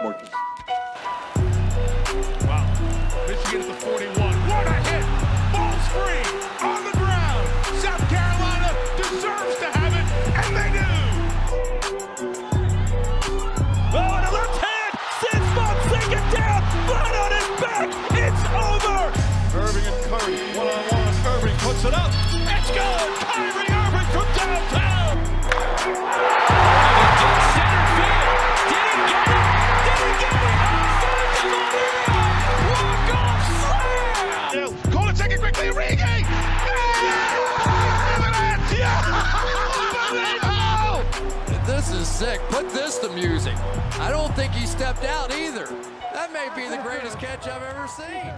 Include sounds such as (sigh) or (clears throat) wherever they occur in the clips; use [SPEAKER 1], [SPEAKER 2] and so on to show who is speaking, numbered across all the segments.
[SPEAKER 1] Marcus.
[SPEAKER 2] Wow. Michigan at the 41. What a hit! Ball screen on the ground. South Carolina deserves to have it, and they do. Oh, and a left hand sends Fonseca down, flat on his back. It's over. Irving and Curry, one on one. Irving puts it up. It's good. Kyrie Irving from downtown. Call it, take it quickly, Origi! Yeah! Unbelievable!
[SPEAKER 3] This is sick. Put this to music. I don't think he stepped out either. That may be the greatest catch I've ever seen.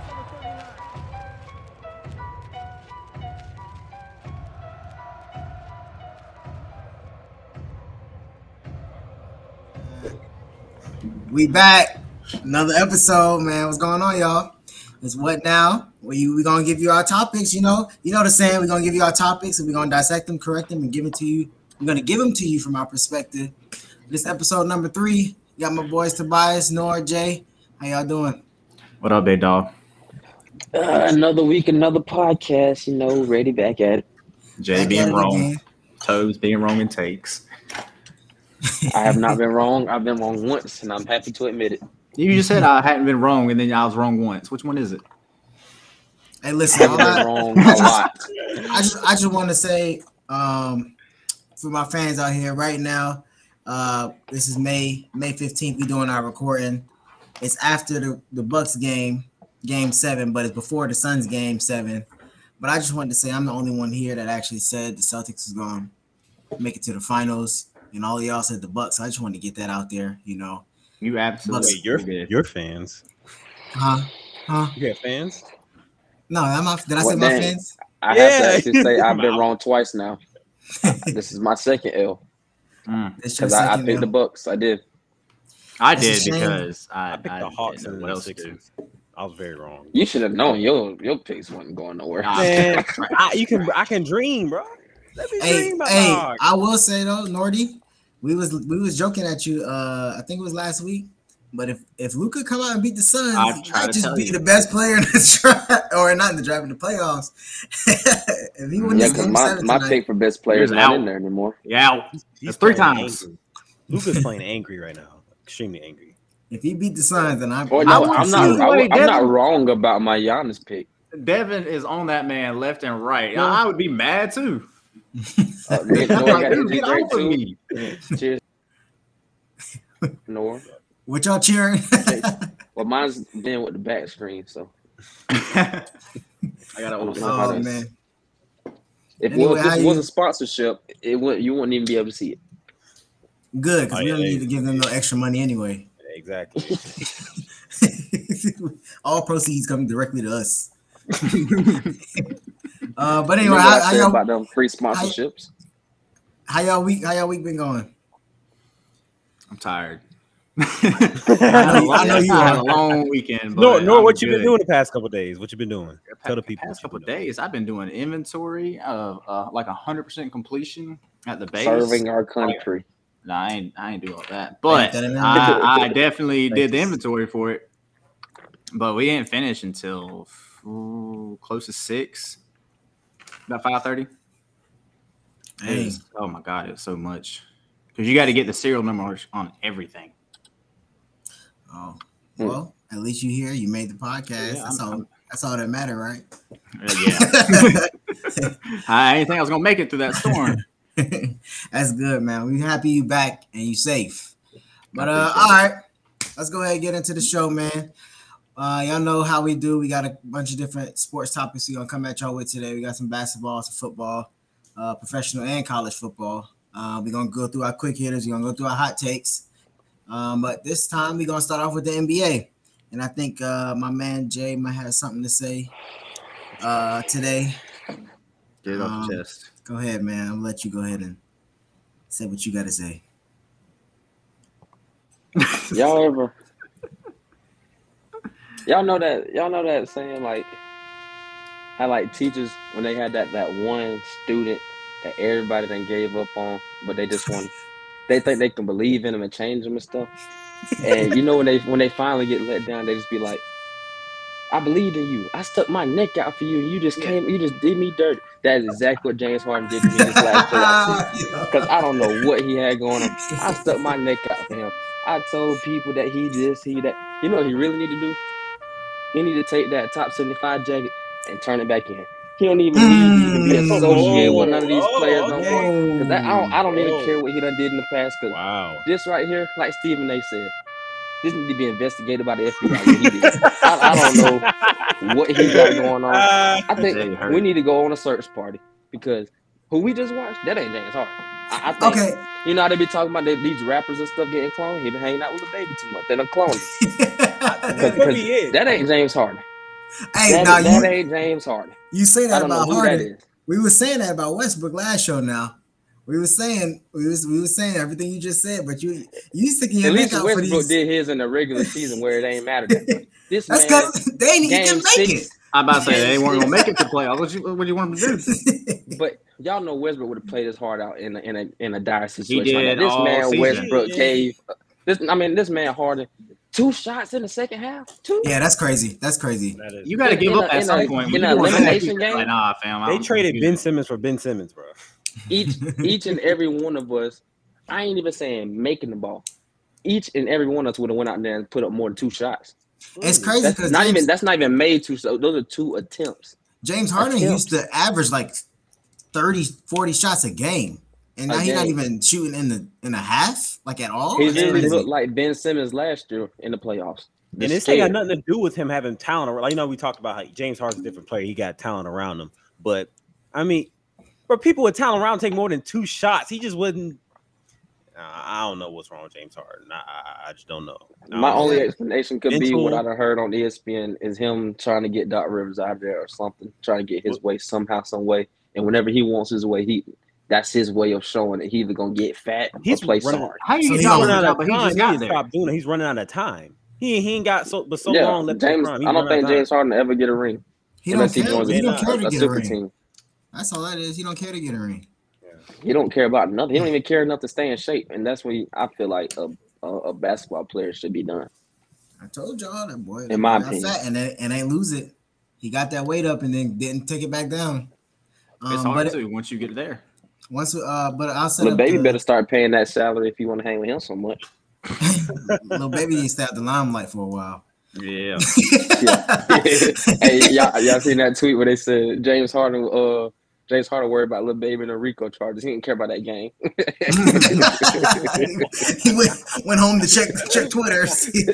[SPEAKER 4] We back. Another episode, man. What's going on, y'all? It's what now? We we gonna give you our topics. You know, you know the saying. We're gonna give you our topics, and we're gonna dissect them, correct them, and give them to you. We're gonna give them to you from our perspective. This episode number three. Got my boys Tobias, Nor, Jay. How y'all doing?
[SPEAKER 5] What up, big dog?
[SPEAKER 6] Uh, another week, another podcast. You know, ready back at it.
[SPEAKER 5] Jay
[SPEAKER 4] Back at
[SPEAKER 5] being
[SPEAKER 4] it
[SPEAKER 5] wrong,
[SPEAKER 4] again.
[SPEAKER 5] toes being wrong in takes.
[SPEAKER 6] I have not been wrong. I've been wrong once, and I'm happy to admit it.
[SPEAKER 5] You just said I hadn't been wrong, and then I was wrong once. Which one is it?
[SPEAKER 4] Hey, listen. all
[SPEAKER 6] I've been
[SPEAKER 4] I,
[SPEAKER 6] wrong a lot.
[SPEAKER 4] I just I just want to say um, for my fans out here right now, uh, this is May May fifteenth. We doing our recording. It's after the the Bucks game, game seven, but it's before the Suns game seven. But I just wanted to say I'm the only one here that actually said the Celtics is going to make it to the finals, and all of y'all said the Bucks. I just wanted to get that out there, you know.
[SPEAKER 5] You absolutely
[SPEAKER 7] Wait, your
[SPEAKER 5] did.
[SPEAKER 7] your fans.
[SPEAKER 4] Huh? Huh?
[SPEAKER 7] You got fans?
[SPEAKER 4] No, I'm not. Did I say
[SPEAKER 6] What
[SPEAKER 4] my
[SPEAKER 6] then?
[SPEAKER 4] fans? (laughs)
[SPEAKER 6] I have
[SPEAKER 7] Yeah.
[SPEAKER 6] to actually say I've been wrong twice now. This is my second L
[SPEAKER 5] Mm,
[SPEAKER 4] That's your
[SPEAKER 6] because I, I
[SPEAKER 4] second
[SPEAKER 6] picked the
[SPEAKER 4] one.
[SPEAKER 6] Bucks. I did.
[SPEAKER 5] I
[SPEAKER 4] That's a
[SPEAKER 5] did
[SPEAKER 4] shame.
[SPEAKER 5] because I,
[SPEAKER 7] I picked
[SPEAKER 5] I
[SPEAKER 7] the
[SPEAKER 5] didn't
[SPEAKER 7] Hawks
[SPEAKER 5] know
[SPEAKER 7] and
[SPEAKER 5] what
[SPEAKER 7] the
[SPEAKER 5] else to do.
[SPEAKER 7] Sixers. I was very wrong.
[SPEAKER 6] You should have known your your picks wasn't going nowhere.
[SPEAKER 5] Nah.
[SPEAKER 6] (laughs)
[SPEAKER 7] Man, I, you can I can dream, bro. Let me
[SPEAKER 4] hey,
[SPEAKER 7] dream, my
[SPEAKER 4] hey,
[SPEAKER 7] dog.
[SPEAKER 4] I will say though, Nordy, we was we was joking at you. Uh, I think it was last week. But if if Luca come out and beat the Suns,
[SPEAKER 5] I'm
[SPEAKER 4] he
[SPEAKER 5] trying
[SPEAKER 4] might
[SPEAKER 5] to
[SPEAKER 4] just
[SPEAKER 5] tell
[SPEAKER 4] be
[SPEAKER 5] you.
[SPEAKER 4] the best player in the draft, or not in the draft in the playoffs. (laughs) if he wins
[SPEAKER 6] Yeah,
[SPEAKER 4] this
[SPEAKER 6] because
[SPEAKER 4] game
[SPEAKER 6] my,
[SPEAKER 4] seven
[SPEAKER 6] my
[SPEAKER 4] tonight,
[SPEAKER 6] pick for best player is
[SPEAKER 5] Here's
[SPEAKER 6] not
[SPEAKER 5] out.
[SPEAKER 6] in there anymore.
[SPEAKER 5] Yeah,
[SPEAKER 7] He's
[SPEAKER 5] three
[SPEAKER 7] playing
[SPEAKER 5] times.
[SPEAKER 7] angry. Luca's playing (laughs) angry right now. Extremely angry.
[SPEAKER 4] if he beat the Suns, then I,
[SPEAKER 6] Or
[SPEAKER 4] I
[SPEAKER 6] no,
[SPEAKER 4] wanna
[SPEAKER 6] I'm
[SPEAKER 4] see
[SPEAKER 6] not.
[SPEAKER 4] it.
[SPEAKER 6] I, am not
[SPEAKER 5] Devin.
[SPEAKER 6] wrong about my Giannis pick.
[SPEAKER 5] Devin is on that man left and right.
[SPEAKER 6] No.
[SPEAKER 5] I would be mad too.
[SPEAKER 6] Uh, (laughs) Nick, Nor
[SPEAKER 5] Like,
[SPEAKER 6] got
[SPEAKER 5] dude,
[SPEAKER 6] injured
[SPEAKER 5] get
[SPEAKER 6] great
[SPEAKER 5] off of
[SPEAKER 6] too.
[SPEAKER 5] me.
[SPEAKER 6] Cheers. Nor.
[SPEAKER 4] (laughs) What y'all cheering?
[SPEAKER 6] (laughs) Well, mine's been with the back screen, so
[SPEAKER 5] (laughs) I gotta
[SPEAKER 6] Oh,
[SPEAKER 5] open
[SPEAKER 6] no.
[SPEAKER 4] (laughs) oh
[SPEAKER 5] up.
[SPEAKER 6] it is.
[SPEAKER 4] man,
[SPEAKER 6] if,
[SPEAKER 4] Anyway,
[SPEAKER 6] well, if
[SPEAKER 4] how
[SPEAKER 6] this
[SPEAKER 4] you-
[SPEAKER 6] was a sponsorship, it would you wouldn't even be able to see it.
[SPEAKER 4] good because
[SPEAKER 7] Oh,
[SPEAKER 4] we
[SPEAKER 7] yeah,
[SPEAKER 4] don't need
[SPEAKER 7] they-
[SPEAKER 4] to give them no extra money anyway. (laughs)
[SPEAKER 7] Exactly.
[SPEAKER 4] All proceeds come directly to us. (laughs) uh, but anyway,
[SPEAKER 6] Remember
[SPEAKER 4] how,
[SPEAKER 6] what I
[SPEAKER 4] how
[SPEAKER 6] said
[SPEAKER 4] y'all
[SPEAKER 6] about them free sponsorships.
[SPEAKER 4] How y'all week? How y'all week been going?
[SPEAKER 5] I'm tired. (laughs)
[SPEAKER 4] I know- I
[SPEAKER 5] I
[SPEAKER 4] know you
[SPEAKER 5] had
[SPEAKER 4] are.
[SPEAKER 5] a long weekend.
[SPEAKER 7] no,
[SPEAKER 5] but
[SPEAKER 7] no,
[SPEAKER 5] I'm
[SPEAKER 7] what you been
[SPEAKER 5] good.
[SPEAKER 7] doing the past couple days? What you been doing? Tell the people.
[SPEAKER 5] Past
[SPEAKER 7] what you
[SPEAKER 5] couple
[SPEAKER 7] been doing.
[SPEAKER 5] days, I've been doing inventory of uh, like hundred percent completion at the base.
[SPEAKER 6] Serving our country.
[SPEAKER 5] No, I ain't, I ain't do all that. But
[SPEAKER 4] that in there.
[SPEAKER 5] I, I definitely did the
[SPEAKER 7] Thanks.
[SPEAKER 5] inventory for it. But we didn't finish until ooh, close to six, about five thirty.
[SPEAKER 4] Hey,
[SPEAKER 5] Oh my god, it was so much because you got to get the serial numbers on everything.
[SPEAKER 4] oh, well, at least you here. You made the podcast.
[SPEAKER 5] Yeah,
[SPEAKER 4] that's
[SPEAKER 5] I'm-
[SPEAKER 4] all. that's all that matter, right?
[SPEAKER 5] (laughs)
[SPEAKER 4] (laughs)
[SPEAKER 5] Uh,
[SPEAKER 7] (laughs)
[SPEAKER 5] yeah, I didn't think I was gonna make it through that storm.
[SPEAKER 4] (laughs) that's good, man. We happy you back and you safe. But uh,
[SPEAKER 5] appreciate
[SPEAKER 4] all right, let's go ahead and get into the show, man. Uh, y'all know how we do. We got a bunch of different sports topics we gonna come at y'all with today. We got some basketball, some football, uh, professional and college football. Uh, we're gonna go through our quick hitters. We're gonna go through our hot takes. Um, but this time we're gonna start off with the NBA, and I think uh, my man Jay might have something to say uh, today.
[SPEAKER 5] Get it off
[SPEAKER 4] Um,
[SPEAKER 5] the chest.
[SPEAKER 4] Go ahead, man. I'll let you go ahead and say what you got to say.
[SPEAKER 6] Y'all ever? Y'all know that? Y'all know that saying like, how like teachers when they had that that one student that everybody then gave up on, but they just want they think they can believe in them and change them and stuff. And you know when they when they finally get let down, they just be like, "I believed in you. I stuck my neck out for you, and you just came. You just did me dirty." That is exactly what James Harden did to me this last playoff season. (laughs) Because I don't know what he had going on. I stuck my neck out for him. I told people that he this, he that. You know what he really need to do? He need to take that top 75 jacket and turn it back in. He don't even need to even be
[SPEAKER 4] Mm.
[SPEAKER 6] associated with none of these
[SPEAKER 7] Oh,
[SPEAKER 6] players no
[SPEAKER 7] okay.
[SPEAKER 6] more. 'Cause that- I
[SPEAKER 4] (laughs)
[SPEAKER 6] don't, I don't even
[SPEAKER 7] Whoa.
[SPEAKER 6] care what he done did in the past. Because
[SPEAKER 7] Wow.
[SPEAKER 6] this right here, like Stephen A. said, this need to be investigated by the FBI. what he did. I, I don't know what he got going on. I
[SPEAKER 5] That day
[SPEAKER 6] think
[SPEAKER 5] hurt.
[SPEAKER 6] we need to go on a search party because who we just watched, that ain't James Harden. I, I think,
[SPEAKER 4] Okay.
[SPEAKER 6] you know, how they be talking about they, these rappers and stuff getting cloned. He been hanging out with the baby too much. They done cloned him.
[SPEAKER 7] That could be it.
[SPEAKER 6] That ain't James Harden.
[SPEAKER 4] hey,
[SPEAKER 6] that
[SPEAKER 4] now
[SPEAKER 6] that
[SPEAKER 4] you,
[SPEAKER 6] ain't James Harden.
[SPEAKER 4] you say
[SPEAKER 6] I
[SPEAKER 4] that
[SPEAKER 6] don't know
[SPEAKER 4] about
[SPEAKER 6] who that
[SPEAKER 4] Harden.
[SPEAKER 6] is.
[SPEAKER 4] We were saying that about Westbrook last show. Now we were saying we was we were saying everything you just said, but you you sticking your
[SPEAKER 6] At
[SPEAKER 4] neck
[SPEAKER 6] least
[SPEAKER 4] out for these.
[SPEAKER 6] Westbrook did his in the regular season where it ain't mattered
[SPEAKER 4] (laughs)
[SPEAKER 6] that much. This
[SPEAKER 4] That's
[SPEAKER 6] man,
[SPEAKER 4] because they ain't
[SPEAKER 6] game
[SPEAKER 4] even make
[SPEAKER 6] six,
[SPEAKER 5] I'm about to say they weren't gonna make it to playoffs. What you what do you want them to do?
[SPEAKER 4] it. (laughs)
[SPEAKER 6] But y'all know Westbrook would have played his heart out in a, in a in a dire situation.
[SPEAKER 5] did
[SPEAKER 6] like that. This
[SPEAKER 5] all
[SPEAKER 6] man
[SPEAKER 5] season.
[SPEAKER 6] Westbrook
[SPEAKER 7] Yeah.
[SPEAKER 6] gave uh, this. I mean, this man Harden two shots in the second half. Two.
[SPEAKER 4] yeah, that's crazy. That's crazy.
[SPEAKER 7] That is-
[SPEAKER 5] You got to
[SPEAKER 6] In-
[SPEAKER 5] give
[SPEAKER 6] in
[SPEAKER 5] up
[SPEAKER 6] a-
[SPEAKER 5] at
[SPEAKER 6] in
[SPEAKER 5] some
[SPEAKER 6] a-
[SPEAKER 5] point.
[SPEAKER 6] in
[SPEAKER 5] You
[SPEAKER 6] a
[SPEAKER 5] win that
[SPEAKER 6] elimination
[SPEAKER 5] game,
[SPEAKER 6] game?
[SPEAKER 5] nah, fam. I
[SPEAKER 7] they
[SPEAKER 5] don't
[SPEAKER 7] traded
[SPEAKER 5] think
[SPEAKER 7] Ben
[SPEAKER 5] you-
[SPEAKER 7] Simmons for Ben Simmons, bro.
[SPEAKER 6] Each each and every one of us. I ain't even saying making the ball. Each and every one of us would have went out there and put up more than two shots.
[SPEAKER 4] It's crazy
[SPEAKER 6] That's
[SPEAKER 4] because
[SPEAKER 6] not even
[SPEAKER 4] James,
[SPEAKER 6] that's not even made two. So those are two attempts.
[SPEAKER 4] James Harden used
[SPEAKER 6] attempts.
[SPEAKER 4] to average like 30, 40 shots a game, and
[SPEAKER 6] A
[SPEAKER 4] now he's not
[SPEAKER 6] game.
[SPEAKER 4] even shooting in the in a half, like at all.
[SPEAKER 6] He
[SPEAKER 4] Oh, That's
[SPEAKER 6] literally
[SPEAKER 4] crazy.
[SPEAKER 6] looked like Ben Simmons last year in the playoffs.
[SPEAKER 7] And this ain't got nothing to do with him having talent. around- Like, you know, we talked about how James Harden's a different player. He got talent around him. But, I mean, for people with talent around him take more than two shots. He just wouldn't. I I don't know what's wrong with James Harden. I, I- I just don't know. I don't
[SPEAKER 6] My
[SPEAKER 7] know.
[SPEAKER 6] only explanation could be what
[SPEAKER 7] Mental-
[SPEAKER 6] I done heard on E ESPN is him trying to get Doc Rivers out of there or something, trying to get his way somehow, some way. And whenever he wants his way, he that's his way of showing that he either gonna get fat
[SPEAKER 7] He's
[SPEAKER 6] or play
[SPEAKER 7] running-
[SPEAKER 6] hard.
[SPEAKER 5] How you
[SPEAKER 4] So
[SPEAKER 5] get
[SPEAKER 4] he
[SPEAKER 7] he's
[SPEAKER 4] don't
[SPEAKER 5] talking
[SPEAKER 7] running
[SPEAKER 4] was
[SPEAKER 5] about
[SPEAKER 7] out
[SPEAKER 5] that?
[SPEAKER 7] of
[SPEAKER 5] But he
[SPEAKER 7] time.
[SPEAKER 5] just
[SPEAKER 7] He
[SPEAKER 5] got
[SPEAKER 7] just
[SPEAKER 5] there.
[SPEAKER 7] stopped doing it. He's running out of time. He he ain't got so but so
[SPEAKER 6] yeah,
[SPEAKER 7] long left in his
[SPEAKER 6] James,
[SPEAKER 7] prime. He's
[SPEAKER 6] I don't
[SPEAKER 7] running out
[SPEAKER 6] think
[SPEAKER 7] of time.
[SPEAKER 6] James Harden ever get a ring
[SPEAKER 4] He don't
[SPEAKER 6] unless he
[SPEAKER 4] care.
[SPEAKER 6] joins
[SPEAKER 4] He
[SPEAKER 6] a,
[SPEAKER 4] don't
[SPEAKER 7] Yeah,
[SPEAKER 4] care
[SPEAKER 6] a
[SPEAKER 4] to get a
[SPEAKER 6] super
[SPEAKER 4] ring.
[SPEAKER 6] team.
[SPEAKER 4] That's all that is. He don't care to get a ring.
[SPEAKER 6] He don't care about nothing. He don't even care enough to stay in shape, and that's what he- I feel like a, a, a basketball player should be done.
[SPEAKER 4] I told y'all that boy.
[SPEAKER 6] In my
[SPEAKER 4] got
[SPEAKER 6] opinion.
[SPEAKER 4] fat and they, and they lose it. He got that weight up and then didn't take it back down.
[SPEAKER 5] It's
[SPEAKER 4] Um,
[SPEAKER 5] hard
[SPEAKER 4] but
[SPEAKER 5] too once you get there.
[SPEAKER 4] once, we- uh, but I'll set
[SPEAKER 6] Lil
[SPEAKER 4] up
[SPEAKER 6] baby
[SPEAKER 4] the,
[SPEAKER 6] better start paying that salary if you want to hang with him so much.
[SPEAKER 4] (laughs) little baby needs to have the limelight for a
[SPEAKER 6] (laughs)
[SPEAKER 4] while.
[SPEAKER 5] Yeah.
[SPEAKER 6] hey, y'all, y'all seen that tweet where they said James Harden, uh, James Harden worried about little baby and the Rico charges. He didn't care about
[SPEAKER 4] (laughs)
[SPEAKER 6] that game. (laughs)
[SPEAKER 4] he went, went home to check check Twitter. (laughs) See.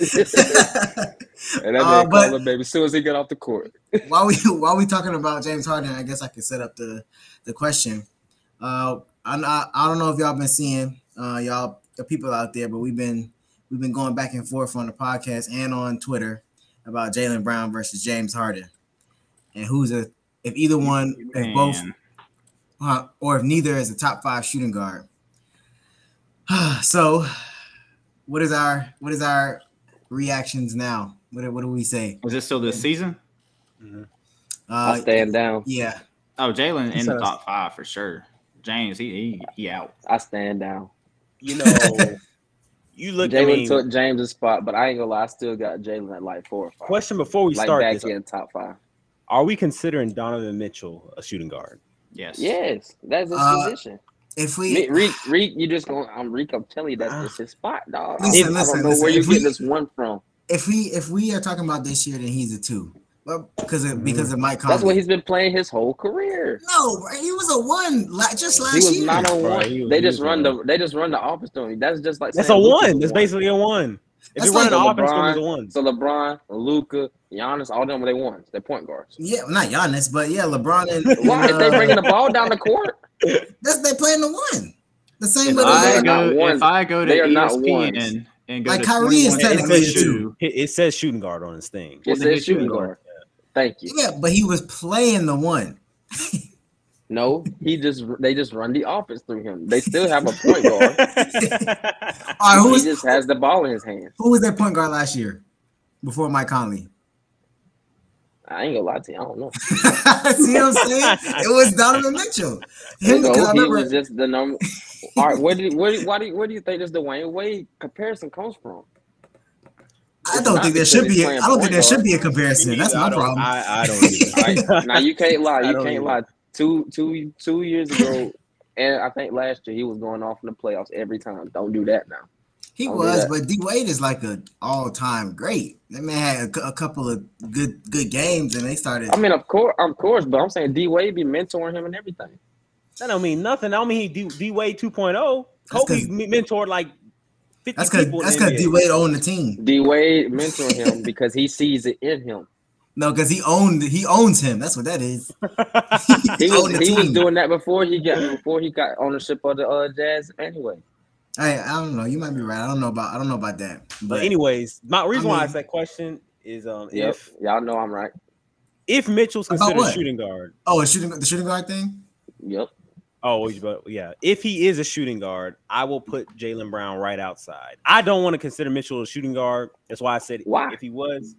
[SPEAKER 6] and that
[SPEAKER 4] Uh,
[SPEAKER 6] man
[SPEAKER 4] but-
[SPEAKER 6] called little baby as soon as he got off the court.
[SPEAKER 4] while we while we talking about James Harden, I guess I can set up the the question. Uh, I I, I don't know if y'all been seeing uh, y'all the people out there, but we've been we've been going back and forth on the podcast and on Twitter about Jalen Brown versus James Harden, and who's a if either one if both
[SPEAKER 5] Man.
[SPEAKER 4] uh, or if neither is a top five shooting guard. (sighs) so, what is our what is our reactions now? What do- what do we say?
[SPEAKER 5] Was it still this season?
[SPEAKER 4] Uh,
[SPEAKER 6] I stand down.
[SPEAKER 4] Yeah.
[SPEAKER 5] Oh, Jalen in
[SPEAKER 7] So-
[SPEAKER 5] the top five for sure. James, he he, he out.
[SPEAKER 6] I stand down.
[SPEAKER 7] You
[SPEAKER 6] (laughs)
[SPEAKER 7] know, you look. I
[SPEAKER 6] Jalen
[SPEAKER 7] mean,
[SPEAKER 6] took James' spot, but I ain't gonna lie, I still got Jalen at like four or five.
[SPEAKER 7] question before we
[SPEAKER 6] like
[SPEAKER 7] start
[SPEAKER 6] back
[SPEAKER 7] this:
[SPEAKER 6] in top five.
[SPEAKER 7] Are we considering Donovan Mitchell a shooting guard?
[SPEAKER 5] Yes.
[SPEAKER 6] Yes, that's his
[SPEAKER 4] Uh,
[SPEAKER 6] position.
[SPEAKER 4] If
[SPEAKER 6] Me-
[SPEAKER 4] we
[SPEAKER 6] Reek, Reek, you just going. I'm Reek. I'm telling you, that's
[SPEAKER 7] Uh,
[SPEAKER 6] it's his spot, dog.
[SPEAKER 4] Listen,
[SPEAKER 6] I
[SPEAKER 4] listen,
[SPEAKER 6] don't know
[SPEAKER 4] listen,
[SPEAKER 6] where you
[SPEAKER 4] if we-
[SPEAKER 6] get this one from.
[SPEAKER 4] if we if we are talking about this year, then he's a two, but because
[SPEAKER 7] Mm-hmm.
[SPEAKER 4] of, because of my comment.
[SPEAKER 6] That's what he's been playing his whole career.
[SPEAKER 4] No, bro, he was a one la- just last
[SPEAKER 6] He was oh-
[SPEAKER 4] year.
[SPEAKER 6] not on
[SPEAKER 7] Bro,
[SPEAKER 6] one.
[SPEAKER 7] he was-
[SPEAKER 6] they
[SPEAKER 7] he
[SPEAKER 6] just
[SPEAKER 7] was
[SPEAKER 6] run
[SPEAKER 7] on
[SPEAKER 6] the they just run the office doing. That's just like
[SPEAKER 7] That's a
[SPEAKER 6] saying Luka's
[SPEAKER 7] one. That's basically a one. If
[SPEAKER 4] That's
[SPEAKER 7] you're running an
[SPEAKER 6] like
[SPEAKER 7] offense,
[SPEAKER 6] LeBron.
[SPEAKER 7] it's a one.
[SPEAKER 6] so LeBron, Luca, Giannis, all them they ones. They're point guards.
[SPEAKER 4] yeah, not Giannis, but yeah, LeBron and, and
[SPEAKER 6] (laughs) Why
[SPEAKER 4] uh,
[SPEAKER 6] they bringing the ball down the court?
[SPEAKER 4] that's they playing the one. The same
[SPEAKER 5] If
[SPEAKER 4] way
[SPEAKER 6] they
[SPEAKER 5] I
[SPEAKER 6] are
[SPEAKER 4] they
[SPEAKER 6] not
[SPEAKER 5] go,
[SPEAKER 6] ones.
[SPEAKER 5] if I go to E
[SPEAKER 6] They are not ones.
[SPEAKER 5] ESPN and go
[SPEAKER 4] Like
[SPEAKER 5] to
[SPEAKER 4] Kyrie is
[SPEAKER 5] 21
[SPEAKER 4] technically a
[SPEAKER 5] shoe,
[SPEAKER 4] two.
[SPEAKER 7] It, it says shooting guard on his thing.
[SPEAKER 5] Well,
[SPEAKER 6] It's
[SPEAKER 5] then
[SPEAKER 6] their
[SPEAKER 5] he's shooting
[SPEAKER 6] shooting guard.
[SPEAKER 5] guard.
[SPEAKER 6] Thank you.
[SPEAKER 4] yeah, but he was playing the one.
[SPEAKER 6] No, he just they just run the offense through him. They still have a point guard.
[SPEAKER 4] All right, who
[SPEAKER 6] he
[SPEAKER 4] was
[SPEAKER 6] just has the ball in his hands.
[SPEAKER 4] who was their point guard last year before Mike Conley?
[SPEAKER 6] I ain't gonna lie to you. I don't know.
[SPEAKER 4] (laughs) See what I'm saying? It was Donovan Mitchell. Him,
[SPEAKER 6] So
[SPEAKER 4] because I
[SPEAKER 6] he
[SPEAKER 4] remember,
[SPEAKER 6] was just the number. All right, where do you, where, do you- why do you, where do you think this Dwayne Wade comparison comes from?
[SPEAKER 4] I don't think there should be. A, I don't think there should be a comparison. That's my
[SPEAKER 7] I don't-
[SPEAKER 4] problem.
[SPEAKER 7] I, I don't. Either.
[SPEAKER 4] (laughs)
[SPEAKER 6] All right, now you can't
[SPEAKER 7] I
[SPEAKER 6] lie. You
[SPEAKER 7] don't
[SPEAKER 6] can't
[SPEAKER 7] even-
[SPEAKER 6] lie. Two two two years ago, and I think last year he was going off in the playoffs every time. Don't do that now.
[SPEAKER 4] He
[SPEAKER 6] I'll do
[SPEAKER 4] was,
[SPEAKER 6] that.
[SPEAKER 4] but D Wade is like a all-time great. That man had a, cou- a couple of good good games, and they started.
[SPEAKER 6] I mean, of course, of course, but I'm saying D Wade be mentoring him and everything.
[SPEAKER 7] That don't mean nothing. I don't mean he D, D Wade 2.0.
[SPEAKER 4] That's
[SPEAKER 7] Kobe
[SPEAKER 4] 'cause-
[SPEAKER 7] oh. me- mentored like 50
[SPEAKER 4] that's because
[SPEAKER 7] people. in
[SPEAKER 4] that's
[SPEAKER 7] the
[SPEAKER 4] because D
[SPEAKER 7] NBA.
[SPEAKER 4] Wade owned the team.
[SPEAKER 6] D
[SPEAKER 4] (laughs)
[SPEAKER 6] Wade mentoring him because he sees it in him.
[SPEAKER 4] No, because he owned he owns him. That's what
[SPEAKER 7] (laughs)
[SPEAKER 4] that is.
[SPEAKER 6] He was
[SPEAKER 4] owned the
[SPEAKER 6] he was
[SPEAKER 4] team.
[SPEAKER 6] doing that before he got before he got ownership of the uh, Jazz anyway.
[SPEAKER 4] I, I don't know. You might be right. I don't know about I don't know about that.
[SPEAKER 7] But anyways, my reason why I
[SPEAKER 4] mean-
[SPEAKER 7] asked that question is um
[SPEAKER 6] Yep,
[SPEAKER 7] if
[SPEAKER 6] y'all know I'm right.
[SPEAKER 7] if Mitchell's
[SPEAKER 4] About
[SPEAKER 7] considered a
[SPEAKER 4] what?
[SPEAKER 7] shooting guard.
[SPEAKER 4] Oh, a shooting the shooting guard thing.
[SPEAKER 6] Yep.
[SPEAKER 7] Oh, he's- but yeah, if he is a shooting guard, I will put Jalen Brown right outside. I don't want to consider Mitchell a shooting guard. That's why I said
[SPEAKER 6] Why?
[SPEAKER 7] if he was.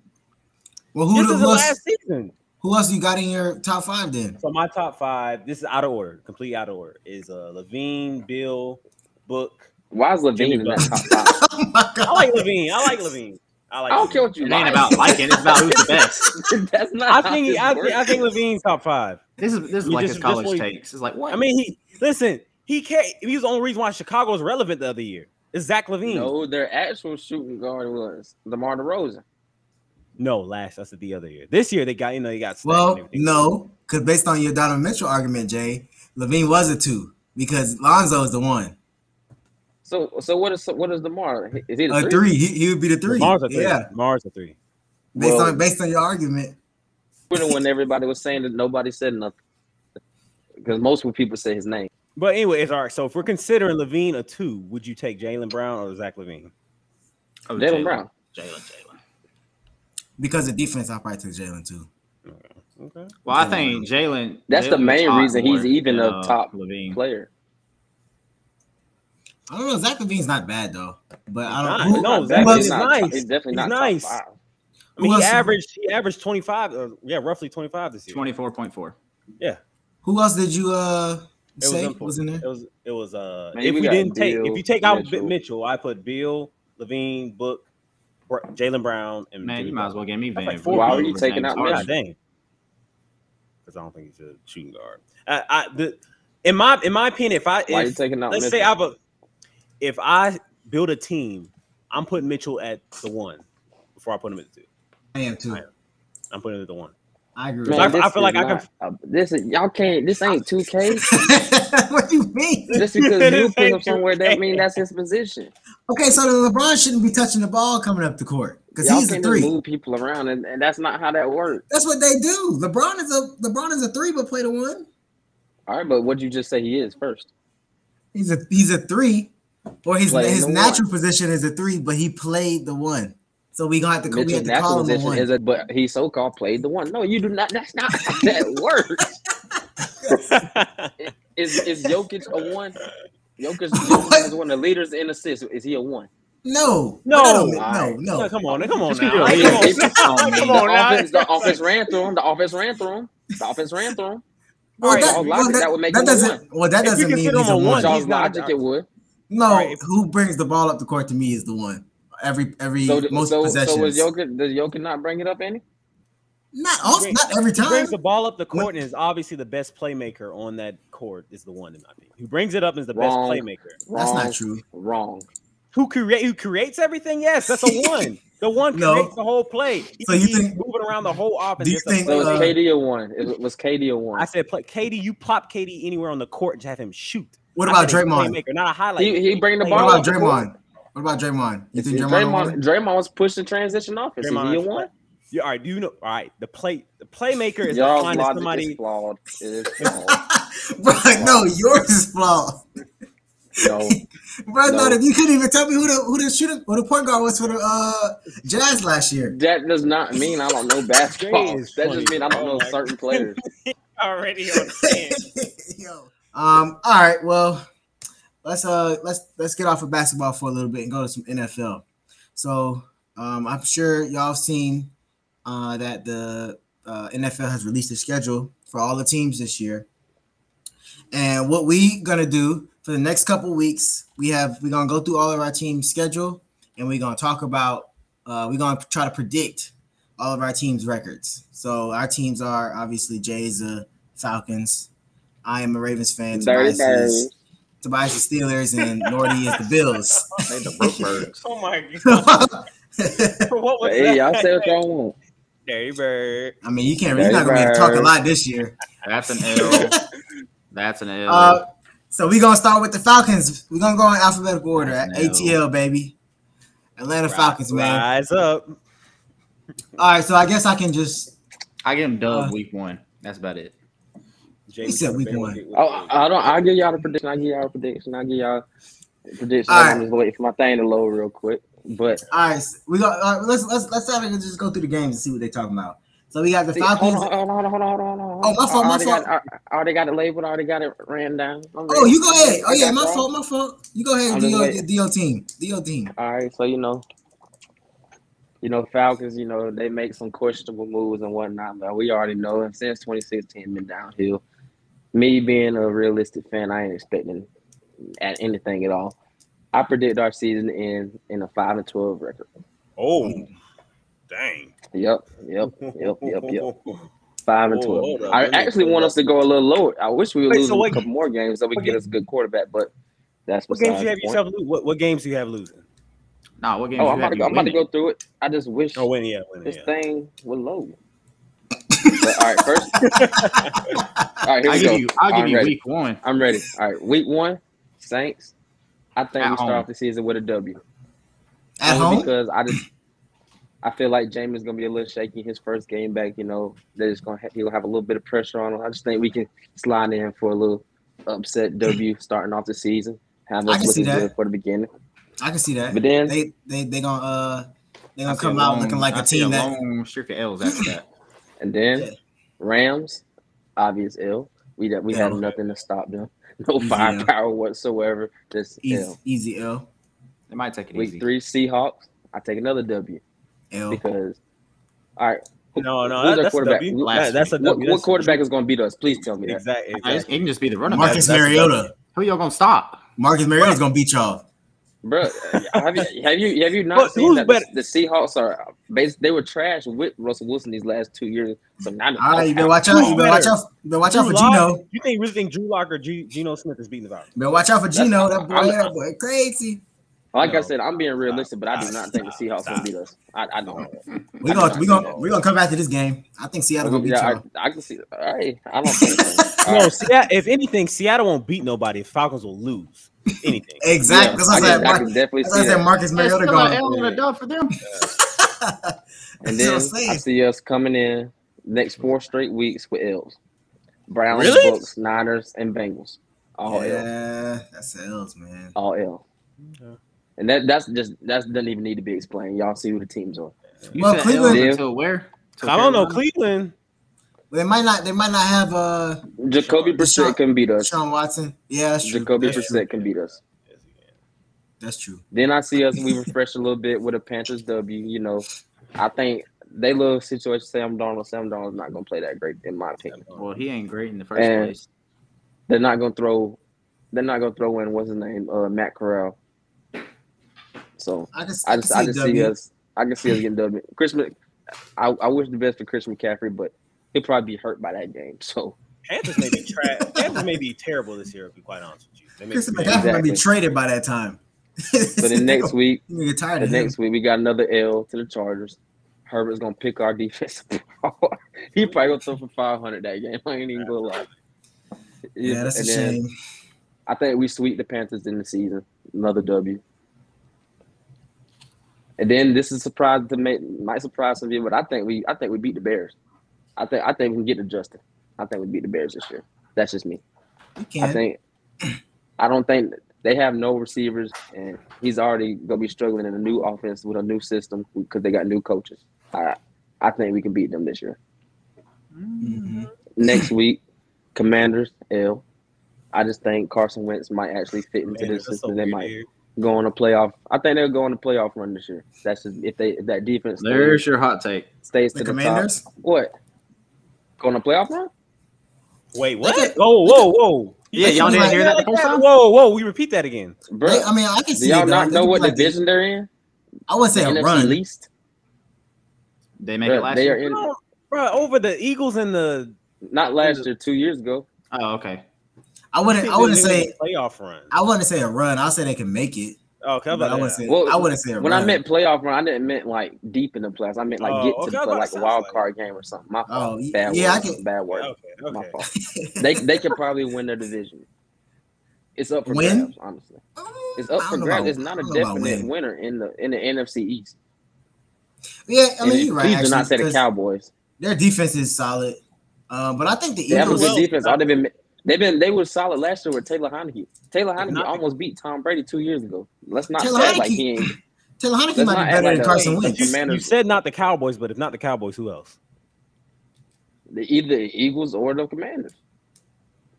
[SPEAKER 4] Well, who
[SPEAKER 7] this
[SPEAKER 4] the,
[SPEAKER 7] is the
[SPEAKER 4] who, else,
[SPEAKER 7] last season.
[SPEAKER 4] who else you got in your top five then?
[SPEAKER 7] So my top five. This is out of order, complete out of order. Is uh Levine, Bill, Book,
[SPEAKER 6] Why is Levine
[SPEAKER 7] Jimmy
[SPEAKER 6] in that top five?
[SPEAKER 4] (laughs) Oh my
[SPEAKER 7] I
[SPEAKER 4] god!
[SPEAKER 7] like Levine. I like Levine. I like.
[SPEAKER 6] I don't care what you
[SPEAKER 5] It
[SPEAKER 6] like.
[SPEAKER 5] ain't about liking. It's about who's the best.
[SPEAKER 6] (laughs) That's not.
[SPEAKER 7] I think.
[SPEAKER 6] how
[SPEAKER 7] I
[SPEAKER 6] this
[SPEAKER 7] think. I
[SPEAKER 6] works.
[SPEAKER 7] think Levine's top five.
[SPEAKER 5] This is this is
[SPEAKER 7] You
[SPEAKER 5] like
[SPEAKER 7] just-
[SPEAKER 5] his
[SPEAKER 7] just
[SPEAKER 5] college
[SPEAKER 7] what you-
[SPEAKER 5] takes. It's like what?
[SPEAKER 7] I mean, he listen. He can't. He was the only reason why Chicago was relevant the other year. It's Zach Levine. No,
[SPEAKER 6] No, their actual shooting guard was DeMar DeRozan.
[SPEAKER 7] last. That's the other year. This year they got. You know they got. stacked and
[SPEAKER 4] Well,
[SPEAKER 7] everything.
[SPEAKER 4] no, because based on your Donovan Mitchell argument, Jay Levine was a two because Lonzo is the one.
[SPEAKER 6] So, so what is what is DeMar? Is he the
[SPEAKER 4] A three, he, he would be the three.
[SPEAKER 7] Mars a three.
[SPEAKER 4] Yeah,
[SPEAKER 7] Mars a three.
[SPEAKER 4] based
[SPEAKER 6] Well-
[SPEAKER 4] on based on your argument.
[SPEAKER 6] When everybody was saying that nobody said nothing because most people say his name.
[SPEAKER 7] But anyway, it's all right. So if we're considering Levine a two, would you take Jalen Brown or Zach Levine?
[SPEAKER 5] oh,
[SPEAKER 6] Jalen Brown.
[SPEAKER 5] Jalen, Jalen.
[SPEAKER 4] Because of defense, I probably took Jalen too.
[SPEAKER 7] Okay.
[SPEAKER 5] Well, I think Jalen.
[SPEAKER 6] That's the
[SPEAKER 5] Jalen's
[SPEAKER 6] main
[SPEAKER 5] hot
[SPEAKER 6] reason he's
[SPEAKER 5] more
[SPEAKER 6] even
[SPEAKER 5] than,
[SPEAKER 6] a top
[SPEAKER 5] Levine.
[SPEAKER 6] Player.
[SPEAKER 4] I don't know. Zach Levine's not bad though, but I don't.
[SPEAKER 7] Not-
[SPEAKER 4] who-
[SPEAKER 7] no,
[SPEAKER 4] who
[SPEAKER 7] Zach
[SPEAKER 4] else-
[SPEAKER 7] is
[SPEAKER 6] not
[SPEAKER 7] nice.
[SPEAKER 6] top- he's definitely
[SPEAKER 7] He's
[SPEAKER 6] not
[SPEAKER 7] nice.
[SPEAKER 6] top five.
[SPEAKER 7] I mean,
[SPEAKER 4] Who
[SPEAKER 7] he
[SPEAKER 4] else-
[SPEAKER 7] averaged. He averaged twenty five. Uh, yeah, roughly twenty five this year.
[SPEAKER 5] Twenty four point four.
[SPEAKER 4] Who else did you
[SPEAKER 7] It
[SPEAKER 4] uh
[SPEAKER 7] was
[SPEAKER 4] say
[SPEAKER 7] important.
[SPEAKER 4] was in there?
[SPEAKER 7] It was it was uh
[SPEAKER 6] Man,
[SPEAKER 7] if
[SPEAKER 6] we
[SPEAKER 7] we
[SPEAKER 6] got
[SPEAKER 7] didn't take
[SPEAKER 6] Bill,
[SPEAKER 7] if you take out Mitchell.
[SPEAKER 6] Mitchell.
[SPEAKER 7] Mitchell, I put Bill, Levine, Book, Br- Jalen Brown, and
[SPEAKER 5] Man,
[SPEAKER 7] Jimmy
[SPEAKER 5] you might as
[SPEAKER 7] Butler.
[SPEAKER 5] well give me
[SPEAKER 7] That's
[SPEAKER 5] Van.
[SPEAKER 7] like
[SPEAKER 5] Vliet
[SPEAKER 7] four
[SPEAKER 6] Why were you
[SPEAKER 5] over
[SPEAKER 6] taking
[SPEAKER 5] James
[SPEAKER 6] out
[SPEAKER 5] Harden.
[SPEAKER 7] God dang. Because I don't think he's a shooting guard. I, I the in my in my opinion, if I
[SPEAKER 6] Why
[SPEAKER 7] if-
[SPEAKER 6] you taking out?
[SPEAKER 7] let's
[SPEAKER 6] Mitchell?
[SPEAKER 7] say I have a if I build a team, I'm putting Mitchell at the one before I put him at the two.
[SPEAKER 4] I am too.
[SPEAKER 7] I'm putting him at the one.
[SPEAKER 4] I agree.
[SPEAKER 6] Man,
[SPEAKER 7] I- I
[SPEAKER 4] With
[SPEAKER 7] feel
[SPEAKER 6] this is
[SPEAKER 7] like I can-
[SPEAKER 6] not a- this is y'all can't.
[SPEAKER 7] (laughs)
[SPEAKER 6] This ain't two K.
[SPEAKER 4] that. (laughs) what do you mean?
[SPEAKER 7] This
[SPEAKER 6] Just because you put him
[SPEAKER 7] ain't
[SPEAKER 6] somewhere, that
[SPEAKER 7] 2K.
[SPEAKER 6] mean that's his position.
[SPEAKER 4] Okay, so then LeBron shouldn't be touching the ball coming up the court because
[SPEAKER 6] Y'all
[SPEAKER 4] he's a
[SPEAKER 6] can't
[SPEAKER 4] three.
[SPEAKER 6] just move people around, and, and that's not how that works.
[SPEAKER 4] That's what they do. LeBron is a LeBron is a three, but play the one.
[SPEAKER 6] All right, but what you just say he is first?
[SPEAKER 4] He's a he's a three, or his
[SPEAKER 6] Playing
[SPEAKER 4] his
[SPEAKER 6] the
[SPEAKER 4] natural
[SPEAKER 6] one.
[SPEAKER 4] position is a three, but he played the one. So we gonna have to co- we
[SPEAKER 6] Mitchell's
[SPEAKER 4] have to call him
[SPEAKER 6] natural
[SPEAKER 4] a
[SPEAKER 6] position
[SPEAKER 4] one.
[SPEAKER 6] is a but he so called played the one. No, you do not. That's not how
[SPEAKER 7] (laughs)
[SPEAKER 6] that works. Is is Jokic a one?
[SPEAKER 4] (laughs)
[SPEAKER 6] Jokic, Jokic is one of the leaders in assists. Is he a one?
[SPEAKER 4] no,
[SPEAKER 7] No.
[SPEAKER 4] no, no,
[SPEAKER 6] Alright.
[SPEAKER 4] no,
[SPEAKER 7] come on, come on
[SPEAKER 5] Just 'cause you're
[SPEAKER 7] now.
[SPEAKER 5] a
[SPEAKER 7] Come
[SPEAKER 5] leader.
[SPEAKER 7] on, come
[SPEAKER 6] the,
[SPEAKER 7] on now.
[SPEAKER 6] offense, the offense ran through him. The offense ran through him. The offense ran through him.
[SPEAKER 4] Well,
[SPEAKER 6] Alright,
[SPEAKER 4] that,
[SPEAKER 6] y'all
[SPEAKER 4] well,
[SPEAKER 6] logic,
[SPEAKER 4] that,
[SPEAKER 6] that would make
[SPEAKER 4] that
[SPEAKER 6] him a
[SPEAKER 4] doesn't. Well, that
[SPEAKER 7] If you
[SPEAKER 4] does't mean
[SPEAKER 7] consider
[SPEAKER 4] he's
[SPEAKER 7] him
[SPEAKER 4] a
[SPEAKER 7] a
[SPEAKER 4] one.
[SPEAKER 7] one,
[SPEAKER 6] Y'all's
[SPEAKER 7] He's not a
[SPEAKER 6] logic, it would.
[SPEAKER 4] No,
[SPEAKER 7] Alright, if-
[SPEAKER 4] who brings the ball up the court to me is the one. Every every
[SPEAKER 6] So,
[SPEAKER 4] most
[SPEAKER 6] so,
[SPEAKER 4] possessions.
[SPEAKER 6] so was Jokic, does Jokic not bring it up any?
[SPEAKER 4] not all,
[SPEAKER 7] Bring-
[SPEAKER 4] not every
[SPEAKER 7] He
[SPEAKER 4] time.
[SPEAKER 7] brings the ball up the court (laughs) and is obviously the best playmaker on that court. Is the one in my opinion. Who brings it up and is the
[SPEAKER 6] Wrong.
[SPEAKER 7] best playmaker.
[SPEAKER 4] That's
[SPEAKER 6] Wrong.
[SPEAKER 4] not true.
[SPEAKER 6] Wrong.
[SPEAKER 7] Who create? Who creates everything? Yes, that's (laughs) a one. The one
[SPEAKER 4] No.
[SPEAKER 7] creates the whole play.
[SPEAKER 4] So you
[SPEAKER 7] He's
[SPEAKER 4] think-
[SPEAKER 7] moving around the whole offense?
[SPEAKER 4] Do you
[SPEAKER 7] It's a
[SPEAKER 4] think,
[SPEAKER 7] play-
[SPEAKER 6] So was
[SPEAKER 4] Uh,
[SPEAKER 6] KD a one? It was KD a one?
[SPEAKER 7] I said, play, Katie, you plop Katie anywhere on the court and have him shoot.
[SPEAKER 4] What
[SPEAKER 7] I
[SPEAKER 4] about
[SPEAKER 7] said he's a
[SPEAKER 4] Draymond?
[SPEAKER 7] Playmaker, not a highlight.
[SPEAKER 6] He- he bring the
[SPEAKER 7] Playmaker.
[SPEAKER 4] What
[SPEAKER 6] ball
[SPEAKER 4] about
[SPEAKER 6] up the court.
[SPEAKER 4] Draymond? What about Draymond? You think Draymond? will win?
[SPEAKER 6] Draymond, Draymond was pushing transition offense. Is
[SPEAKER 7] Draymond
[SPEAKER 6] he a
[SPEAKER 7] is-
[SPEAKER 6] one?
[SPEAKER 7] Yeah, all right. Do you know? All right. The play, the playmaker is
[SPEAKER 6] Y'all's
[SPEAKER 7] defined as
[SPEAKER 6] logic
[SPEAKER 7] somebody.
[SPEAKER 6] (laughs) is flawed.
[SPEAKER 7] (laughs)
[SPEAKER 6] It is flawed.
[SPEAKER 4] (laughs) bro, no, yours is flawed.
[SPEAKER 6] no.
[SPEAKER 4] Bro, no.
[SPEAKER 6] No.
[SPEAKER 4] that you couldn't even tell me who the who the shooter who the point guard was for the uh Jazz last year. (laughs)
[SPEAKER 6] That does not mean I don't know basketball.
[SPEAKER 7] is
[SPEAKER 6] That
[SPEAKER 7] funny,
[SPEAKER 6] just means I don't
[SPEAKER 7] bro.
[SPEAKER 6] know
[SPEAKER 7] (laughs)
[SPEAKER 6] certain players.
[SPEAKER 7] already on the
[SPEAKER 6] (laughs)
[SPEAKER 4] Yo. Um. All right. Well, let's uh let's let's get off of basketball for a little bit and go to some NFL. So, um, I'm sure y'all have seen uh that the uh, NFL has released a schedule for all the teams this year. And what we gonna do for the next couple weeks, we have we're gonna go through all of our team's schedule and we're gonna talk about uh, we're gonna try to predict all of our team's records. So our teams are obviously Jays the Falcons. I am a Ravens fan.
[SPEAKER 6] Dirty
[SPEAKER 4] Tobias
[SPEAKER 6] Birds.
[SPEAKER 4] is, Tobias is Steelers and Norty is the
[SPEAKER 6] (laughs)
[SPEAKER 4] Bills.
[SPEAKER 5] They the broke birds.
[SPEAKER 7] Oh my god! For what was
[SPEAKER 6] Hey, y'all
[SPEAKER 7] that?
[SPEAKER 6] say (laughs) what y'all want.
[SPEAKER 7] Dirty bird.
[SPEAKER 4] (laughs) I mean, you can't. You're not gonna be able to talk a lot this year.
[SPEAKER 7] (laughs)
[SPEAKER 5] That's an
[SPEAKER 4] (laughs)
[SPEAKER 5] L. That's an L.
[SPEAKER 4] Uh, so we're gonna start with the Falcons. We're gonna go in alphabetical order at
[SPEAKER 5] No.
[SPEAKER 4] ATL, baby. Atlanta
[SPEAKER 5] Right,
[SPEAKER 4] Falcons, man.
[SPEAKER 7] Rise up.
[SPEAKER 4] All right, so I guess I can just
[SPEAKER 5] I get them dub
[SPEAKER 4] uh,
[SPEAKER 5] week one. That's about it.
[SPEAKER 7] Jay,
[SPEAKER 4] He said
[SPEAKER 7] what
[SPEAKER 4] week
[SPEAKER 7] you-
[SPEAKER 4] one.
[SPEAKER 7] what you-
[SPEAKER 6] Oh, I I don't. I give y'all the prediction. I give y'all the prediction. I give y'all the prediction.
[SPEAKER 4] All right.
[SPEAKER 6] I'm just waiting for my thing to load real quick. But
[SPEAKER 4] all right. so we got all right, let's let's let's have it just go through the games and see what they're talking about. So we got the
[SPEAKER 6] See, hold,
[SPEAKER 4] Falcons.
[SPEAKER 6] on, hold on, hold on, hold on, hold on.
[SPEAKER 4] Oh, my fault, my
[SPEAKER 6] I already
[SPEAKER 4] fault.
[SPEAKER 6] Got, I already got it labeled. I already got it ran down. I'm
[SPEAKER 4] Oh,
[SPEAKER 6] ready.
[SPEAKER 4] you go ahead. Oh
[SPEAKER 6] I
[SPEAKER 4] yeah,
[SPEAKER 6] got
[SPEAKER 4] my
[SPEAKER 6] y'all.
[SPEAKER 4] fault, my fault. You go ahead,
[SPEAKER 6] I'm
[SPEAKER 4] do
[SPEAKER 6] just
[SPEAKER 4] your,
[SPEAKER 6] waiting.
[SPEAKER 4] do your team, do your team.
[SPEAKER 6] All right, so you know, you know, Falcons. You know, they make some questionable moves and whatnot, but we already know. And since 2016, been downhill. Me being a realistic fan, I ain't expecting at anything at all. I predict our season in in a five and 12 record.
[SPEAKER 7] Oh, dang.
[SPEAKER 6] Yep, yep, yep,
[SPEAKER 7] (laughs)
[SPEAKER 6] yep, yep. Five and
[SPEAKER 7] Whoa,
[SPEAKER 6] twelve.
[SPEAKER 7] hold up.
[SPEAKER 6] I
[SPEAKER 7] Let me
[SPEAKER 6] actually
[SPEAKER 7] pull
[SPEAKER 6] want
[SPEAKER 7] up.
[SPEAKER 6] us to go a little lower. I wish we would
[SPEAKER 7] Wait,
[SPEAKER 6] lose
[SPEAKER 7] so
[SPEAKER 6] a
[SPEAKER 7] what-
[SPEAKER 6] couple more games that we
[SPEAKER 7] what
[SPEAKER 6] get
[SPEAKER 7] game-
[SPEAKER 6] us a good quarterback, but that's
[SPEAKER 7] What
[SPEAKER 6] what
[SPEAKER 7] games
[SPEAKER 6] besides
[SPEAKER 7] you have
[SPEAKER 6] the point.
[SPEAKER 7] yourself lose? What, what games do you have losing?
[SPEAKER 5] Nah, what game?
[SPEAKER 6] Oh,
[SPEAKER 5] you
[SPEAKER 6] I'm about
[SPEAKER 5] have
[SPEAKER 6] to go.
[SPEAKER 5] you
[SPEAKER 6] I'm about to
[SPEAKER 5] winning?
[SPEAKER 6] go through it. I just wish
[SPEAKER 7] Oh, winning, yeah, winning.
[SPEAKER 6] this
[SPEAKER 7] Yeah.
[SPEAKER 6] thing
[SPEAKER 7] (laughs)
[SPEAKER 6] would load. But, all right, first. all right, here
[SPEAKER 5] I
[SPEAKER 6] we
[SPEAKER 5] give
[SPEAKER 6] go.
[SPEAKER 5] you. I'll give
[SPEAKER 6] I'm
[SPEAKER 5] you
[SPEAKER 6] ready.
[SPEAKER 5] week one.
[SPEAKER 6] I'm ready. All right, week one, Saints. I think
[SPEAKER 5] At
[SPEAKER 6] we start
[SPEAKER 5] home.
[SPEAKER 6] off the season with a W.
[SPEAKER 4] At
[SPEAKER 6] only
[SPEAKER 4] home,
[SPEAKER 6] because I just I feel like Jameis gonna be a little shaky his first game back. You know, they're just gonna ha- he'll have a little bit of pressure on him. I just think we can slide in for a little upset W starting off the season. Have
[SPEAKER 4] I
[SPEAKER 6] us
[SPEAKER 4] can see
[SPEAKER 6] looking
[SPEAKER 4] that.
[SPEAKER 6] good for the beginning,
[SPEAKER 4] I can see that.
[SPEAKER 6] but then
[SPEAKER 4] They they they gonna uh they
[SPEAKER 5] I
[SPEAKER 4] gonna
[SPEAKER 5] see
[SPEAKER 4] come
[SPEAKER 5] a
[SPEAKER 4] out
[SPEAKER 5] long-
[SPEAKER 4] looking like
[SPEAKER 5] I
[SPEAKER 4] a
[SPEAKER 5] see
[SPEAKER 4] team
[SPEAKER 5] a
[SPEAKER 4] that
[SPEAKER 5] long streak of L's after that.
[SPEAKER 6] and then Rams, obvious L. We that we had
[SPEAKER 4] L.
[SPEAKER 6] nothing to stop them. (laughs) No
[SPEAKER 4] Easy L.
[SPEAKER 6] firepower whatsoever. Just
[SPEAKER 4] easy
[SPEAKER 6] L.
[SPEAKER 4] easy L
[SPEAKER 5] They might take it
[SPEAKER 6] Week
[SPEAKER 5] easy.
[SPEAKER 6] three Seahawks. I take another W
[SPEAKER 4] L.
[SPEAKER 6] because all right. who-
[SPEAKER 7] No, no,
[SPEAKER 6] who's
[SPEAKER 7] that,
[SPEAKER 6] our
[SPEAKER 7] that's a
[SPEAKER 6] quarterback?
[SPEAKER 7] W.
[SPEAKER 6] Who-
[SPEAKER 5] last
[SPEAKER 7] That-
[SPEAKER 6] (laughs)
[SPEAKER 7] that's a
[SPEAKER 6] What,
[SPEAKER 7] W.
[SPEAKER 6] what quarterback is going to beat us? Please tell me that.
[SPEAKER 7] Exactly.
[SPEAKER 5] Nah, it's-
[SPEAKER 7] exactly.
[SPEAKER 5] It can just be the running back.
[SPEAKER 4] Marcus
[SPEAKER 7] that's-
[SPEAKER 4] Mariota.
[SPEAKER 5] Who y'all gonna stop?
[SPEAKER 4] Marcus Mariota's gonna beat y'all.
[SPEAKER 6] Bro, uh, have you have you have you not
[SPEAKER 7] But
[SPEAKER 6] seen
[SPEAKER 7] who's
[SPEAKER 6] that the,
[SPEAKER 7] better?
[SPEAKER 6] the Seahawks are bas they were trash with Russell Wilson these last two years? So now
[SPEAKER 4] All right, you better watch out. You better watch out. You better watch out for
[SPEAKER 7] Drew Lock-
[SPEAKER 4] Gino.
[SPEAKER 7] You think really think Drew Lock or G, Geno Smith is beating the Falcons?
[SPEAKER 4] You better watch out for
[SPEAKER 6] That's-
[SPEAKER 4] Gino. That boy,
[SPEAKER 6] I'm-
[SPEAKER 4] that boy, crazy.
[SPEAKER 6] like I
[SPEAKER 7] No.
[SPEAKER 6] said, I'm being realistic, but I do
[SPEAKER 7] Stop,
[SPEAKER 6] not think the
[SPEAKER 7] stop,
[SPEAKER 6] Seahawks
[SPEAKER 7] stop.
[SPEAKER 6] gonna beat us. I, I don't.
[SPEAKER 4] We
[SPEAKER 6] I do
[SPEAKER 4] gonna
[SPEAKER 6] not
[SPEAKER 4] we
[SPEAKER 6] see
[SPEAKER 4] gonna
[SPEAKER 6] that.
[SPEAKER 4] we gonna come back to this game. I think Seattle gonna beat
[SPEAKER 6] Yeah,
[SPEAKER 4] y'all.
[SPEAKER 6] I, I can see. All right, I don't think. So.
[SPEAKER 4] (laughs)
[SPEAKER 6] All
[SPEAKER 7] No,
[SPEAKER 6] right.
[SPEAKER 7] Seattle, if anything, Seattle won't beat nobody. The Falcons will lose. If
[SPEAKER 6] (laughs)
[SPEAKER 7] anything.
[SPEAKER 4] Exactly. That's
[SPEAKER 6] I,
[SPEAKER 4] what I said.
[SPEAKER 6] can, I
[SPEAKER 4] Mar-
[SPEAKER 6] can definitely
[SPEAKER 4] That's why
[SPEAKER 6] see
[SPEAKER 4] I said
[SPEAKER 6] that.
[SPEAKER 4] Marcus
[SPEAKER 5] That's
[SPEAKER 4] Mariota
[SPEAKER 5] still
[SPEAKER 4] (laughs)
[SPEAKER 5] a L
[SPEAKER 4] going.
[SPEAKER 5] and a dub for them.
[SPEAKER 6] And
[SPEAKER 4] That's what
[SPEAKER 6] then
[SPEAKER 4] I'm
[SPEAKER 6] I
[SPEAKER 4] saying.
[SPEAKER 6] see us coming in next four straight weeks with L's: Browns,
[SPEAKER 7] Really?
[SPEAKER 6] Bucks, Niners, and Bengals. All L.
[SPEAKER 4] yeah, that's L's, man.
[SPEAKER 6] all L.
[SPEAKER 7] Okay.
[SPEAKER 6] And that that's just that doesn't even need to be explained. Y'all see who the teams are.
[SPEAKER 5] You
[SPEAKER 4] Well,
[SPEAKER 5] said
[SPEAKER 4] Cleveland-
[SPEAKER 5] L's until where? Till
[SPEAKER 7] I don't know.
[SPEAKER 5] Carolina?
[SPEAKER 7] Cleveland.
[SPEAKER 4] They might not. They might not have uh
[SPEAKER 6] Jacoby
[SPEAKER 4] Deshaun-
[SPEAKER 6] Brissett can beat us.
[SPEAKER 4] Sean Watson. Yeah, that's true.
[SPEAKER 6] Jacoby
[SPEAKER 4] that's, true.
[SPEAKER 6] Brissett can beat us.
[SPEAKER 4] that's true.
[SPEAKER 6] Then I see us we refresh a little bit with a Panthers W. You know, I think they little situation. Sam Donald, Sam Donald's not gonna play that great in my opinion.
[SPEAKER 5] Well, he ain't great in the first
[SPEAKER 6] And-
[SPEAKER 5] place.
[SPEAKER 6] They're not gonna throw. They're not gonna throw in what's his name, uh, Matt Corral. So
[SPEAKER 4] I just
[SPEAKER 6] I just I
[SPEAKER 4] can
[SPEAKER 6] just
[SPEAKER 4] see
[SPEAKER 6] see
[SPEAKER 4] W.
[SPEAKER 6] us. I can see us getting W. Chris, Mc- I, I wish the best for Chris McCaffrey, but he'll probably be hurt by that game.
[SPEAKER 4] (laughs)
[SPEAKER 6] So
[SPEAKER 7] Panthers may be trash. Panthers may be terrible this year. To be quite honest with you, they may
[SPEAKER 4] Christian
[SPEAKER 7] be
[SPEAKER 4] McCaffrey might be
[SPEAKER 6] Exactly.
[SPEAKER 4] traded by that time.
[SPEAKER 6] So the next week,
[SPEAKER 4] you get tired (laughs)
[SPEAKER 6] the
[SPEAKER 4] of him.
[SPEAKER 6] next week we got another L to the Chargers. Herbert's gonna pick our defense. (laughs) apart. he probably gonna throw for five hundred that game. (laughs) I ain't even gonna lie.
[SPEAKER 4] yeah, that's a
[SPEAKER 6] and then
[SPEAKER 4] shame.
[SPEAKER 6] I think we sweep the Panthers in the season. Another W. And then this is surprise to make might surprise some people, but I think we I think we beat the Bears. I think I think we can get to Justin. I think we beat the Bears this year. That's just me.
[SPEAKER 4] You
[SPEAKER 6] I
[SPEAKER 4] can't.
[SPEAKER 6] think I don't think they have no receivers, and he's already gonna be struggling in a new offense with a new system because they got new coaches. I I think we can beat them this year.
[SPEAKER 4] Mhm.
[SPEAKER 6] Next week, Commanders L. I just think Carson Wentz might actually fit into
[SPEAKER 7] Panthers.
[SPEAKER 6] this
[SPEAKER 7] That's so
[SPEAKER 6] system. They
[SPEAKER 7] weird,
[SPEAKER 6] might
[SPEAKER 7] dude.
[SPEAKER 6] go on a playoff. I think they'll go on a playoff run this year. That's just if they if that defense
[SPEAKER 5] There's your hot take.
[SPEAKER 6] stays to
[SPEAKER 4] The
[SPEAKER 6] the, top.
[SPEAKER 4] Commanders.
[SPEAKER 6] What? Going to playoff run?
[SPEAKER 7] Wait,
[SPEAKER 4] Look
[SPEAKER 7] what?
[SPEAKER 4] at-
[SPEAKER 7] Oh, whoa, whoa.
[SPEAKER 5] Yeah, y'all
[SPEAKER 4] I'm
[SPEAKER 5] didn't
[SPEAKER 4] like,
[SPEAKER 5] hear that the first time.
[SPEAKER 7] Whoa, whoa, we repeat that again.
[SPEAKER 6] Bro,
[SPEAKER 4] I mean, I can
[SPEAKER 6] do
[SPEAKER 4] see.
[SPEAKER 6] y'all
[SPEAKER 4] it,
[SPEAKER 6] not
[SPEAKER 4] dog.
[SPEAKER 6] know
[SPEAKER 4] Look
[SPEAKER 6] what
[SPEAKER 4] at, like,
[SPEAKER 6] division they're in?
[SPEAKER 4] I would say a
[SPEAKER 6] NFC
[SPEAKER 4] run.
[SPEAKER 6] least.
[SPEAKER 5] They make it
[SPEAKER 6] Bro,
[SPEAKER 5] last
[SPEAKER 6] they are
[SPEAKER 5] year.
[SPEAKER 6] in
[SPEAKER 7] Bro, over the Eagles and the
[SPEAKER 6] not last year, two years ago.
[SPEAKER 5] Oh, okay.
[SPEAKER 4] I wouldn't. I wouldn't say.
[SPEAKER 7] playoff run.
[SPEAKER 4] I wouldn't say a run. I'll say they can make it.
[SPEAKER 7] Oh, okay, I was
[SPEAKER 4] But I
[SPEAKER 7] about to
[SPEAKER 4] wouldn't
[SPEAKER 7] ask.
[SPEAKER 4] say.
[SPEAKER 6] Well,
[SPEAKER 4] I wouldn't say a
[SPEAKER 6] When
[SPEAKER 4] run.
[SPEAKER 6] I meant playoff run, I didn't meant like deep in the playoffs. I meant like
[SPEAKER 7] Oh,
[SPEAKER 6] get
[SPEAKER 7] okay,
[SPEAKER 6] to
[SPEAKER 7] I was
[SPEAKER 6] the play,
[SPEAKER 7] about
[SPEAKER 6] like
[SPEAKER 7] to
[SPEAKER 6] a
[SPEAKER 7] say,
[SPEAKER 6] wild
[SPEAKER 7] like-
[SPEAKER 6] card game or something. My fault.
[SPEAKER 4] Oh, y-
[SPEAKER 6] bad
[SPEAKER 4] yeah, I
[SPEAKER 6] word.
[SPEAKER 4] get-
[SPEAKER 6] bad word.
[SPEAKER 7] Okay,
[SPEAKER 6] My
[SPEAKER 7] okay.
[SPEAKER 6] fault. They they could probably win their division. It's up for
[SPEAKER 4] Win?
[SPEAKER 6] grabs, honestly. It's up
[SPEAKER 4] I
[SPEAKER 6] for
[SPEAKER 4] don't know
[SPEAKER 6] grabs.
[SPEAKER 4] about-
[SPEAKER 6] It's not
[SPEAKER 4] I
[SPEAKER 6] a
[SPEAKER 4] don't know about
[SPEAKER 6] definite
[SPEAKER 4] win.
[SPEAKER 6] winner in the in the NFC East.
[SPEAKER 4] Yeah, I
[SPEAKER 6] And
[SPEAKER 4] mean,
[SPEAKER 6] it-
[SPEAKER 4] you're right.
[SPEAKER 6] please do
[SPEAKER 4] actually,
[SPEAKER 6] not say the
[SPEAKER 4] 'cause
[SPEAKER 6] Cowboys.
[SPEAKER 4] Their defense is solid, um, but I think the
[SPEAKER 6] They have a
[SPEAKER 4] Eagles.
[SPEAKER 6] good
[SPEAKER 7] Well-
[SPEAKER 6] defense. All they've been they've been they were solid last year with Taylor Heineke. Taylor Heineke
[SPEAKER 7] Not-
[SPEAKER 6] almost beat Tom Brady two years ago. Let's not
[SPEAKER 4] Taylor
[SPEAKER 6] act like
[SPEAKER 4] Heineke-
[SPEAKER 6] he ain't
[SPEAKER 4] Taylor Heineke might be
[SPEAKER 6] Let's not act
[SPEAKER 4] better
[SPEAKER 6] like
[SPEAKER 4] than
[SPEAKER 6] that.
[SPEAKER 4] Carson
[SPEAKER 6] Wait,
[SPEAKER 4] Wentz.
[SPEAKER 7] You,
[SPEAKER 6] Commanders-
[SPEAKER 7] you said not the Cowboys, but if not the Cowboys, who else?
[SPEAKER 6] the, either the Eagles or the Commanders.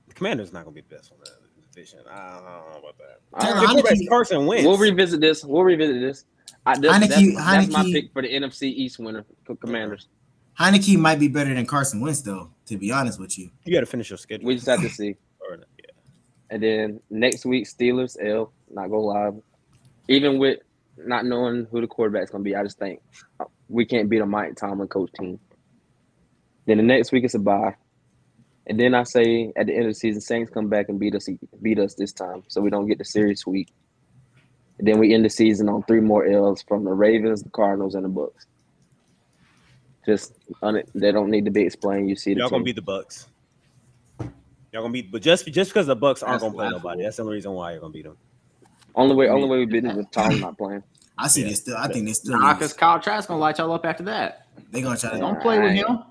[SPEAKER 7] The Commanders not gonna be the best one in the division. I don't know about that.
[SPEAKER 6] All
[SPEAKER 4] Taylor
[SPEAKER 6] right.
[SPEAKER 7] If you
[SPEAKER 4] Heineke-
[SPEAKER 7] let Carson wins.
[SPEAKER 6] We'll revisit this. We'll revisit this. I, this
[SPEAKER 4] Heineke-
[SPEAKER 6] that's, that's my
[SPEAKER 4] Heineke-
[SPEAKER 6] pick for the NFC East winner, Co- Commanders.
[SPEAKER 4] Heineke might be better than Carson Wentz, though. To be honest with you,
[SPEAKER 7] you got to finish your schedule.
[SPEAKER 6] We just have to see.
[SPEAKER 7] (laughs) Or- yeah.
[SPEAKER 6] And then next week, Steelers L. Not go live. Even with not knowing who the quarterback's gonna be, I just think uh, we can't beat a Mike Tomlin coach team. Then the next week it's a bye. And then I say at the end of the season, Saints come back and beat us beat us this time, so we don't get the serious week. And then we end the season on three more L's from the Ravens, the Cardinals, and the Bucks. Just un- they don't need to be explained. You see the
[SPEAKER 7] Y'all
[SPEAKER 6] team.
[SPEAKER 7] gonna beat the Bucks. Y'all gonna beat, but just just because the Bucks aren't
[SPEAKER 5] That's
[SPEAKER 7] gonna play
[SPEAKER 5] laughable.
[SPEAKER 7] nobody, that's the only reason why you're gonna beat them.
[SPEAKER 6] only way only way we beat them with Tom not playing.
[SPEAKER 4] I see
[SPEAKER 7] Yeah.
[SPEAKER 4] they still. I think they still.
[SPEAKER 5] Nah, because Kyle Trask gonna light y'all up after that.
[SPEAKER 4] They're gonna try to.
[SPEAKER 6] Yeah.
[SPEAKER 5] Don't play with
[SPEAKER 6] Alright.
[SPEAKER 5] him.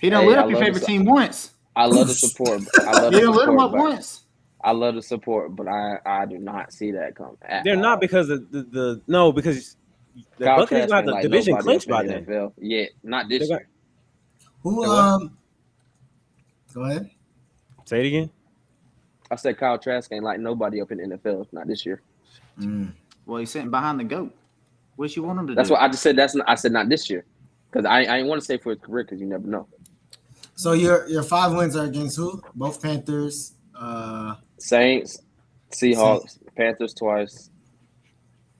[SPEAKER 5] He done
[SPEAKER 6] Hey,
[SPEAKER 5] lit
[SPEAKER 6] I
[SPEAKER 5] up your
[SPEAKER 6] love
[SPEAKER 5] favorite
[SPEAKER 6] this-
[SPEAKER 5] team once.
[SPEAKER 6] I love the support. I love
[SPEAKER 5] He
[SPEAKER 6] the
[SPEAKER 5] done lit him up
[SPEAKER 6] support. but-
[SPEAKER 5] once.
[SPEAKER 6] I love the support, but I I do not see that coming. at
[SPEAKER 7] They're
[SPEAKER 6] all.
[SPEAKER 7] not because the the, the no because the
[SPEAKER 6] Kyle
[SPEAKER 7] Buccaneers
[SPEAKER 6] Trask
[SPEAKER 7] got
[SPEAKER 6] ain't
[SPEAKER 7] the
[SPEAKER 6] like
[SPEAKER 7] division
[SPEAKER 6] nobody
[SPEAKER 7] clinched
[SPEAKER 6] else
[SPEAKER 7] by
[SPEAKER 6] in the
[SPEAKER 7] then.
[SPEAKER 6] NFL. Yeah, not
[SPEAKER 7] They
[SPEAKER 6] this
[SPEAKER 7] got-
[SPEAKER 6] year.
[SPEAKER 4] Who
[SPEAKER 7] They what?
[SPEAKER 4] um? Go ahead.
[SPEAKER 7] Say it again.
[SPEAKER 6] I said Kyle Trask ain't like nobody up in the NFL. Not this year.
[SPEAKER 4] Mm.
[SPEAKER 5] Well, he's sitting behind the goat. What you want him to
[SPEAKER 7] Mm.
[SPEAKER 6] That's
[SPEAKER 5] do?
[SPEAKER 6] what I just said. That's not, I said not this year, because I I want to say for his career because you never know.
[SPEAKER 4] So your your five wins are against who? Both Panthers. Uh,
[SPEAKER 6] Saints, Seahawks, Panthers twice,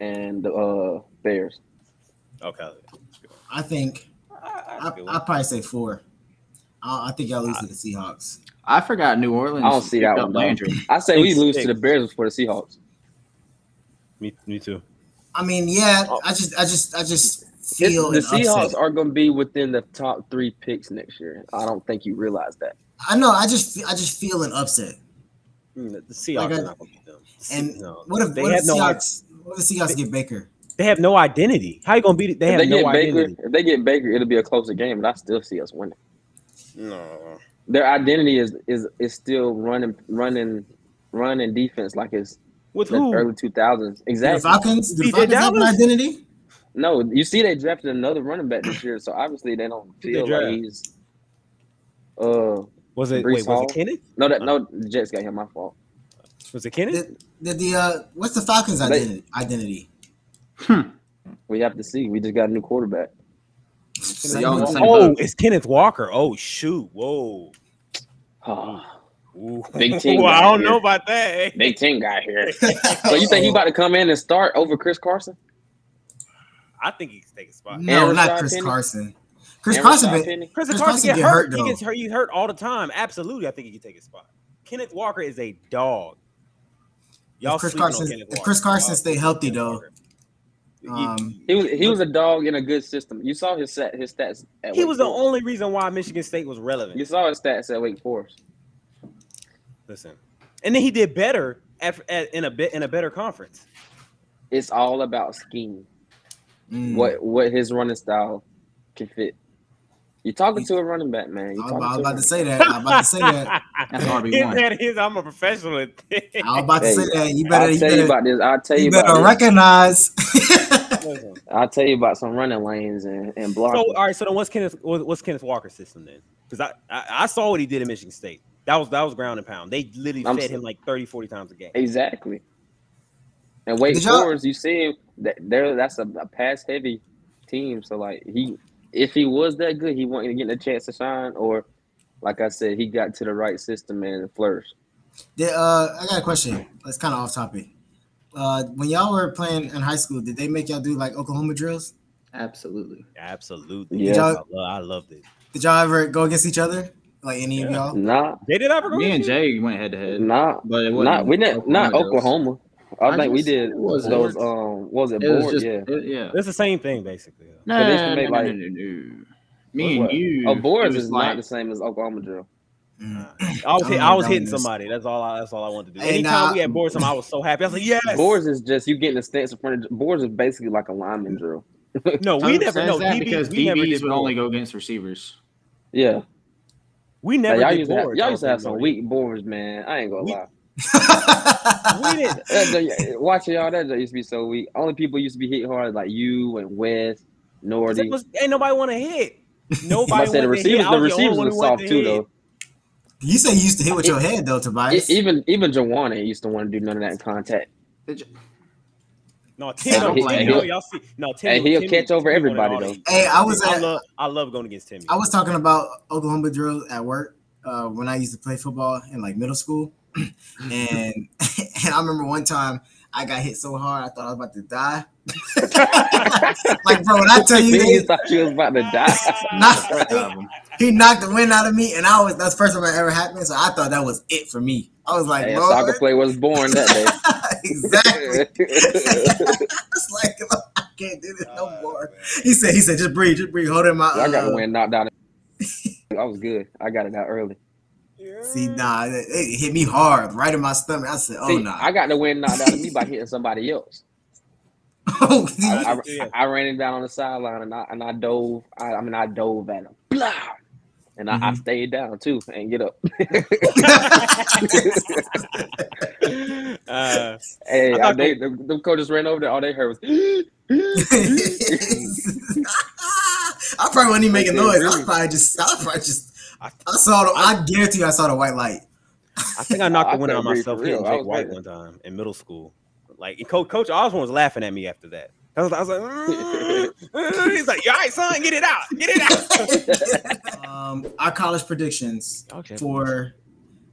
[SPEAKER 6] and the uh, Bears.
[SPEAKER 7] Okay.
[SPEAKER 4] I think I
[SPEAKER 7] That's a good
[SPEAKER 4] I
[SPEAKER 7] one.
[SPEAKER 4] probably say four. I, I think y'all lose to the Seahawks.
[SPEAKER 5] I forgot New Orleans.
[SPEAKER 6] I don't see that
[SPEAKER 5] picked up
[SPEAKER 6] one, though.
[SPEAKER 5] Landry.
[SPEAKER 6] I say we
[SPEAKER 7] Six,
[SPEAKER 6] lose
[SPEAKER 7] six.
[SPEAKER 6] to the Bears before the Seahawks.
[SPEAKER 7] Me, me too.
[SPEAKER 4] I mean, yeah. I just I just I just
[SPEAKER 6] It's-
[SPEAKER 4] feel
[SPEAKER 6] the
[SPEAKER 4] an upset.
[SPEAKER 6] Seahawks are going to be within the top three picks next year. I don't think you realize that.
[SPEAKER 4] I know. I just I just feel an upset.
[SPEAKER 7] Mm, The the Seahawks
[SPEAKER 4] Like,
[SPEAKER 7] are
[SPEAKER 4] uh,
[SPEAKER 7] not gonna beat them.
[SPEAKER 4] And
[SPEAKER 7] No.
[SPEAKER 4] what if
[SPEAKER 7] they
[SPEAKER 4] what if
[SPEAKER 7] have no i-
[SPEAKER 4] Seahawks? What if Seahawks get Baker?
[SPEAKER 7] they have no identity? How you gonna beat it? They
[SPEAKER 6] If
[SPEAKER 7] have
[SPEAKER 6] they
[SPEAKER 7] no
[SPEAKER 6] get Baker,
[SPEAKER 7] identity.
[SPEAKER 6] if they get Baker, it'll be a closer game, but I still see us winning.
[SPEAKER 7] No.
[SPEAKER 6] Their identity is is is still running, running, running defense like it's
[SPEAKER 7] With
[SPEAKER 6] the
[SPEAKER 7] who?
[SPEAKER 6] early two thousands.
[SPEAKER 4] The
[SPEAKER 6] Exactly.
[SPEAKER 4] Falcons. The
[SPEAKER 7] Did they
[SPEAKER 4] Falcons have an
[SPEAKER 7] Dallas?
[SPEAKER 4] identity.
[SPEAKER 6] No, you see, they drafted another running back this year, so obviously they don't
[SPEAKER 7] Who'd they
[SPEAKER 6] feel
[SPEAKER 7] draft?
[SPEAKER 6] like he's. Uh,
[SPEAKER 7] Was it
[SPEAKER 6] Brees
[SPEAKER 7] wait?
[SPEAKER 6] Hall?
[SPEAKER 7] Was it Kenneth?
[SPEAKER 6] no, that no, the Jets got him. My fault.
[SPEAKER 7] Was it Kenneth?
[SPEAKER 4] The, the, the uh, what's the Falcons'
[SPEAKER 6] They-
[SPEAKER 4] identity? identity?
[SPEAKER 6] We have to see. We just got a new quarterback.
[SPEAKER 4] Same
[SPEAKER 5] y'all
[SPEAKER 4] with
[SPEAKER 5] the
[SPEAKER 4] you.
[SPEAKER 5] same-
[SPEAKER 7] Oh,
[SPEAKER 5] boat.
[SPEAKER 7] it's Kenneth Walker. Oh shoot! Whoa. Ooh. (laughs)
[SPEAKER 6] Big team
[SPEAKER 7] Well, I
[SPEAKER 6] down
[SPEAKER 7] don't
[SPEAKER 6] here.
[SPEAKER 7] know about that.
[SPEAKER 6] Big Ah, Ten guy here. So you think he about to come in and start over Chris Carson?
[SPEAKER 7] I think he can take a spot.
[SPEAKER 4] (laughs) No,
[SPEAKER 6] And
[SPEAKER 4] not
[SPEAKER 6] Rashad
[SPEAKER 4] Chris
[SPEAKER 6] Penny?
[SPEAKER 4] Carson. Chris
[SPEAKER 6] And
[SPEAKER 4] Carson,
[SPEAKER 6] Rashad
[SPEAKER 4] been-
[SPEAKER 6] Penny?
[SPEAKER 7] Chris
[SPEAKER 4] Chris
[SPEAKER 7] Carson
[SPEAKER 4] Carson
[SPEAKER 7] get,
[SPEAKER 4] get
[SPEAKER 7] hurt.
[SPEAKER 4] hurt,
[SPEAKER 7] he
[SPEAKER 4] though.
[SPEAKER 7] gets hurt. He hurt all the time. Absolutely, I think he can take a spot. Kenneth Walker is a dog. Y'all
[SPEAKER 4] if Chris
[SPEAKER 7] sleeping on
[SPEAKER 4] Carson,
[SPEAKER 7] Kenneth
[SPEAKER 4] if
[SPEAKER 7] Walker.
[SPEAKER 4] Chris Carson
[SPEAKER 7] Y'all
[SPEAKER 4] stay
[SPEAKER 7] sleeping
[SPEAKER 4] healthy
[SPEAKER 7] on
[SPEAKER 4] though,
[SPEAKER 7] Kenneth Walker.
[SPEAKER 4] um,
[SPEAKER 6] He was he was a dog in a good system. You saw his stat, his stats. At
[SPEAKER 7] He
[SPEAKER 6] Wake
[SPEAKER 7] was the
[SPEAKER 6] Forest.
[SPEAKER 7] only reason why Michigan State was relevant.
[SPEAKER 6] You saw his stats at Wake Forest.
[SPEAKER 7] Listen, and then he did better at, at, in a bit in a better conference.
[SPEAKER 6] It's all about scheme.
[SPEAKER 4] mm,
[SPEAKER 6] What what his running style can fit. You're talking to a running back, man.
[SPEAKER 4] I
[SPEAKER 6] You're
[SPEAKER 4] was
[SPEAKER 6] talking
[SPEAKER 4] about, I was
[SPEAKER 6] to a
[SPEAKER 4] about to
[SPEAKER 6] running-
[SPEAKER 4] say that. I was about to (laughs) say that.
[SPEAKER 5] (laughs)
[SPEAKER 7] (laughs)
[SPEAKER 5] That's
[SPEAKER 7] His-
[SPEAKER 5] RB one.
[SPEAKER 7] that is, I'm a professional. at
[SPEAKER 6] (laughs)
[SPEAKER 7] this.
[SPEAKER 4] I was about to
[SPEAKER 6] Hey,
[SPEAKER 4] say that. You better,
[SPEAKER 6] I'll
[SPEAKER 4] you
[SPEAKER 6] tell you
[SPEAKER 4] better,
[SPEAKER 6] about this. I'll tell you
[SPEAKER 4] you
[SPEAKER 6] about
[SPEAKER 4] better
[SPEAKER 6] this.
[SPEAKER 4] recognize. (laughs)
[SPEAKER 7] Listen.
[SPEAKER 6] I'll tell you about some running lanes and and blocking.
[SPEAKER 7] So all right, so then what's Kenneth what- what's Kenneth Walker's system then? Because I, I I saw what he did at Michigan State. That was that was ground and pound. They literally
[SPEAKER 6] I'm
[SPEAKER 7] fed
[SPEAKER 6] s-
[SPEAKER 7] him like 30, 40 times a game.
[SPEAKER 6] Exactly. And Wake
[SPEAKER 4] Did y'all-
[SPEAKER 6] Forest, you see him that there. That's a, a pass heavy team. So like he, if he was that good, he wasn't getting a chance to shine. Or like I said, he got to the right system and flourished.
[SPEAKER 4] Did, uh, I got a question. It's kind of off topic. Uh, when y'all were playing in high school, did they make y'all do like Oklahoma drills?
[SPEAKER 8] Absolutely.
[SPEAKER 7] Absolutely.
[SPEAKER 6] Yeah.
[SPEAKER 7] I, love, I loved it.
[SPEAKER 4] Did y'all ever go against each other? Like any of
[SPEAKER 7] Yeah.
[SPEAKER 4] y'all? (laughs)
[SPEAKER 6] Nah,
[SPEAKER 7] They did ever go
[SPEAKER 5] Me and
[SPEAKER 7] against
[SPEAKER 5] Jay went head to head,
[SPEAKER 6] nah,
[SPEAKER 5] but it wasn't
[SPEAKER 6] not we didn't not
[SPEAKER 5] drills.
[SPEAKER 6] Oklahoma. I,
[SPEAKER 8] I
[SPEAKER 6] think we
[SPEAKER 8] just-
[SPEAKER 6] did
[SPEAKER 8] it
[SPEAKER 6] was
[SPEAKER 8] was
[SPEAKER 6] those
[SPEAKER 8] boards.
[SPEAKER 6] um what was it,
[SPEAKER 8] It was
[SPEAKER 6] board?
[SPEAKER 8] just-
[SPEAKER 6] yeah.
[SPEAKER 5] It- yeah.
[SPEAKER 7] you? It's the same thing, basically.
[SPEAKER 8] No,
[SPEAKER 6] But they should
[SPEAKER 8] no,
[SPEAKER 6] make
[SPEAKER 8] no,
[SPEAKER 5] No,
[SPEAKER 6] like-
[SPEAKER 5] no, no, no. Me and
[SPEAKER 6] What?
[SPEAKER 5] you.
[SPEAKER 6] A board
[SPEAKER 5] it was
[SPEAKER 6] is not the same as Oklahoma drill.
[SPEAKER 4] Mm.
[SPEAKER 7] I was, hit,
[SPEAKER 4] I'm
[SPEAKER 7] I was
[SPEAKER 4] down
[SPEAKER 7] hitting
[SPEAKER 4] with this.
[SPEAKER 7] somebody. That's all. I, that's all I wanted to do.
[SPEAKER 4] Hey,
[SPEAKER 7] Anytime
[SPEAKER 4] nah.
[SPEAKER 7] we had boards, something, I was so happy. I was like, yes.
[SPEAKER 6] Boards is just you getting a stance in front of boards is basically like a lineman drill.
[SPEAKER 7] No, we
[SPEAKER 5] Coach
[SPEAKER 7] never.
[SPEAKER 5] says
[SPEAKER 7] No,
[SPEAKER 5] that
[SPEAKER 7] DB,
[SPEAKER 5] because
[SPEAKER 7] we never
[SPEAKER 5] DBs
[SPEAKER 7] did
[SPEAKER 5] would
[SPEAKER 7] boards.
[SPEAKER 5] only go against receivers.
[SPEAKER 6] Yeah,
[SPEAKER 7] We
[SPEAKER 6] Now,
[SPEAKER 7] never
[SPEAKER 6] y'all
[SPEAKER 7] did
[SPEAKER 6] used to have,
[SPEAKER 7] boards.
[SPEAKER 6] y'all
[SPEAKER 7] I
[SPEAKER 6] used to
[SPEAKER 7] don't
[SPEAKER 6] have
[SPEAKER 7] think,
[SPEAKER 6] some
[SPEAKER 7] buddy.
[SPEAKER 6] weak boards, man. I ain't gonna
[SPEAKER 7] We-
[SPEAKER 6] lie.
[SPEAKER 7] We didn't.
[SPEAKER 6] (laughs) That joint- Watching y'all, that joint used to be so weak. Only people used to be hit hard like you and West, Nordy.
[SPEAKER 7] It was, ain't nobody want to hit.
[SPEAKER 6] I
[SPEAKER 7] Nobody
[SPEAKER 6] said the
[SPEAKER 7] wanted to hit.
[SPEAKER 6] receivers,
[SPEAKER 7] I
[SPEAKER 6] the
[SPEAKER 7] was only
[SPEAKER 6] receivers
[SPEAKER 7] one
[SPEAKER 6] were
[SPEAKER 7] who wanted
[SPEAKER 6] soft
[SPEAKER 7] to
[SPEAKER 6] too
[SPEAKER 7] hit.
[SPEAKER 6] though.
[SPEAKER 4] you say you used to hit with your head though, Tobias.
[SPEAKER 6] E- even even Jawan used to want to do none of that in contact. (laughs)
[SPEAKER 7] No,
[SPEAKER 6] And
[SPEAKER 7] Tim, don't
[SPEAKER 6] he-
[SPEAKER 7] blame
[SPEAKER 6] and
[SPEAKER 7] y'all.
[SPEAKER 6] he'll-
[SPEAKER 7] Y'all see, no, Tim,
[SPEAKER 6] and he'll
[SPEAKER 7] Tim-
[SPEAKER 6] catch over
[SPEAKER 7] Tim wanted
[SPEAKER 6] everybody,
[SPEAKER 7] all
[SPEAKER 6] though.
[SPEAKER 7] the-
[SPEAKER 4] hey, I was
[SPEAKER 7] I
[SPEAKER 4] at,
[SPEAKER 7] love, I love going against Timmy.
[SPEAKER 4] I was talking about Oklahoma drills at work uh, when I used to play football in like middle school, (clears throat) and (laughs) and I remember one time I got hit so hard I thought I was about to die. (laughs) like bro, when I tell you
[SPEAKER 6] (laughs) He
[SPEAKER 4] this,
[SPEAKER 6] thought you was about
[SPEAKER 4] (laughs)
[SPEAKER 6] to die.
[SPEAKER 4] knocked, he knocked the wind out of me, and I was that's the first time it ever happened. So I thought that was it for me. I was like,
[SPEAKER 6] Hey, a
[SPEAKER 4] Lord,
[SPEAKER 6] soccer player was born that
[SPEAKER 4] (laughs)
[SPEAKER 6] (laughs)
[SPEAKER 4] exactly.
[SPEAKER 6] day.
[SPEAKER 4] It's like I can't do this no more. He said, he said, just breathe, just breathe. Hold in my.
[SPEAKER 6] I got
[SPEAKER 4] uh,
[SPEAKER 6] the win
[SPEAKER 4] (laughs)
[SPEAKER 6] knocked out. I was good. I got it out early.
[SPEAKER 4] See, nah, it, it hit me hard, right in my stomach. I said, oh
[SPEAKER 6] See,
[SPEAKER 4] no. Nah. (laughs)
[SPEAKER 6] I got the win knocked out of me by hitting somebody else.
[SPEAKER 4] oh, see,
[SPEAKER 6] I, I-
[SPEAKER 7] Yeah.
[SPEAKER 6] I ran him down on the sideline and I and I dove. I, I mean, I dove at him. Blah! And I,
[SPEAKER 7] Mm-hmm.
[SPEAKER 6] I stayed down too and get up.
[SPEAKER 7] (laughs) Uh, (laughs)
[SPEAKER 6] Hey,
[SPEAKER 7] I thought
[SPEAKER 6] they, them, them coaches ran over there. All they heard was,
[SPEAKER 7] (laughs)
[SPEAKER 4] (laughs) I probably wasn't even making noise. I was probably just, I was probably just. I saw the. I guarantee you, I saw the white
[SPEAKER 7] (laughs)
[SPEAKER 4] light.
[SPEAKER 7] I think
[SPEAKER 6] (laughs)
[SPEAKER 7] I knocked
[SPEAKER 6] I
[SPEAKER 7] the winner out
[SPEAKER 6] couldn't breathe
[SPEAKER 7] myself
[SPEAKER 6] for
[SPEAKER 7] hitting
[SPEAKER 6] real. I
[SPEAKER 7] Jake
[SPEAKER 6] was
[SPEAKER 7] White
[SPEAKER 6] hurting.
[SPEAKER 7] one time in middle school. Like and Coach Coach Osborne was laughing at me after that. I was, I was like, "Mm, mm." (laughs) he's like, "You all right, son, get it out, get it
[SPEAKER 6] (laughs)
[SPEAKER 7] out."
[SPEAKER 4] Um, our college predictions
[SPEAKER 7] Okay.
[SPEAKER 4] for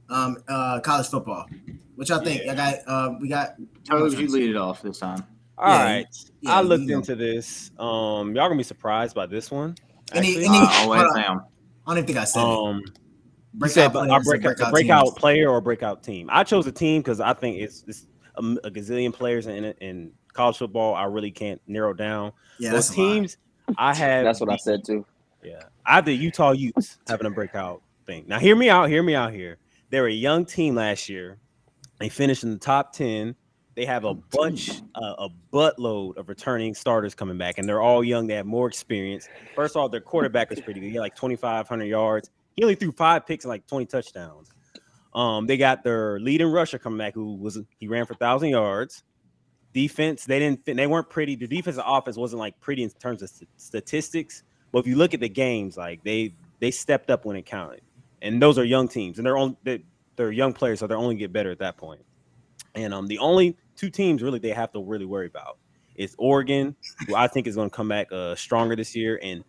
[SPEAKER 4] um uh college football. What y'all think? I got uh we got
[SPEAKER 5] Toes, you lead it off this (laughs) time.
[SPEAKER 7] All
[SPEAKER 4] Yeah,
[SPEAKER 7] right,
[SPEAKER 4] yeah,
[SPEAKER 7] I looked
[SPEAKER 4] you know.
[SPEAKER 7] into this. Um, y'all gonna be surprised by this one.
[SPEAKER 4] Any-
[SPEAKER 7] actually.
[SPEAKER 4] any-
[SPEAKER 5] I always
[SPEAKER 4] Hold on.
[SPEAKER 5] am.
[SPEAKER 4] I don't even think I said it.
[SPEAKER 7] um, You
[SPEAKER 4] Breakout
[SPEAKER 7] said about our
[SPEAKER 4] players and
[SPEAKER 7] breakout, the
[SPEAKER 4] teams.
[SPEAKER 7] breakout player or breakout team. I chose a team because I think it's, it's a, m- a gazillion players in, in college football. I really can't narrow down.
[SPEAKER 4] Yeah,
[SPEAKER 7] Those
[SPEAKER 4] that's a lot.
[SPEAKER 7] teams I have.
[SPEAKER 6] "That's what I said too."
[SPEAKER 7] Yeah, I had the Utah Utes having a breakout thing. Now, hear me out. Hear me out here. They were a young team last year. They finished in the top ten. They have a bunch, uh, a buttload of returning starters coming back, and they're all young. They have more experience. First off, their quarterback was pretty good. He had like twenty five hundred yards. He only threw five picks and like twenty touchdowns. Um, they got their leading rusher coming back, who was he ran for thousand yards. Defense, they didn't, fin- they weren't pretty. The defense and offense wasn't like pretty in terms of st- statistics, but if you look at the games, like they they stepped up when it counted, and those are young teams, and they're on they, they're young players, so they're only get better at that point. And um, the only two teams really they have to really worry about is Oregon, who I think is going to come back uh stronger this year, and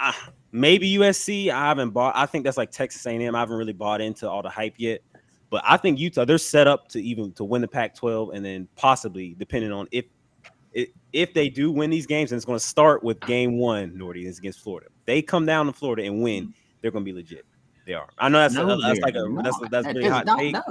[SPEAKER 7] uh, maybe USC. I haven't bought. I think that's like Texas A&M. I haven't really bought into all the hype yet. But I think Utah they're set up to even to win the Pac-12, and then possibly depending on if i- if they do win these games, and it's going to start with game one, Nordy is against Florida. They come down to Florida and win, they're going to be legit. They are. I know that's
[SPEAKER 5] No,
[SPEAKER 7] that's
[SPEAKER 5] they're
[SPEAKER 7] like a that's
[SPEAKER 5] not.
[SPEAKER 7] that's
[SPEAKER 8] That
[SPEAKER 7] really
[SPEAKER 8] is
[SPEAKER 7] hot
[SPEAKER 8] not-
[SPEAKER 7] take.
[SPEAKER 4] (laughs)
[SPEAKER 8] no.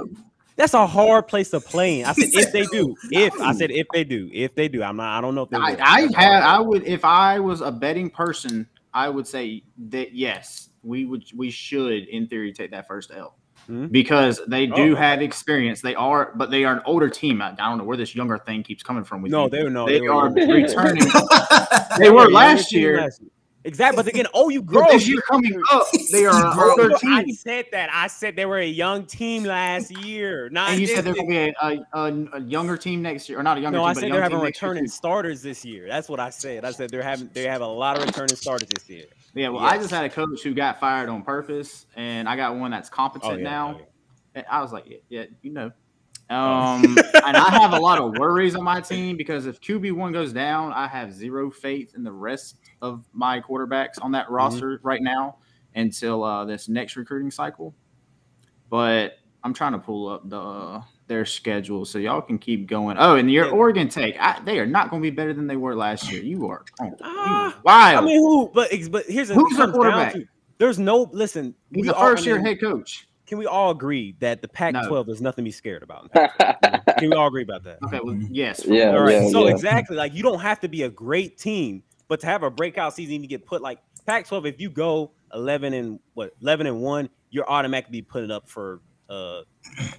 [SPEAKER 7] That's a hard place to play in. I said
[SPEAKER 4] He
[SPEAKER 7] if
[SPEAKER 4] said
[SPEAKER 7] they
[SPEAKER 4] no.
[SPEAKER 5] (laughs)
[SPEAKER 7] do, if I said if they do, if they do, I'm not. I don't know if they. will.
[SPEAKER 5] I, I had. I would if I was a betting person, I would say that yes, we would. We should, in theory, take that first L.
[SPEAKER 7] Hmm.
[SPEAKER 5] Because they do
[SPEAKER 7] Oh.
[SPEAKER 5] have experience, they are, but they are an older team. I I don't know where this younger thing keeps coming from. With
[SPEAKER 7] No,
[SPEAKER 5] you.
[SPEAKER 7] they were no.
[SPEAKER 5] they,
[SPEAKER 7] (laughs)
[SPEAKER 5] are
[SPEAKER 7] were-
[SPEAKER 5] returning.
[SPEAKER 7] they
[SPEAKER 5] they
[SPEAKER 7] were
[SPEAKER 5] were
[SPEAKER 7] a
[SPEAKER 5] last
[SPEAKER 7] team
[SPEAKER 5] year.
[SPEAKER 7] last Exactly, but again, oh, you
[SPEAKER 5] (laughs) But
[SPEAKER 7] girls,
[SPEAKER 5] this year coming up, they are
[SPEAKER 7] (laughs)
[SPEAKER 5] an
[SPEAKER 4] Bro.
[SPEAKER 5] older
[SPEAKER 7] Bro, I
[SPEAKER 5] team.
[SPEAKER 7] said that. I said they were a young team last year. Not
[SPEAKER 5] And you said
[SPEAKER 7] this
[SPEAKER 5] there will
[SPEAKER 7] year.
[SPEAKER 5] be a, a, a, a younger team next year, or not a younger
[SPEAKER 7] no,
[SPEAKER 5] team,
[SPEAKER 7] I
[SPEAKER 5] but a
[SPEAKER 7] said
[SPEAKER 5] young
[SPEAKER 7] they're
[SPEAKER 5] team
[SPEAKER 7] having
[SPEAKER 5] next year,
[SPEAKER 7] returning
[SPEAKER 5] too.
[SPEAKER 7] starters this year. That's what I said. I said they're having they have a lot of returning starters this year.
[SPEAKER 5] Yeah, well, I
[SPEAKER 7] Yes.
[SPEAKER 5] just had a coach who got fired on purpose, and I got one that's competent
[SPEAKER 7] yeah, oh,
[SPEAKER 5] now.
[SPEAKER 7] yeah. Oh.
[SPEAKER 5] And I was like, yeah, yeah you know. Um, and I have a lot of worries on my team because if QB one goes
[SPEAKER 7] Mm-hmm.
[SPEAKER 5] down, I have zero faith in the rest of my quarterbacks on that roster right now. until uh, this next recruiting cycle. But I'm trying to pull up the their schedule so y'all can keep going. Oh, and your Oregon take, I, they are not going to be better than they were last year. You are on- you are
[SPEAKER 7] Ah, I
[SPEAKER 5] wild.
[SPEAKER 7] mean, who? But ex- but here's the-
[SPEAKER 5] Who's
[SPEAKER 7] it
[SPEAKER 5] the
[SPEAKER 7] comes down
[SPEAKER 5] quarterback?
[SPEAKER 7] to- There's no listen.
[SPEAKER 5] He's
[SPEAKER 7] we
[SPEAKER 5] a
[SPEAKER 7] all- I
[SPEAKER 5] first year
[SPEAKER 7] mean,
[SPEAKER 5] head coach.
[SPEAKER 7] Can we all agree that the Pac-12 there's nothing to be scared about? Can we all agree about that?
[SPEAKER 5] Okay, well, yes.
[SPEAKER 6] Yeah,
[SPEAKER 7] All right.
[SPEAKER 6] yeah,
[SPEAKER 7] so
[SPEAKER 6] yeah.
[SPEAKER 7] exactly, like you don't have to be a great team, but to have a breakout season, you get put like Pac-12. If you go 11 and what 11 and one, you're automatically putting up for uh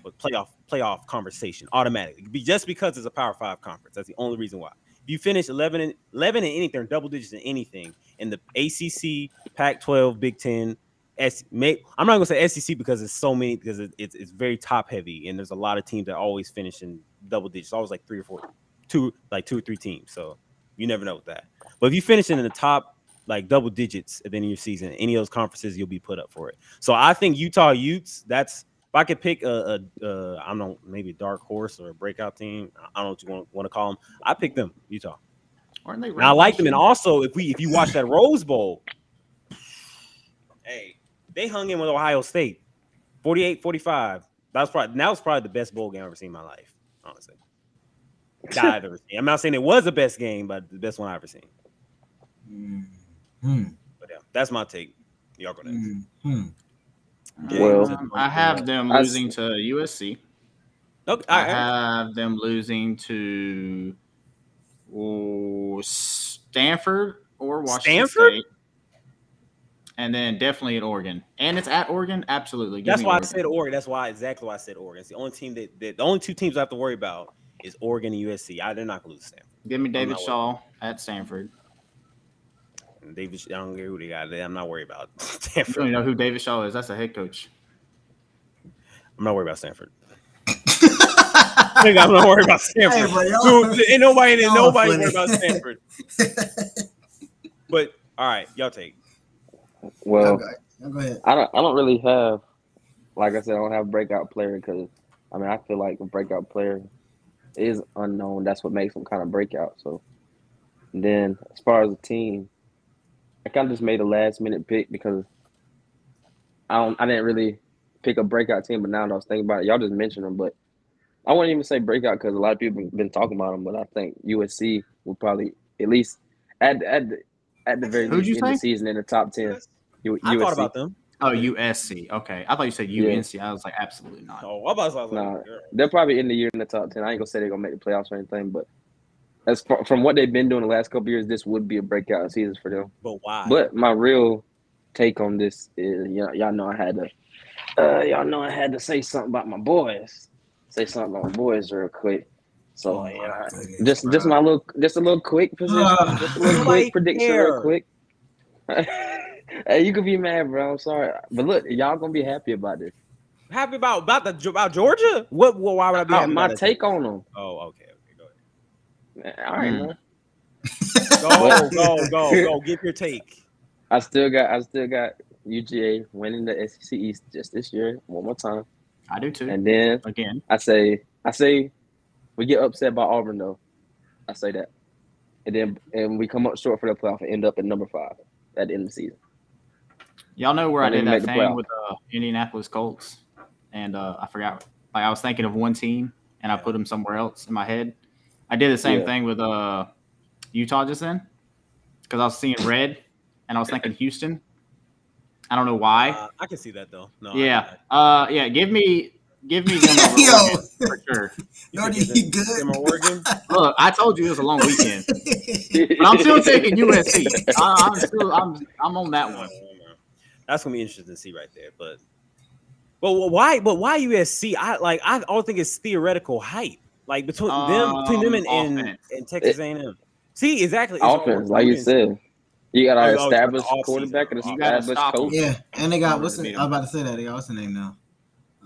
[SPEAKER 7] what, playoff playoff conversation automatically. Be just because it's a Power Five conference. That's the only reason why. If you finish 11 and 11 and anything, double digits in anything in the ACC, Pac-12, Big Ten. S, may, I'm not gonna say SEC because it's so many because it, it's it's very top heavy and there's a lot of teams that always finish in double digits, always like three or four two like two or three teams. So you never know with that. But if you finish in the top like double digits at the end of your season, any of those conferences, you'll be put up for it. So I think Utah Utes. That's if I could pick a, a, a I don't know maybe a dark horse or a breakout team. I- I don't know what you want, want to call them. I pick them Utah.
[SPEAKER 5] Aren't they
[SPEAKER 7] And I like them. And
[SPEAKER 5] ranked?
[SPEAKER 7] also if we if you watch that Rose Bowl, hey, they hung in with Ohio State, 48-45. That was probably that was probably the best bowl game I've ever seen in my life, honestly that I've ever seen. I'm not saying it was the best game, but the best one I've ever seen.
[SPEAKER 4] Hmm.
[SPEAKER 7] But yeah, that's my take. Y'all go next.
[SPEAKER 4] Hmm. Hmm.
[SPEAKER 6] Well-
[SPEAKER 5] Um, I
[SPEAKER 6] (laughs)
[SPEAKER 5] have them
[SPEAKER 6] I s-
[SPEAKER 5] losing to USC.
[SPEAKER 7] Okay, all
[SPEAKER 5] I
[SPEAKER 7] right.
[SPEAKER 5] have them losing to oh, Stanford or Washington
[SPEAKER 7] Stanford?
[SPEAKER 5] State, and then definitely at Oregon. And it's at Oregon. Absolutely. Give
[SPEAKER 7] That's
[SPEAKER 5] me
[SPEAKER 7] why I
[SPEAKER 5] Oregon.
[SPEAKER 7] said Oregon. That's why exactly why I said Oregon. It's the only team that, that the only two teams I have to worry about is Oregon and USC. I, they're not gonna lose to Stanford.
[SPEAKER 5] Give me David
[SPEAKER 7] not worried.
[SPEAKER 5] Shaw at Stanford.
[SPEAKER 7] And David, I don't care who they got. I'm not worried about (laughs)
[SPEAKER 5] You don't
[SPEAKER 7] Stanford.
[SPEAKER 5] even know who David Shaw is. That's a head coach.
[SPEAKER 7] I'm not worried about Stanford. Nigga, I'm not worried about Stanford.
[SPEAKER 4] Hey, bro, y'all- (laughs)
[SPEAKER 7] Dude, ain't nobody, ain't
[SPEAKER 4] y'all
[SPEAKER 7] nobody
[SPEAKER 4] funny.
[SPEAKER 7] worried about Stanford. But all right, y'all take.
[SPEAKER 6] well,
[SPEAKER 4] Okay, Go ahead.
[SPEAKER 6] I don't. I don't really have. Like I said, I don't have breakout player because I mean I feel like a breakout player is unknown. That's what makes them kind of breakout. So then, as far as the team, I kind of just made a last minute pick because I don't. I didn't really pick a breakout team, but now that I was thinking about it, y'all just mentioned them, but I wouldn't even say breakout because a lot of people been, been talking about them. But I think USC will probably at least at at the, at the very
[SPEAKER 5] Who'd
[SPEAKER 6] least
[SPEAKER 5] you
[SPEAKER 6] end of the
[SPEAKER 5] say?
[SPEAKER 6] season in the top ten. U-
[SPEAKER 7] I
[SPEAKER 6] USC.
[SPEAKER 7] thought about them.
[SPEAKER 5] Oh, USC. Okay. I thought you said UNC. I was like, absolutely not.
[SPEAKER 7] Oh, I was about to I was like,
[SPEAKER 6] Nah.
[SPEAKER 7] girl.
[SPEAKER 6] They'll probably end the year in the top ten. I ain't gonna say they're gonna make the playoffs or anything, but as far, from what they've been doing the last couple years, this would be a breakout season for them.
[SPEAKER 7] But why?
[SPEAKER 6] But my real take on this is, y'all, y'all know I had to, uh, y'all know I had to say something about my boys, say something about my boys real quick. So
[SPEAKER 4] Oh,
[SPEAKER 6] you know,
[SPEAKER 4] my
[SPEAKER 6] I-
[SPEAKER 4] goodness,
[SPEAKER 6] just, just
[SPEAKER 4] (laughs)
[SPEAKER 6] my little, just a little quick position,
[SPEAKER 7] Uh,
[SPEAKER 4] Ah,
[SPEAKER 6] just
[SPEAKER 7] (laughs)
[SPEAKER 6] a little
[SPEAKER 7] nobody
[SPEAKER 6] quick prediction,
[SPEAKER 7] care.
[SPEAKER 6] real quick. (laughs) hey, you could be mad, bro. I'm sorry, but look, y'all gonna be happy about this.
[SPEAKER 7] happy about about the about Georgia? What? what why would I be?
[SPEAKER 6] My,
[SPEAKER 7] happy
[SPEAKER 6] my
[SPEAKER 7] about that?
[SPEAKER 6] take on them.
[SPEAKER 7] Oh, okay. okay,
[SPEAKER 6] All right,
[SPEAKER 5] Hmm.
[SPEAKER 6] man.
[SPEAKER 7] Go, ahead. go, go, go, go. Give your take.
[SPEAKER 6] I still got I still got UGA winning the SEC East just this year one more time,
[SPEAKER 5] I do too.
[SPEAKER 6] and then
[SPEAKER 5] Again.
[SPEAKER 6] I say I say we get upset by Auburn though. I say that, and then and we come up short for the playoff and end up at number five at the end of the season.
[SPEAKER 5] Y'all know where I,
[SPEAKER 6] I
[SPEAKER 5] did
[SPEAKER 6] mean,
[SPEAKER 5] that
[SPEAKER 6] make the
[SPEAKER 5] thing
[SPEAKER 6] playoff.
[SPEAKER 5] with uh, Indianapolis Colts, and uh, I forgot. Like I was thinking of one team, and I put them somewhere else in my head. I did the same
[SPEAKER 6] Yeah.
[SPEAKER 5] thing with uh, Utah just then, because I was seeing red, and I was thinking Houston. I don't know why.
[SPEAKER 7] Uh, I can see that though. No. I-
[SPEAKER 5] yeah, uh, yeah. Give me, give me
[SPEAKER 6] (laughs)
[SPEAKER 5] them over
[SPEAKER 4] Yo.
[SPEAKER 5] Oregon for sure.
[SPEAKER 7] I-
[SPEAKER 4] Yo,
[SPEAKER 7] you
[SPEAKER 4] you
[SPEAKER 7] think
[SPEAKER 4] good?
[SPEAKER 7] it's in Oregon?
[SPEAKER 5] Look, I told you it was a long weekend,
[SPEAKER 6] (laughs)
[SPEAKER 5] but I'm still taking USC. I, I'm still, I'm, I'm on that one.
[SPEAKER 7] hmm, That's gonna be interesting to see right there. But but why? But why USC? I like. I all think it's theoretical hype. Like between them, between them and
[SPEAKER 5] Um,
[SPEAKER 7] and,
[SPEAKER 5] offense.
[SPEAKER 7] and Texas A&M. See, exactly. it's all
[SPEAKER 6] Offense, like you
[SPEAKER 7] recruiting.
[SPEAKER 6] said, you got
[SPEAKER 7] It's always
[SPEAKER 6] to
[SPEAKER 7] about
[SPEAKER 6] establish
[SPEAKER 7] the offseason,
[SPEAKER 6] quarterback and
[SPEAKER 7] bro.
[SPEAKER 5] You gotta
[SPEAKER 6] establish
[SPEAKER 5] stop 'em.
[SPEAKER 6] coach.
[SPEAKER 4] yeah, and they got what's the, I was about to say that they got what's the name now?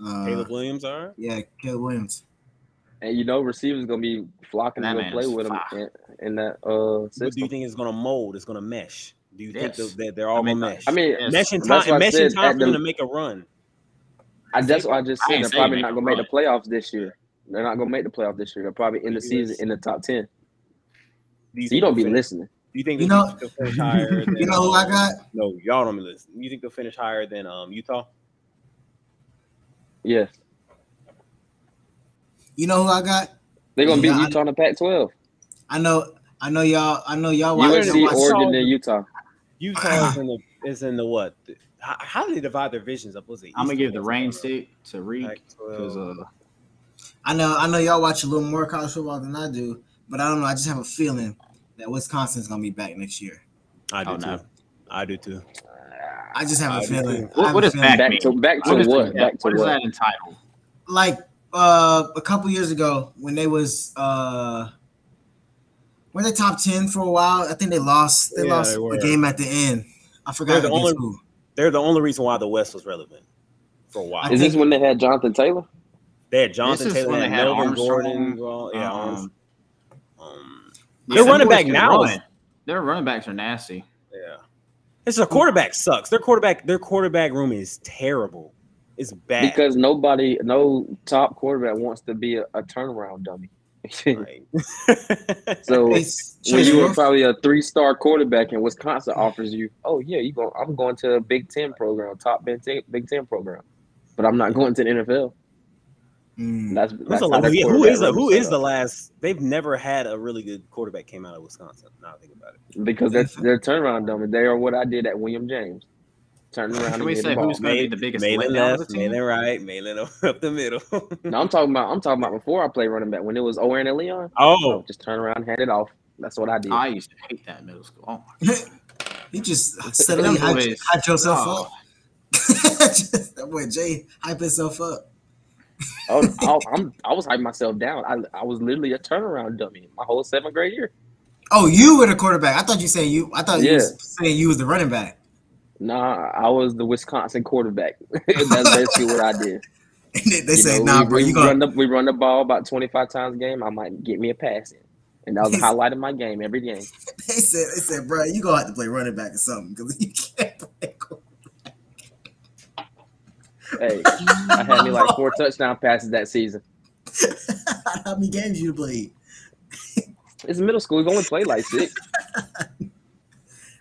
[SPEAKER 4] Uh,
[SPEAKER 7] Caleb Williams are.
[SPEAKER 4] Yeah, Caleb Williams.
[SPEAKER 6] And you know, receivers gonna be flocking
[SPEAKER 5] That
[SPEAKER 6] to
[SPEAKER 5] man
[SPEAKER 6] go play
[SPEAKER 5] is
[SPEAKER 6] with him
[SPEAKER 5] fire.
[SPEAKER 6] in, in that uh
[SPEAKER 7] What do you
[SPEAKER 6] system.
[SPEAKER 7] think is gonna mold? It's gonna mesh. Do you think
[SPEAKER 5] Yes.
[SPEAKER 7] those- that they're all
[SPEAKER 5] I mean,
[SPEAKER 7] gonna mesh?
[SPEAKER 6] I mean,
[SPEAKER 5] Yes.
[SPEAKER 7] mesh in
[SPEAKER 6] that's
[SPEAKER 7] time,
[SPEAKER 6] why I
[SPEAKER 7] mesh in
[SPEAKER 6] said
[SPEAKER 7] time
[SPEAKER 6] at
[SPEAKER 7] for
[SPEAKER 6] the-
[SPEAKER 7] them to make a run.
[SPEAKER 6] I, that's why I just
[SPEAKER 5] I
[SPEAKER 6] said
[SPEAKER 5] ain't
[SPEAKER 6] they're
[SPEAKER 5] saying
[SPEAKER 6] probably
[SPEAKER 5] make
[SPEAKER 6] not
[SPEAKER 5] a
[SPEAKER 6] gonna make the
[SPEAKER 5] run.
[SPEAKER 6] playoffs this year. They're not gonna make the playoffs this year. They're probably end the season in the top ten.
[SPEAKER 7] Do
[SPEAKER 6] So you don't be
[SPEAKER 7] think-
[SPEAKER 6] listening.
[SPEAKER 7] you think
[SPEAKER 4] You
[SPEAKER 7] they-
[SPEAKER 4] know-
[SPEAKER 7] they'll finish higher? Than,
[SPEAKER 4] You know who I got?
[SPEAKER 7] no, y'all don't listen. You think they'll finish higher than um Utah?
[SPEAKER 6] Yes,
[SPEAKER 4] You know who I got?
[SPEAKER 6] they're gonna
[SPEAKER 4] Yeah, I-
[SPEAKER 6] beat Utah in the Pac-12.
[SPEAKER 4] I know. I know y'all. Oh, I know y'all. Watch,
[SPEAKER 6] You would
[SPEAKER 7] wouldn't
[SPEAKER 4] y'all
[SPEAKER 6] see
[SPEAKER 7] be
[SPEAKER 4] watch-
[SPEAKER 7] or-
[SPEAKER 6] Oregon and Utah.
[SPEAKER 7] Utah is in the is in the what? The- How, how do they divide their visions up? Was it?
[SPEAKER 5] I'm gonna
[SPEAKER 7] East
[SPEAKER 5] give the
[SPEAKER 7] Coast?
[SPEAKER 5] rain stick to Reek
[SPEAKER 7] Pac-
[SPEAKER 5] because uh,
[SPEAKER 4] I know. I know y'all watch a little more college football than I do, but I don't know. I just have a feeling that Wisconsin's gonna be back next year.
[SPEAKER 7] I do
[SPEAKER 5] oh, no.
[SPEAKER 7] too. I do too.
[SPEAKER 4] I just have
[SPEAKER 7] I
[SPEAKER 4] a
[SPEAKER 7] do
[SPEAKER 4] feeling.
[SPEAKER 7] too.
[SPEAKER 4] I
[SPEAKER 5] What-
[SPEAKER 4] have
[SPEAKER 5] what
[SPEAKER 4] a
[SPEAKER 5] is
[SPEAKER 4] feeling.
[SPEAKER 5] back?
[SPEAKER 6] Back to back to
[SPEAKER 5] what is
[SPEAKER 6] what?
[SPEAKER 5] that-
[SPEAKER 6] Back to
[SPEAKER 5] what is
[SPEAKER 6] what?
[SPEAKER 5] that entitled?
[SPEAKER 4] Like uh, a couple years ago when they was uh, were they top ten for a while? I think they lost. They
[SPEAKER 7] Yeah,
[SPEAKER 4] lost
[SPEAKER 7] they
[SPEAKER 4] a
[SPEAKER 7] were.
[SPEAKER 4] game at the end. I forgot
[SPEAKER 7] They're the
[SPEAKER 4] against
[SPEAKER 7] only-
[SPEAKER 4] who.
[SPEAKER 7] They're the only reason why the West was relevant for a while.
[SPEAKER 4] I
[SPEAKER 6] Is
[SPEAKER 4] think-
[SPEAKER 6] this when they had Jonathan Taylor?
[SPEAKER 7] They had Jonathan
[SPEAKER 5] This is
[SPEAKER 7] Taylor,
[SPEAKER 5] when
[SPEAKER 7] they
[SPEAKER 5] they
[SPEAKER 7] had
[SPEAKER 5] had
[SPEAKER 7] Melvin
[SPEAKER 5] Armstrong,
[SPEAKER 7] Gordon. Well, yeah,
[SPEAKER 5] um,
[SPEAKER 7] Arms- um,
[SPEAKER 5] yeah,
[SPEAKER 7] Their
[SPEAKER 5] them
[SPEAKER 7] running
[SPEAKER 5] boys
[SPEAKER 7] back
[SPEAKER 5] can
[SPEAKER 7] now
[SPEAKER 5] run.
[SPEAKER 7] is-
[SPEAKER 5] Their running backs are nasty.
[SPEAKER 7] yeah. It's a quarterback sucks. Their quarterback, their quarterback room is terrible. It's bad.
[SPEAKER 6] Because nobody, no top quarterback wants to be a, a turnaround dummy. (laughs)
[SPEAKER 7] (laughs) Like-
[SPEAKER 6] so
[SPEAKER 4] It's-
[SPEAKER 6] when you were
[SPEAKER 4] Chase-
[SPEAKER 6] probably a three-star quarterback and Wisconsin offers you, oh yeah, you go. I'm going to a Big Ten program, top Big Ten, Big Ten program, but I'm not going to the NFL.
[SPEAKER 5] (laughs)
[SPEAKER 4] Mm.
[SPEAKER 6] That's,
[SPEAKER 7] Who's
[SPEAKER 6] that's (laughs)
[SPEAKER 7] the
[SPEAKER 6] how
[SPEAKER 7] la-
[SPEAKER 6] their
[SPEAKER 7] yeah, who
[SPEAKER 6] quarterback
[SPEAKER 7] is the
[SPEAKER 6] room
[SPEAKER 7] who
[SPEAKER 6] set
[SPEAKER 7] is
[SPEAKER 6] up.
[SPEAKER 7] the last? They've never had a really good quarterback came out of Wisconsin. Now I think about it.
[SPEAKER 6] because they're they're turnaround dummy. They are what I did at William James. Turn around.
[SPEAKER 5] Can
[SPEAKER 6] and
[SPEAKER 5] we
[SPEAKER 6] get
[SPEAKER 5] say
[SPEAKER 6] the ball.
[SPEAKER 5] who's gonna be the biggest
[SPEAKER 7] Malin
[SPEAKER 5] letdown of the
[SPEAKER 7] left,
[SPEAKER 5] team?
[SPEAKER 7] Malin right, Malin up the (laughs)
[SPEAKER 5] (laughs)
[SPEAKER 7] middle.
[SPEAKER 6] No, I'm talking about. I'm talking about before I played running back when it was Oren and Leon.
[SPEAKER 7] oh,
[SPEAKER 6] Just turn around, and hand it off. That's what I did.
[SPEAKER 5] I used to hate that in middle school. Oh my
[SPEAKER 4] You just steadily
[SPEAKER 5] Them
[SPEAKER 4] hype,
[SPEAKER 5] boys-
[SPEAKER 4] hype yourself
[SPEAKER 5] God.
[SPEAKER 4] up. (laughs) Just- that boy Jay hype himself up.
[SPEAKER 6] oh, I, I'm, I was hyping myself down. I, I was literally a turnaround dummy my whole seventh grade year.
[SPEAKER 4] Oh, you were the quarterback. I thought you saying you. I thought you
[SPEAKER 6] Yeah.
[SPEAKER 4] was saying you was the running back. (laughs)
[SPEAKER 6] Nah, I was the Wisconsin quarterback. (laughs) That's basically what I did.
[SPEAKER 4] And they they
[SPEAKER 6] You
[SPEAKER 4] say,
[SPEAKER 6] know,
[SPEAKER 4] "Nah,
[SPEAKER 6] we,
[SPEAKER 4] bro,
[SPEAKER 6] we
[SPEAKER 4] you
[SPEAKER 6] run
[SPEAKER 4] gonna
[SPEAKER 6] the we run the ball about 25 times a game. I might get me a pass in, and that was the highlight of my game every game.
[SPEAKER 4] (laughs) They said, "They said, bro, you gonna have to play running back or something because (laughs) you can't play." quarterback."
[SPEAKER 6] Hey, I had me like four touchdown passes that season.
[SPEAKER 4] (laughs) How many games you played?
[SPEAKER 6] It's middle school. We've only played like six.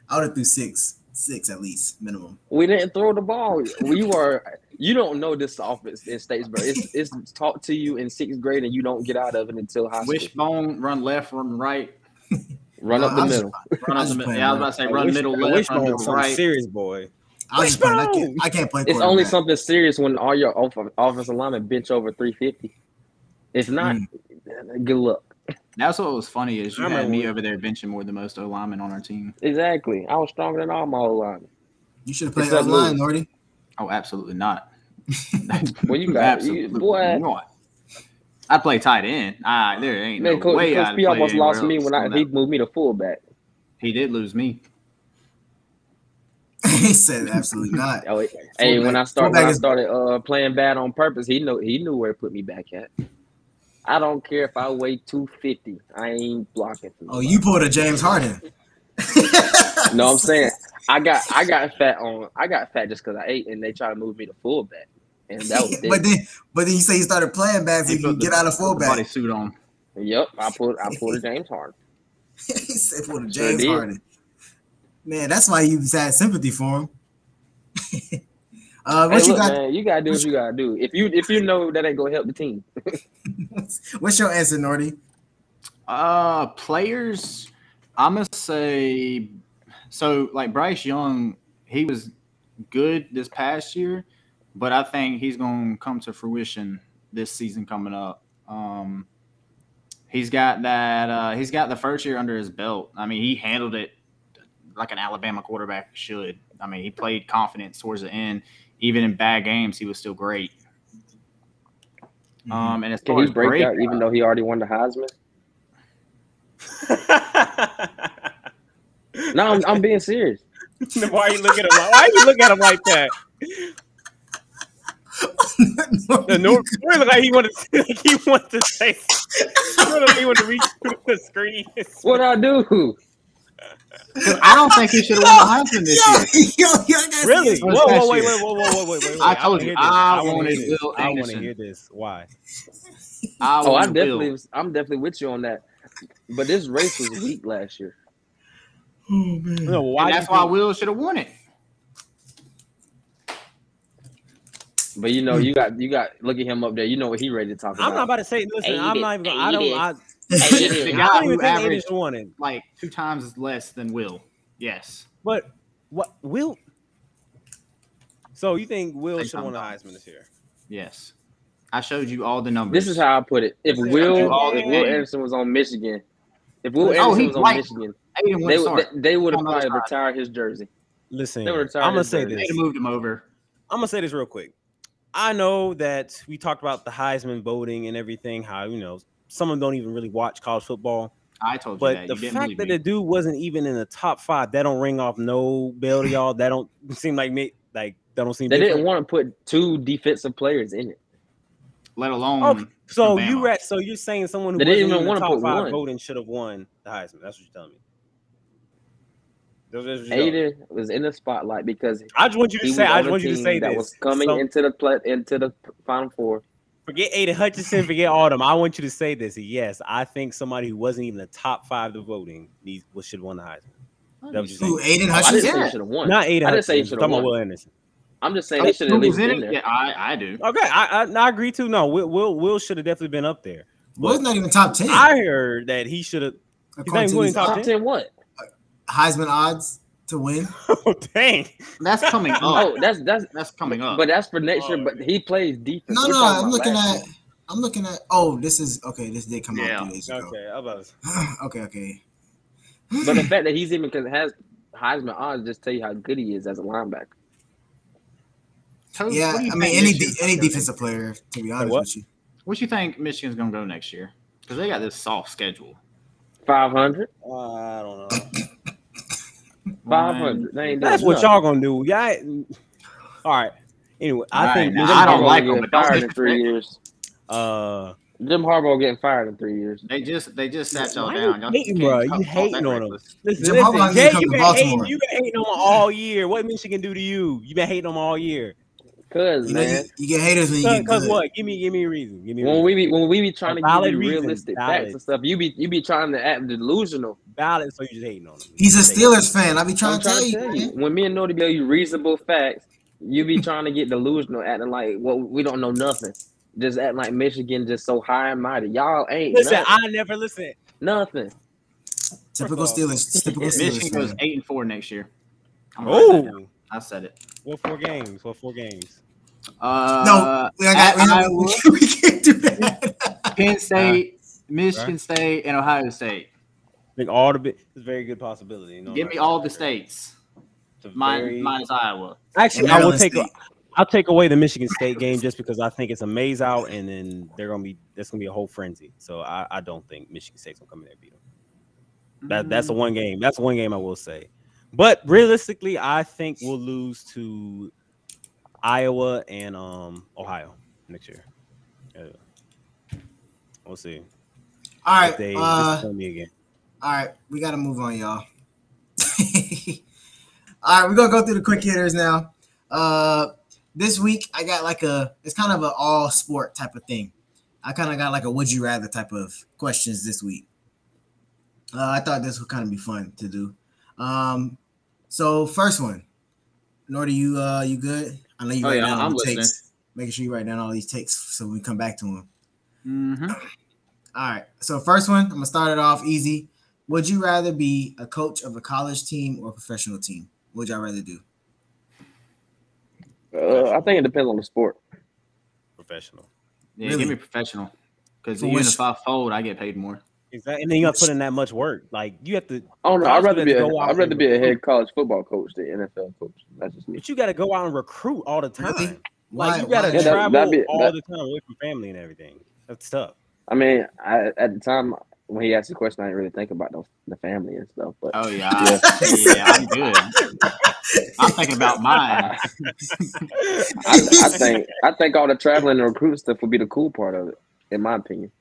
[SPEAKER 4] I would have threw six, six at least minimum.
[SPEAKER 6] We didn't throw the ball. We were. You don't know this offense in Statesboro. It's it's taught to you in sixth grade, and you don't get out of it until high school.
[SPEAKER 5] Wishbone, run left, run right,
[SPEAKER 6] Run up
[SPEAKER 4] I
[SPEAKER 6] the
[SPEAKER 4] was-
[SPEAKER 6] middle.
[SPEAKER 5] run
[SPEAKER 4] I was
[SPEAKER 5] up the
[SPEAKER 4] just
[SPEAKER 5] middle.
[SPEAKER 4] playing
[SPEAKER 5] Yeah, I was
[SPEAKER 4] around.
[SPEAKER 5] about to say
[SPEAKER 7] I
[SPEAKER 5] run
[SPEAKER 7] wish-
[SPEAKER 5] middle
[SPEAKER 7] I
[SPEAKER 5] left,
[SPEAKER 7] wish
[SPEAKER 5] run
[SPEAKER 7] mine was
[SPEAKER 5] middle
[SPEAKER 7] something
[SPEAKER 5] right.
[SPEAKER 7] serious,
[SPEAKER 5] (laughs)
[SPEAKER 7] boy.
[SPEAKER 4] I was just playing. I can't,
[SPEAKER 7] Wishbone!
[SPEAKER 4] I can't play.
[SPEAKER 6] It's only
[SPEAKER 4] quarterback.
[SPEAKER 6] something serious when all your off- offensive linemen bench over 350. It's not.
[SPEAKER 4] Mm.
[SPEAKER 6] Good luck.
[SPEAKER 5] That's what was funny is you
[SPEAKER 7] I
[SPEAKER 5] had
[SPEAKER 7] remember
[SPEAKER 5] me
[SPEAKER 7] when-
[SPEAKER 5] over there benching more than most O linemen on our team.
[SPEAKER 6] Exactly. I was stronger than all my old line.
[SPEAKER 4] You should have played
[SPEAKER 6] It's that
[SPEAKER 4] online,
[SPEAKER 6] move.
[SPEAKER 4] Lordy.
[SPEAKER 5] Oh, absolutely
[SPEAKER 6] (laughs)
[SPEAKER 5] not. (laughs)
[SPEAKER 6] Well, you got- you-
[SPEAKER 5] Absolutely
[SPEAKER 6] boy.
[SPEAKER 5] not. I play tight end. Ah, there ain't
[SPEAKER 6] Man,
[SPEAKER 5] no
[SPEAKER 6] Coach,
[SPEAKER 5] way.
[SPEAKER 6] Coach
[SPEAKER 5] I'd
[SPEAKER 6] P
[SPEAKER 5] play
[SPEAKER 6] almost
[SPEAKER 5] anywhere
[SPEAKER 6] lost me
[SPEAKER 5] else
[SPEAKER 6] when
[SPEAKER 5] on
[SPEAKER 6] I,
[SPEAKER 5] that.
[SPEAKER 6] he moved me to fullback.
[SPEAKER 5] he did lose me.
[SPEAKER 4] (laughs) he said,
[SPEAKER 6] (laughs)
[SPEAKER 4] "Absolutely not."
[SPEAKER 6] Oh, hey, when I start when
[SPEAKER 4] fullback
[SPEAKER 6] I
[SPEAKER 4] is-
[SPEAKER 6] started uh, playing bad on purpose, he know he knew where to put me back at. I don't care if I weigh two fifty. I ain't blocking. for
[SPEAKER 4] Oh,
[SPEAKER 6] nobody.
[SPEAKER 4] you pulled a James Harden. (laughs)
[SPEAKER 6] No, I'm saying I got I got fat on I got fat just because I ate, and they tried to move me to fullback, and that was
[SPEAKER 4] (laughs) but
[SPEAKER 6] it.
[SPEAKER 4] then, but then you say you started playing back so
[SPEAKER 5] He
[SPEAKER 4] you can
[SPEAKER 5] put the-
[SPEAKER 4] get out of
[SPEAKER 5] put the
[SPEAKER 4] fullback.
[SPEAKER 5] bodysuit on.
[SPEAKER 6] Yep, I pulled I pulled a James Harden.
[SPEAKER 4] (laughs) he said for the James
[SPEAKER 6] did.
[SPEAKER 4] Harden. Man, that's why you had sympathy for him. (laughs) uh,
[SPEAKER 6] Hey,
[SPEAKER 4] what you
[SPEAKER 6] look,
[SPEAKER 4] got?
[SPEAKER 6] man, you gotta do what you gotta do. If you if you know that ain't gonna help the team,
[SPEAKER 4] What's your answer, Nordy?
[SPEAKER 5] Uh, players, I'm gonna say so. Like Bryce Young, he was good this past year, but I think he's gonna come to fruition this season coming up. Um, he's got that. Uh, he's got the first year under his belt. I mean, he handled it like an Alabama quarterback should. I mean, he played confident towards the end. Even in bad games, he was still great. Um, and as
[SPEAKER 6] can
[SPEAKER 5] far
[SPEAKER 6] Mm-hmm. he
[SPEAKER 5] as
[SPEAKER 6] break out
[SPEAKER 5] breakout-
[SPEAKER 6] even though he already won the Heisman? No, I'm, I'm being serious.
[SPEAKER 7] (laughs) Why are you looking at him? Like, why are you looking at him like that?
[SPEAKER 4] (laughs)
[SPEAKER 7] The Nor-
[SPEAKER 5] (laughs)
[SPEAKER 7] Nor looked like he wanted to, (laughs) like he wanted to say. (laughs) Nor looked like he wanted to reach (laughs) through the screen.
[SPEAKER 6] What
[SPEAKER 7] (laughs)
[SPEAKER 6] I do? Oh,
[SPEAKER 5] 'Cause I don't think he should have won the Heisman this year.
[SPEAKER 4] yo, yo, I gotta
[SPEAKER 7] Really?
[SPEAKER 4] see
[SPEAKER 7] Whoa,
[SPEAKER 4] this.
[SPEAKER 7] whoa, wait, wait, whoa, whoa, whoa, wait, wait, wait.
[SPEAKER 5] I told
[SPEAKER 7] wanna
[SPEAKER 5] you,
[SPEAKER 7] hear this.
[SPEAKER 5] I
[SPEAKER 7] wanna
[SPEAKER 5] wanted
[SPEAKER 7] hear this.
[SPEAKER 5] Will
[SPEAKER 7] I want to
[SPEAKER 5] Anderson.
[SPEAKER 7] hear this. Why?
[SPEAKER 5] I
[SPEAKER 6] Oh, I
[SPEAKER 5] want Will.
[SPEAKER 6] definitely, I'm definitely with you on that. But this race was weak last year.
[SPEAKER 4] Oh,
[SPEAKER 7] You know, why
[SPEAKER 5] And
[SPEAKER 7] do
[SPEAKER 5] that's
[SPEAKER 7] you
[SPEAKER 5] why
[SPEAKER 7] think-
[SPEAKER 5] Will should have won
[SPEAKER 6] (laughs)
[SPEAKER 5] it.
[SPEAKER 6] But you know, you got you got look at him up there. You know what he ready to talk about.
[SPEAKER 7] I'm not about to say. Listen,
[SPEAKER 6] Ain't
[SPEAKER 7] I'm
[SPEAKER 6] it,
[SPEAKER 7] not even. Gonna, I
[SPEAKER 6] ain't
[SPEAKER 7] don't.
[SPEAKER 6] it.
[SPEAKER 7] I,
[SPEAKER 5] Yes, the
[SPEAKER 7] I
[SPEAKER 5] guy
[SPEAKER 7] don't even
[SPEAKER 5] who
[SPEAKER 7] think Aiden
[SPEAKER 5] averaged
[SPEAKER 7] should won it.
[SPEAKER 5] like two times less than Will. Yes.
[SPEAKER 7] But what Will? So you think Will
[SPEAKER 5] Say
[SPEAKER 7] should have won the
[SPEAKER 5] something.
[SPEAKER 7] Heisman this year?
[SPEAKER 5] Yes. I showed you all the numbers.
[SPEAKER 6] This is how I put it. If
[SPEAKER 7] This is
[SPEAKER 6] Will,
[SPEAKER 7] how you
[SPEAKER 6] if
[SPEAKER 7] all
[SPEAKER 6] Will
[SPEAKER 7] in.
[SPEAKER 6] Anderson was on Michigan, if Will
[SPEAKER 5] Oh,
[SPEAKER 6] Anderson
[SPEAKER 5] he
[SPEAKER 6] was on
[SPEAKER 5] white.
[SPEAKER 6] Michigan,
[SPEAKER 5] Aiden would
[SPEAKER 6] they
[SPEAKER 5] have
[SPEAKER 6] would
[SPEAKER 5] started.
[SPEAKER 6] they, they would have
[SPEAKER 5] On the
[SPEAKER 6] probably
[SPEAKER 5] other
[SPEAKER 6] retired his jersey.
[SPEAKER 7] Listen,
[SPEAKER 6] They
[SPEAKER 7] I'm
[SPEAKER 6] were tired
[SPEAKER 7] gonna
[SPEAKER 6] of
[SPEAKER 7] say
[SPEAKER 6] Dirty.
[SPEAKER 7] this.
[SPEAKER 5] They'd have moved him over.
[SPEAKER 7] I'm gonna say this real quick. I know that we talked about the Heisman voting and everything. How you know some of them don't even really watch college football,
[SPEAKER 5] I told you
[SPEAKER 7] but
[SPEAKER 5] that.
[SPEAKER 7] the
[SPEAKER 5] you didn't
[SPEAKER 7] fact
[SPEAKER 5] believe
[SPEAKER 7] that
[SPEAKER 5] me.
[SPEAKER 7] the dude wasn't even in the top five, that don't ring off no bell to y'all. That don't (laughs) seem like me. Like that don't seem.
[SPEAKER 6] They
[SPEAKER 7] different.
[SPEAKER 6] didn't want to put two defensive players in it.
[SPEAKER 5] let alone
[SPEAKER 7] Okay, so
[SPEAKER 5] Alabama.
[SPEAKER 7] you rat, so you're saying someone who
[SPEAKER 6] They
[SPEAKER 7] wasn't
[SPEAKER 6] didn't
[SPEAKER 7] even
[SPEAKER 6] even
[SPEAKER 7] in the
[SPEAKER 6] wanna
[SPEAKER 7] top
[SPEAKER 6] put
[SPEAKER 7] five
[SPEAKER 6] one.
[SPEAKER 7] voting should have won the Heisman. That's what you're telling me. That's what you're telling me.
[SPEAKER 6] Aiden was in the spotlight because
[SPEAKER 7] I just want you
[SPEAKER 6] he
[SPEAKER 7] to
[SPEAKER 6] was
[SPEAKER 7] say. I
[SPEAKER 6] on
[SPEAKER 7] just
[SPEAKER 6] a
[SPEAKER 7] want you to
[SPEAKER 6] team
[SPEAKER 7] say
[SPEAKER 6] that
[SPEAKER 7] this.
[SPEAKER 6] was coming
[SPEAKER 7] So
[SPEAKER 6] into the play, into the final four.
[SPEAKER 7] forget Aiden Hutchinson. Forget all them. I want you to say this. Yes, I think somebody who wasn't even the top five to voting needs well, should have won the Heisman. That was just
[SPEAKER 4] Who, Aiden
[SPEAKER 6] I didn't
[SPEAKER 4] Hutchinson?
[SPEAKER 6] say he should have won.
[SPEAKER 7] not Aiden
[SPEAKER 6] I didn't say he
[SPEAKER 7] Hutchinson.
[SPEAKER 6] should have
[SPEAKER 7] Talking about
[SPEAKER 6] won.
[SPEAKER 7] Will Anderson.
[SPEAKER 6] I'm just saying he should have at
[SPEAKER 5] Who was
[SPEAKER 6] least
[SPEAKER 5] in
[SPEAKER 6] been
[SPEAKER 5] it?
[SPEAKER 6] there.
[SPEAKER 5] Yeah, I,
[SPEAKER 7] (laughs)
[SPEAKER 5] I do.
[SPEAKER 7] Okay, I, I I agree too. No, Will Will, Will should have definitely been up there.
[SPEAKER 4] Will's not even top 10.
[SPEAKER 7] I heard that he should have. (laughs)
[SPEAKER 4] according
[SPEAKER 7] he's
[SPEAKER 4] to
[SPEAKER 7] not
[SPEAKER 4] these
[SPEAKER 7] even top
[SPEAKER 6] Top ten what?
[SPEAKER 4] Heisman odds to win.
[SPEAKER 7] Oh dang!
[SPEAKER 5] That's coming up.
[SPEAKER 6] Oh, that's that's
[SPEAKER 5] that's coming up.
[SPEAKER 6] but that's for next
[SPEAKER 7] Oh.
[SPEAKER 6] year. But he plays defense.
[SPEAKER 4] No,
[SPEAKER 6] We're
[SPEAKER 4] no,
[SPEAKER 6] talking
[SPEAKER 4] I'm
[SPEAKER 6] about
[SPEAKER 4] looking
[SPEAKER 6] last
[SPEAKER 4] at. I'm looking at. Oh, this is okay. This did come
[SPEAKER 5] Yeah,
[SPEAKER 4] out two days ago.
[SPEAKER 7] Okay, I'm about to-
[SPEAKER 4] (sighs) okay, okay.
[SPEAKER 6] year. But the fact that he's even because has Heisman odds just tell you how good he is as a linebacker.
[SPEAKER 5] Toad,
[SPEAKER 4] Yeah,
[SPEAKER 5] what do you
[SPEAKER 4] I mean
[SPEAKER 5] think
[SPEAKER 4] any de-
[SPEAKER 5] Michigan's
[SPEAKER 4] any
[SPEAKER 5] gonna go
[SPEAKER 4] defensive player, to be honest
[SPEAKER 7] what?
[SPEAKER 4] with you.
[SPEAKER 5] next- What you think Michigan's going to go next year? Because they got this soft schedule.
[SPEAKER 6] Five hundred.
[SPEAKER 7] uh, I don't know.
[SPEAKER 6] Five
[SPEAKER 5] One-
[SPEAKER 6] hundred. They ain't
[SPEAKER 7] That's
[SPEAKER 6] doing
[SPEAKER 7] what
[SPEAKER 6] nothing.
[SPEAKER 7] y'all gonna do. Y'all, all right. Anyway, I
[SPEAKER 5] All right,
[SPEAKER 7] think
[SPEAKER 5] now,
[SPEAKER 7] Jim
[SPEAKER 5] I don't
[SPEAKER 7] Harbaugh-
[SPEAKER 5] like
[SPEAKER 6] getting
[SPEAKER 5] him, but don't
[SPEAKER 6] fired in three
[SPEAKER 5] disrespect-
[SPEAKER 6] years.
[SPEAKER 7] Uh,
[SPEAKER 6] Jim Harbaugh getting fired in three years.
[SPEAKER 5] They just they just sat y'all
[SPEAKER 7] Why
[SPEAKER 5] down. Y'all
[SPEAKER 7] you hating,
[SPEAKER 5] can't
[SPEAKER 7] bro?
[SPEAKER 5] talk-
[SPEAKER 7] You
[SPEAKER 5] talk
[SPEAKER 7] hating
[SPEAKER 5] that
[SPEAKER 7] on him?
[SPEAKER 5] reckless.
[SPEAKER 7] listen,
[SPEAKER 4] Jim
[SPEAKER 7] listen,
[SPEAKER 4] Harbaugh needs to
[SPEAKER 7] Jay,
[SPEAKER 4] come
[SPEAKER 7] you
[SPEAKER 4] to
[SPEAKER 7] been hating.
[SPEAKER 4] Baltimore.
[SPEAKER 7] You been hating on him all year. What Michigan do to you? You been hating on him all year.
[SPEAKER 6] Cause
[SPEAKER 4] You know, you,
[SPEAKER 6] man,
[SPEAKER 4] you get haters when you get
[SPEAKER 7] Because
[SPEAKER 4] good.
[SPEAKER 7] what? Give me, give me a reason. Give me a
[SPEAKER 6] when
[SPEAKER 7] reason.
[SPEAKER 6] we be when we be
[SPEAKER 7] A
[SPEAKER 6] trying to
[SPEAKER 7] valid
[SPEAKER 6] give you
[SPEAKER 7] reason,
[SPEAKER 6] realistic
[SPEAKER 7] valid.
[SPEAKER 6] facts and stuff, you be you be trying to act delusional.
[SPEAKER 7] Valid, so you just hating on him.
[SPEAKER 4] He's a
[SPEAKER 7] Just hating.
[SPEAKER 4] Steelers fan. I be trying
[SPEAKER 6] I'm
[SPEAKER 4] to tell you. man.
[SPEAKER 6] when me and Nody tell you reasonable facts, you be trying to get delusional, acting like well we don't know nothing. Just acting like Michigan just so high and mighty. Y'all ain't
[SPEAKER 7] Listen,
[SPEAKER 6] nothing.
[SPEAKER 7] I never listen.
[SPEAKER 6] nothing.
[SPEAKER 4] Typical Steelers. Typical
[SPEAKER 5] Michigan
[SPEAKER 4] Steelers
[SPEAKER 5] goes
[SPEAKER 4] fan.
[SPEAKER 5] eight and four next year. I'm gonna write that down.
[SPEAKER 7] Oh,
[SPEAKER 5] I said it.
[SPEAKER 7] what four games? What four games?
[SPEAKER 5] Uh,
[SPEAKER 4] No, we, got, we,
[SPEAKER 5] at
[SPEAKER 4] got-
[SPEAKER 5] Iowa,
[SPEAKER 4] we can't (laughs) do that. (laughs)
[SPEAKER 5] Penn State, Michigan State, and Ohio State.
[SPEAKER 7] I think all the bit. It's a very good possibility. You know,
[SPEAKER 5] Give me all the states.
[SPEAKER 7] It's a very-
[SPEAKER 5] Mine, minus Iowa.
[SPEAKER 7] Actually,
[SPEAKER 4] And
[SPEAKER 7] I will
[SPEAKER 4] Maryland
[SPEAKER 7] take.
[SPEAKER 4] State.
[SPEAKER 7] I'll take away the Michigan State game just because I think it's a maze out, and then they're gonna be that's gonna be a whole frenzy. So I, I don't think Michigan State's gonna come in there and beat them. That that's
[SPEAKER 4] Mm.
[SPEAKER 7] the one game. That's the one game I will say. But realistically, I think we'll lose to Iowa and um Ohio next year. Yeah. We'll see.
[SPEAKER 4] All
[SPEAKER 7] if
[SPEAKER 4] right.
[SPEAKER 7] they
[SPEAKER 4] Uh,
[SPEAKER 7] disappoint me again.
[SPEAKER 4] All right, we gotta move on, y'all. (laughs) All right, we're gonna go through the quick hitters now. Uh, this week I got like a it's kind of an all sport type of thing. I kind of got like a would you rather type of questions this week. Uh, I thought this would kind of be fun to do. Um, so first one, Nordy, you uh, you good? I know you
[SPEAKER 6] Oh,
[SPEAKER 4] write
[SPEAKER 6] yeah,
[SPEAKER 4] down all
[SPEAKER 6] I'm
[SPEAKER 4] the
[SPEAKER 6] listening.
[SPEAKER 4] takes. Making sure you write down all these takes so we come back to them.
[SPEAKER 6] Mm-hmm.
[SPEAKER 5] Mhm.
[SPEAKER 4] All right. So first one, I'm gonna start it off easy. Would you rather be a coach of a college team or professional team? What Would y'all rather do?
[SPEAKER 6] Uh, I think it depends on the sport.
[SPEAKER 7] Professional.
[SPEAKER 5] Yeah,
[SPEAKER 4] Really?
[SPEAKER 5] give me professional. Because
[SPEAKER 4] For
[SPEAKER 5] even
[SPEAKER 4] which-
[SPEAKER 5] if I fold, I get paid more.
[SPEAKER 7] Exactly. And then you gotta put in that much work. Like you have to
[SPEAKER 6] I don't
[SPEAKER 7] College
[SPEAKER 6] know. I'd rather be a,
[SPEAKER 7] players go out
[SPEAKER 6] I'd rather
[SPEAKER 7] and
[SPEAKER 6] be a head
[SPEAKER 7] recruit.
[SPEAKER 6] college football coach than NFL coach. That's just me.
[SPEAKER 7] but you gotta go out and recruit all the time.
[SPEAKER 4] Really?
[SPEAKER 7] Like you
[SPEAKER 4] why-
[SPEAKER 7] gotta
[SPEAKER 6] Yeah, that-
[SPEAKER 7] travel
[SPEAKER 6] that'd be-
[SPEAKER 7] all
[SPEAKER 6] that-
[SPEAKER 7] the time away from family and everything. That's
[SPEAKER 5] (laughs)
[SPEAKER 7] tough.
[SPEAKER 6] I mean, I, at the time when he asked the question, I didn't really think about the, the family and stuff. But
[SPEAKER 5] Oh yeah, I- yeah. I'm good. I'm thinking about mine.
[SPEAKER 6] I, (laughs) I think I think all the traveling and recruit stuff would be the cool part of it, in my opinion.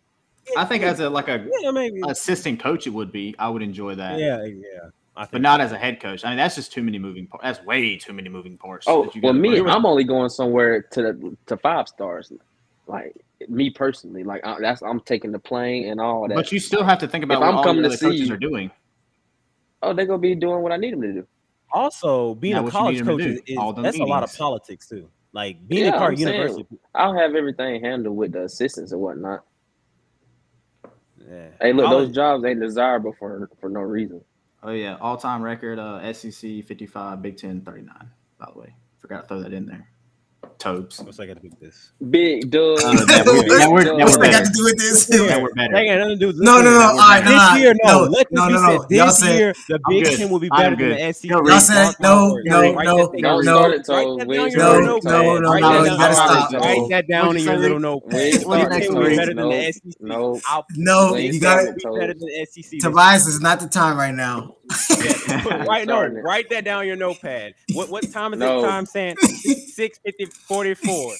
[SPEAKER 5] I think as a like a
[SPEAKER 7] Yeah, maybe.
[SPEAKER 5] assistant coach, it would be. I would enjoy that.
[SPEAKER 7] Yeah, yeah. I think
[SPEAKER 5] But not as a head coach. I mean, that's just too many moving parts. That's way too many moving parts.
[SPEAKER 6] Oh
[SPEAKER 5] that you
[SPEAKER 6] well,
[SPEAKER 5] gotta
[SPEAKER 6] me,
[SPEAKER 5] learn.
[SPEAKER 6] I'm only going somewhere to the, to five stars, like me personally. Like I, that's I'm taking the plane and all that.
[SPEAKER 5] But you still have to think about
[SPEAKER 6] If
[SPEAKER 5] what
[SPEAKER 6] I'm
[SPEAKER 5] all
[SPEAKER 6] coming
[SPEAKER 5] the
[SPEAKER 6] to
[SPEAKER 5] other coaches
[SPEAKER 6] see-
[SPEAKER 5] are doing.
[SPEAKER 6] oh, they're gonna be doing what I need them to do.
[SPEAKER 7] Also, being
[SPEAKER 5] Now
[SPEAKER 7] a
[SPEAKER 5] what you
[SPEAKER 7] college
[SPEAKER 5] need 'em to
[SPEAKER 7] coach is
[SPEAKER 5] do, all them
[SPEAKER 7] that's a lot of
[SPEAKER 5] meetings.
[SPEAKER 7] politics too. Like being
[SPEAKER 6] Yeah,
[SPEAKER 7] a
[SPEAKER 6] I'm
[SPEAKER 7] part
[SPEAKER 6] saying.
[SPEAKER 7] university.
[SPEAKER 6] I'll have everything handled with the assistants and whatnot.
[SPEAKER 7] Yeah.
[SPEAKER 6] Hey, look,
[SPEAKER 7] College-
[SPEAKER 6] those jobs ain't desirable for for no reason.
[SPEAKER 5] Oh yeah, all time record, uh, SEC 55, Big Ten 39. By the way, forgot to throw that in there. Tobes.
[SPEAKER 7] What's I got to do with this?
[SPEAKER 6] (laughs) Big Doug.
[SPEAKER 5] Uh,
[SPEAKER 4] (laughs)
[SPEAKER 5] that
[SPEAKER 4] we're-
[SPEAKER 5] that we're- that
[SPEAKER 4] What's
[SPEAKER 5] we're
[SPEAKER 4] that got
[SPEAKER 5] better.
[SPEAKER 4] to do with this?
[SPEAKER 5] Yeah, we're
[SPEAKER 7] That ain't
[SPEAKER 5] better.
[SPEAKER 7] got nothing to do with this
[SPEAKER 4] No, no,
[SPEAKER 7] year.
[SPEAKER 4] no, all right,
[SPEAKER 7] this
[SPEAKER 4] nah,
[SPEAKER 7] year, no.
[SPEAKER 4] no,
[SPEAKER 7] Let this
[SPEAKER 4] no,
[SPEAKER 7] be
[SPEAKER 4] no, no.
[SPEAKER 7] said.
[SPEAKER 4] Y'all
[SPEAKER 7] This
[SPEAKER 4] said-
[SPEAKER 7] year, the
[SPEAKER 5] I'm
[SPEAKER 7] Big
[SPEAKER 5] good.
[SPEAKER 7] Ten will be
[SPEAKER 5] I'm
[SPEAKER 7] better than
[SPEAKER 5] good.
[SPEAKER 7] the E SEC.
[SPEAKER 5] Y'all
[SPEAKER 7] Mark
[SPEAKER 4] said-
[SPEAKER 7] my
[SPEAKER 4] no,
[SPEAKER 7] words.
[SPEAKER 4] no,
[SPEAKER 7] Write
[SPEAKER 4] no,
[SPEAKER 7] that down.
[SPEAKER 6] Don't
[SPEAKER 4] no.
[SPEAKER 6] start it,
[SPEAKER 7] Write
[SPEAKER 6] so
[SPEAKER 7] that
[SPEAKER 6] we
[SPEAKER 7] down
[SPEAKER 6] ain't
[SPEAKER 7] in
[SPEAKER 4] No,
[SPEAKER 7] your
[SPEAKER 6] started.
[SPEAKER 7] notebook.
[SPEAKER 4] no, no,
[SPEAKER 7] Write that
[SPEAKER 4] no, you
[SPEAKER 7] down-
[SPEAKER 4] gotta
[SPEAKER 7] Write that
[SPEAKER 4] stop.
[SPEAKER 6] No.
[SPEAKER 7] down in your
[SPEAKER 5] What'd you
[SPEAKER 7] little
[SPEAKER 5] say?
[SPEAKER 7] notebook.
[SPEAKER 6] We ain't
[SPEAKER 7] Big
[SPEAKER 5] What'd you
[SPEAKER 6] started.
[SPEAKER 5] say,
[SPEAKER 7] Ten will
[SPEAKER 6] so
[SPEAKER 7] be
[SPEAKER 5] Reed?
[SPEAKER 7] better than
[SPEAKER 6] No,
[SPEAKER 7] the E SEC.
[SPEAKER 6] no.
[SPEAKER 7] I'll
[SPEAKER 4] No,
[SPEAKER 6] We ain't
[SPEAKER 4] you got
[SPEAKER 6] started.
[SPEAKER 4] to
[SPEAKER 7] be better than E the SEC. (laughs)
[SPEAKER 4] Tobias is not the time right now. (laughs)
[SPEAKER 7] Right, no,
[SPEAKER 6] starting it.
[SPEAKER 7] write that down in your notepad. What what time is
[SPEAKER 6] No.
[SPEAKER 7] it? Time
[SPEAKER 4] (laughs)
[SPEAKER 7] saying six fifty forty four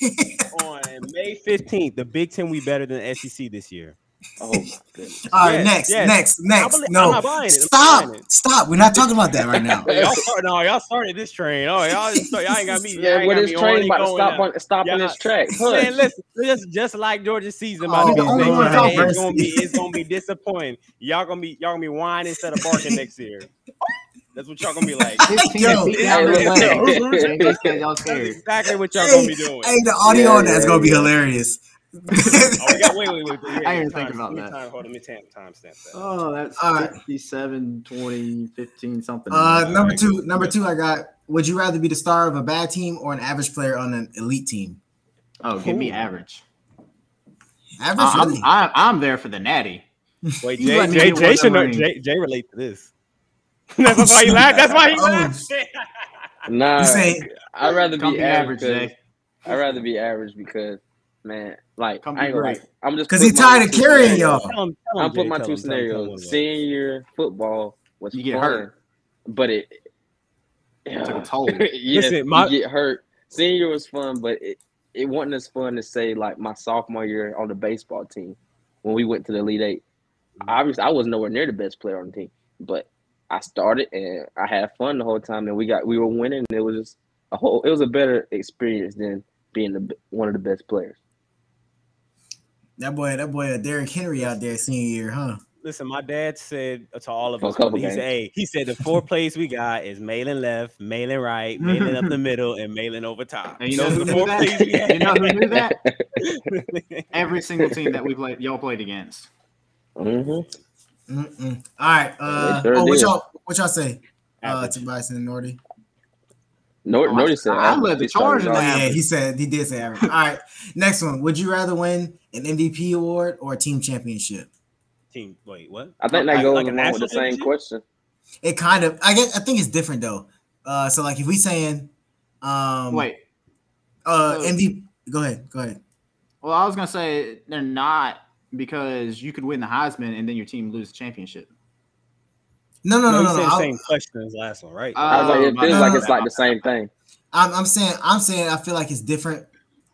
[SPEAKER 7] on May fifteenth. The Big Ten we better than SEC this year.
[SPEAKER 6] Oh my goodness.
[SPEAKER 4] All right,
[SPEAKER 7] Yes,
[SPEAKER 4] next,
[SPEAKER 7] yes.
[SPEAKER 4] next, next.
[SPEAKER 7] believe- I'm
[SPEAKER 4] no,
[SPEAKER 7] not buying it, I'm
[SPEAKER 4] stop,
[SPEAKER 7] not buying it.
[SPEAKER 4] stop. We're not talking about that right now.
[SPEAKER 7] Hey, (laughs) y'all start, no, y'all started this train. Oh, y'all, y'all ain't
[SPEAKER 4] (laughs)
[SPEAKER 7] got me. y'all
[SPEAKER 6] Yeah,
[SPEAKER 7] ain't
[SPEAKER 6] what
[SPEAKER 7] got
[SPEAKER 6] is
[SPEAKER 7] me
[SPEAKER 6] train
[SPEAKER 7] horny
[SPEAKER 6] about to
[SPEAKER 7] going
[SPEAKER 6] stop
[SPEAKER 7] now.
[SPEAKER 6] on stop on
[SPEAKER 7] Yeah.
[SPEAKER 6] this track?
[SPEAKER 7] Man,
[SPEAKER 6] Hush.
[SPEAKER 7] listen, just just like Georgia season
[SPEAKER 4] Oh,
[SPEAKER 7] about
[SPEAKER 4] the
[SPEAKER 7] to be
[SPEAKER 4] only
[SPEAKER 7] next
[SPEAKER 4] one
[SPEAKER 7] year,
[SPEAKER 4] without
[SPEAKER 7] it's gonna be
[SPEAKER 4] mercy.
[SPEAKER 7] it's gonna be disappointing. Y'all gonna be y'all gonna be whining instead of barking next
[SPEAKER 4] (laughs)
[SPEAKER 7] year. That's what y'all gonna be like.
[SPEAKER 4] Yo, (laughs)
[SPEAKER 6] Hey, look,
[SPEAKER 5] They just said y'all
[SPEAKER 7] That's
[SPEAKER 5] scared.
[SPEAKER 7] exactly what y'all
[SPEAKER 4] Hey,
[SPEAKER 7] gonna be doing.
[SPEAKER 4] hey, the audio
[SPEAKER 6] Yeah,
[SPEAKER 4] on that's
[SPEAKER 6] yeah,
[SPEAKER 4] gonna be
[SPEAKER 6] yeah.
[SPEAKER 7] (laughs)
[SPEAKER 4] hilarious. (laughs)
[SPEAKER 7] Oh, we got, wait, wait, wait. wait, wait
[SPEAKER 5] I didn't
[SPEAKER 7] time-
[SPEAKER 5] think about
[SPEAKER 7] let me
[SPEAKER 5] that.
[SPEAKER 7] Time, hold on, let me time, timestamp that.
[SPEAKER 5] Oh, that's
[SPEAKER 4] (laughs) All right.
[SPEAKER 5] 57, 20, 15, something.
[SPEAKER 4] Uh, number
[SPEAKER 7] Alright,
[SPEAKER 4] two,
[SPEAKER 7] good.
[SPEAKER 4] number two, I got. Would you rather be the star of a bad team or an average player on an elite team?
[SPEAKER 5] oh, give me average.
[SPEAKER 4] Average,
[SPEAKER 5] I- Uh, I'm,
[SPEAKER 4] really?
[SPEAKER 5] I'm, I'm there for the natty.
[SPEAKER 7] Wait,
[SPEAKER 5] You
[SPEAKER 7] Jay,
[SPEAKER 5] let me
[SPEAKER 7] Jay,
[SPEAKER 5] get
[SPEAKER 7] Jay
[SPEAKER 5] one
[SPEAKER 7] should know.
[SPEAKER 5] ring.
[SPEAKER 7] Jay, Jay relate to this. That's why he laughed. That's why he
[SPEAKER 4] Oh.
[SPEAKER 7] laughed.
[SPEAKER 6] Nah,
[SPEAKER 4] you saying
[SPEAKER 6] I'd rather
[SPEAKER 5] Come
[SPEAKER 6] be
[SPEAKER 5] be average,
[SPEAKER 6] average.
[SPEAKER 5] Jay.
[SPEAKER 6] 'cause- I'd rather be average because, man, like
[SPEAKER 5] Come
[SPEAKER 6] I
[SPEAKER 5] be
[SPEAKER 6] ain't gonna
[SPEAKER 5] great.
[SPEAKER 6] lie. I'm just
[SPEAKER 4] because
[SPEAKER 6] putting
[SPEAKER 4] he
[SPEAKER 6] my
[SPEAKER 4] tired of
[SPEAKER 6] two
[SPEAKER 4] carrying
[SPEAKER 6] scenarios-
[SPEAKER 4] y'all.
[SPEAKER 7] Tell him- tell him,
[SPEAKER 6] I'm putting
[SPEAKER 7] Jay,
[SPEAKER 6] my
[SPEAKER 7] tell
[SPEAKER 6] two
[SPEAKER 7] him, tell him, tell him what it
[SPEAKER 6] scenarios.
[SPEAKER 7] was.
[SPEAKER 6] Senior football was
[SPEAKER 5] You get
[SPEAKER 6] fun,
[SPEAKER 5] hurt.
[SPEAKER 6] but it
[SPEAKER 5] It took a
[SPEAKER 6] yeah,
[SPEAKER 5] toll.
[SPEAKER 6] (laughs) yes,
[SPEAKER 7] Listen,
[SPEAKER 6] you
[SPEAKER 7] my-
[SPEAKER 6] get hurt. Senior was fun, but it, it wasn't as fun to say like my sophomore year on the baseball team when we went to the Elite 8
[SPEAKER 5] Mm-hmm.
[SPEAKER 6] Obviously, I was nowhere near the best player on the team, but I started and I had fun the whole time, and we got we were winning. It was just a whole. It was a better experience than being the, b- one of the best players.
[SPEAKER 4] That boy, that boy, uh, Derrick Henry out there senior year, huh?
[SPEAKER 7] Listen, my dad said to all of
[SPEAKER 6] For a
[SPEAKER 7] us. He
[SPEAKER 6] couple
[SPEAKER 7] said,
[SPEAKER 6] games.
[SPEAKER 7] "Hey, he said the four plays we got is Malin left, Malin right, Malin up the middle, and Malin over top.
[SPEAKER 5] And you know
[SPEAKER 7] Those
[SPEAKER 5] who
[SPEAKER 7] are the
[SPEAKER 5] knew
[SPEAKER 7] four plays we
[SPEAKER 5] that?
[SPEAKER 7] had.
[SPEAKER 5] (laughs) You know who knew
[SPEAKER 6] (laughs)
[SPEAKER 5] that? Every single team that we played, y'all played against.
[SPEAKER 6] hmm
[SPEAKER 4] Mm-mm. All right. Uh,
[SPEAKER 6] sure
[SPEAKER 4] oh, what
[SPEAKER 6] did.
[SPEAKER 4] y'all, what y'all say? Uh,
[SPEAKER 7] Average.
[SPEAKER 4] Tobias and Nordy.
[SPEAKER 6] Nor,
[SPEAKER 5] Oh, I-
[SPEAKER 6] Norty said,
[SPEAKER 5] I
[SPEAKER 6] I'm
[SPEAKER 5] led the
[SPEAKER 6] just
[SPEAKER 5] charge
[SPEAKER 6] starting
[SPEAKER 5] in
[SPEAKER 6] off.
[SPEAKER 4] Oh
[SPEAKER 5] that.
[SPEAKER 4] yeah,
[SPEAKER 5] Average.
[SPEAKER 4] he said he did say average. All right, next one. Would you rather win an MVP award or a team championship?
[SPEAKER 7] Team, wait, what?
[SPEAKER 6] I think
[SPEAKER 7] Like-
[SPEAKER 6] that goes
[SPEAKER 7] like a
[SPEAKER 6] along with the
[SPEAKER 7] national
[SPEAKER 6] same
[SPEAKER 7] championship?
[SPEAKER 6] question.
[SPEAKER 4] It kind of. I guess I think it's different though. Uh, so like if we saying, um,
[SPEAKER 5] Wait.
[SPEAKER 4] uh,
[SPEAKER 5] so-
[SPEAKER 4] MVP. Go ahead. Go ahead.
[SPEAKER 5] Well, I was gonna say they're not because you could win the Heisman and then your team lose the championship.
[SPEAKER 4] No, no, no,
[SPEAKER 7] he
[SPEAKER 4] no, no.
[SPEAKER 7] said the
[SPEAKER 4] I'll-
[SPEAKER 7] same question as last one, right?
[SPEAKER 6] I was like,
[SPEAKER 5] Oh,
[SPEAKER 6] it
[SPEAKER 5] my
[SPEAKER 6] feels
[SPEAKER 4] bad.
[SPEAKER 6] like it's like the same thing.
[SPEAKER 4] I'm, I'm saying I'm saying I feel like it's different.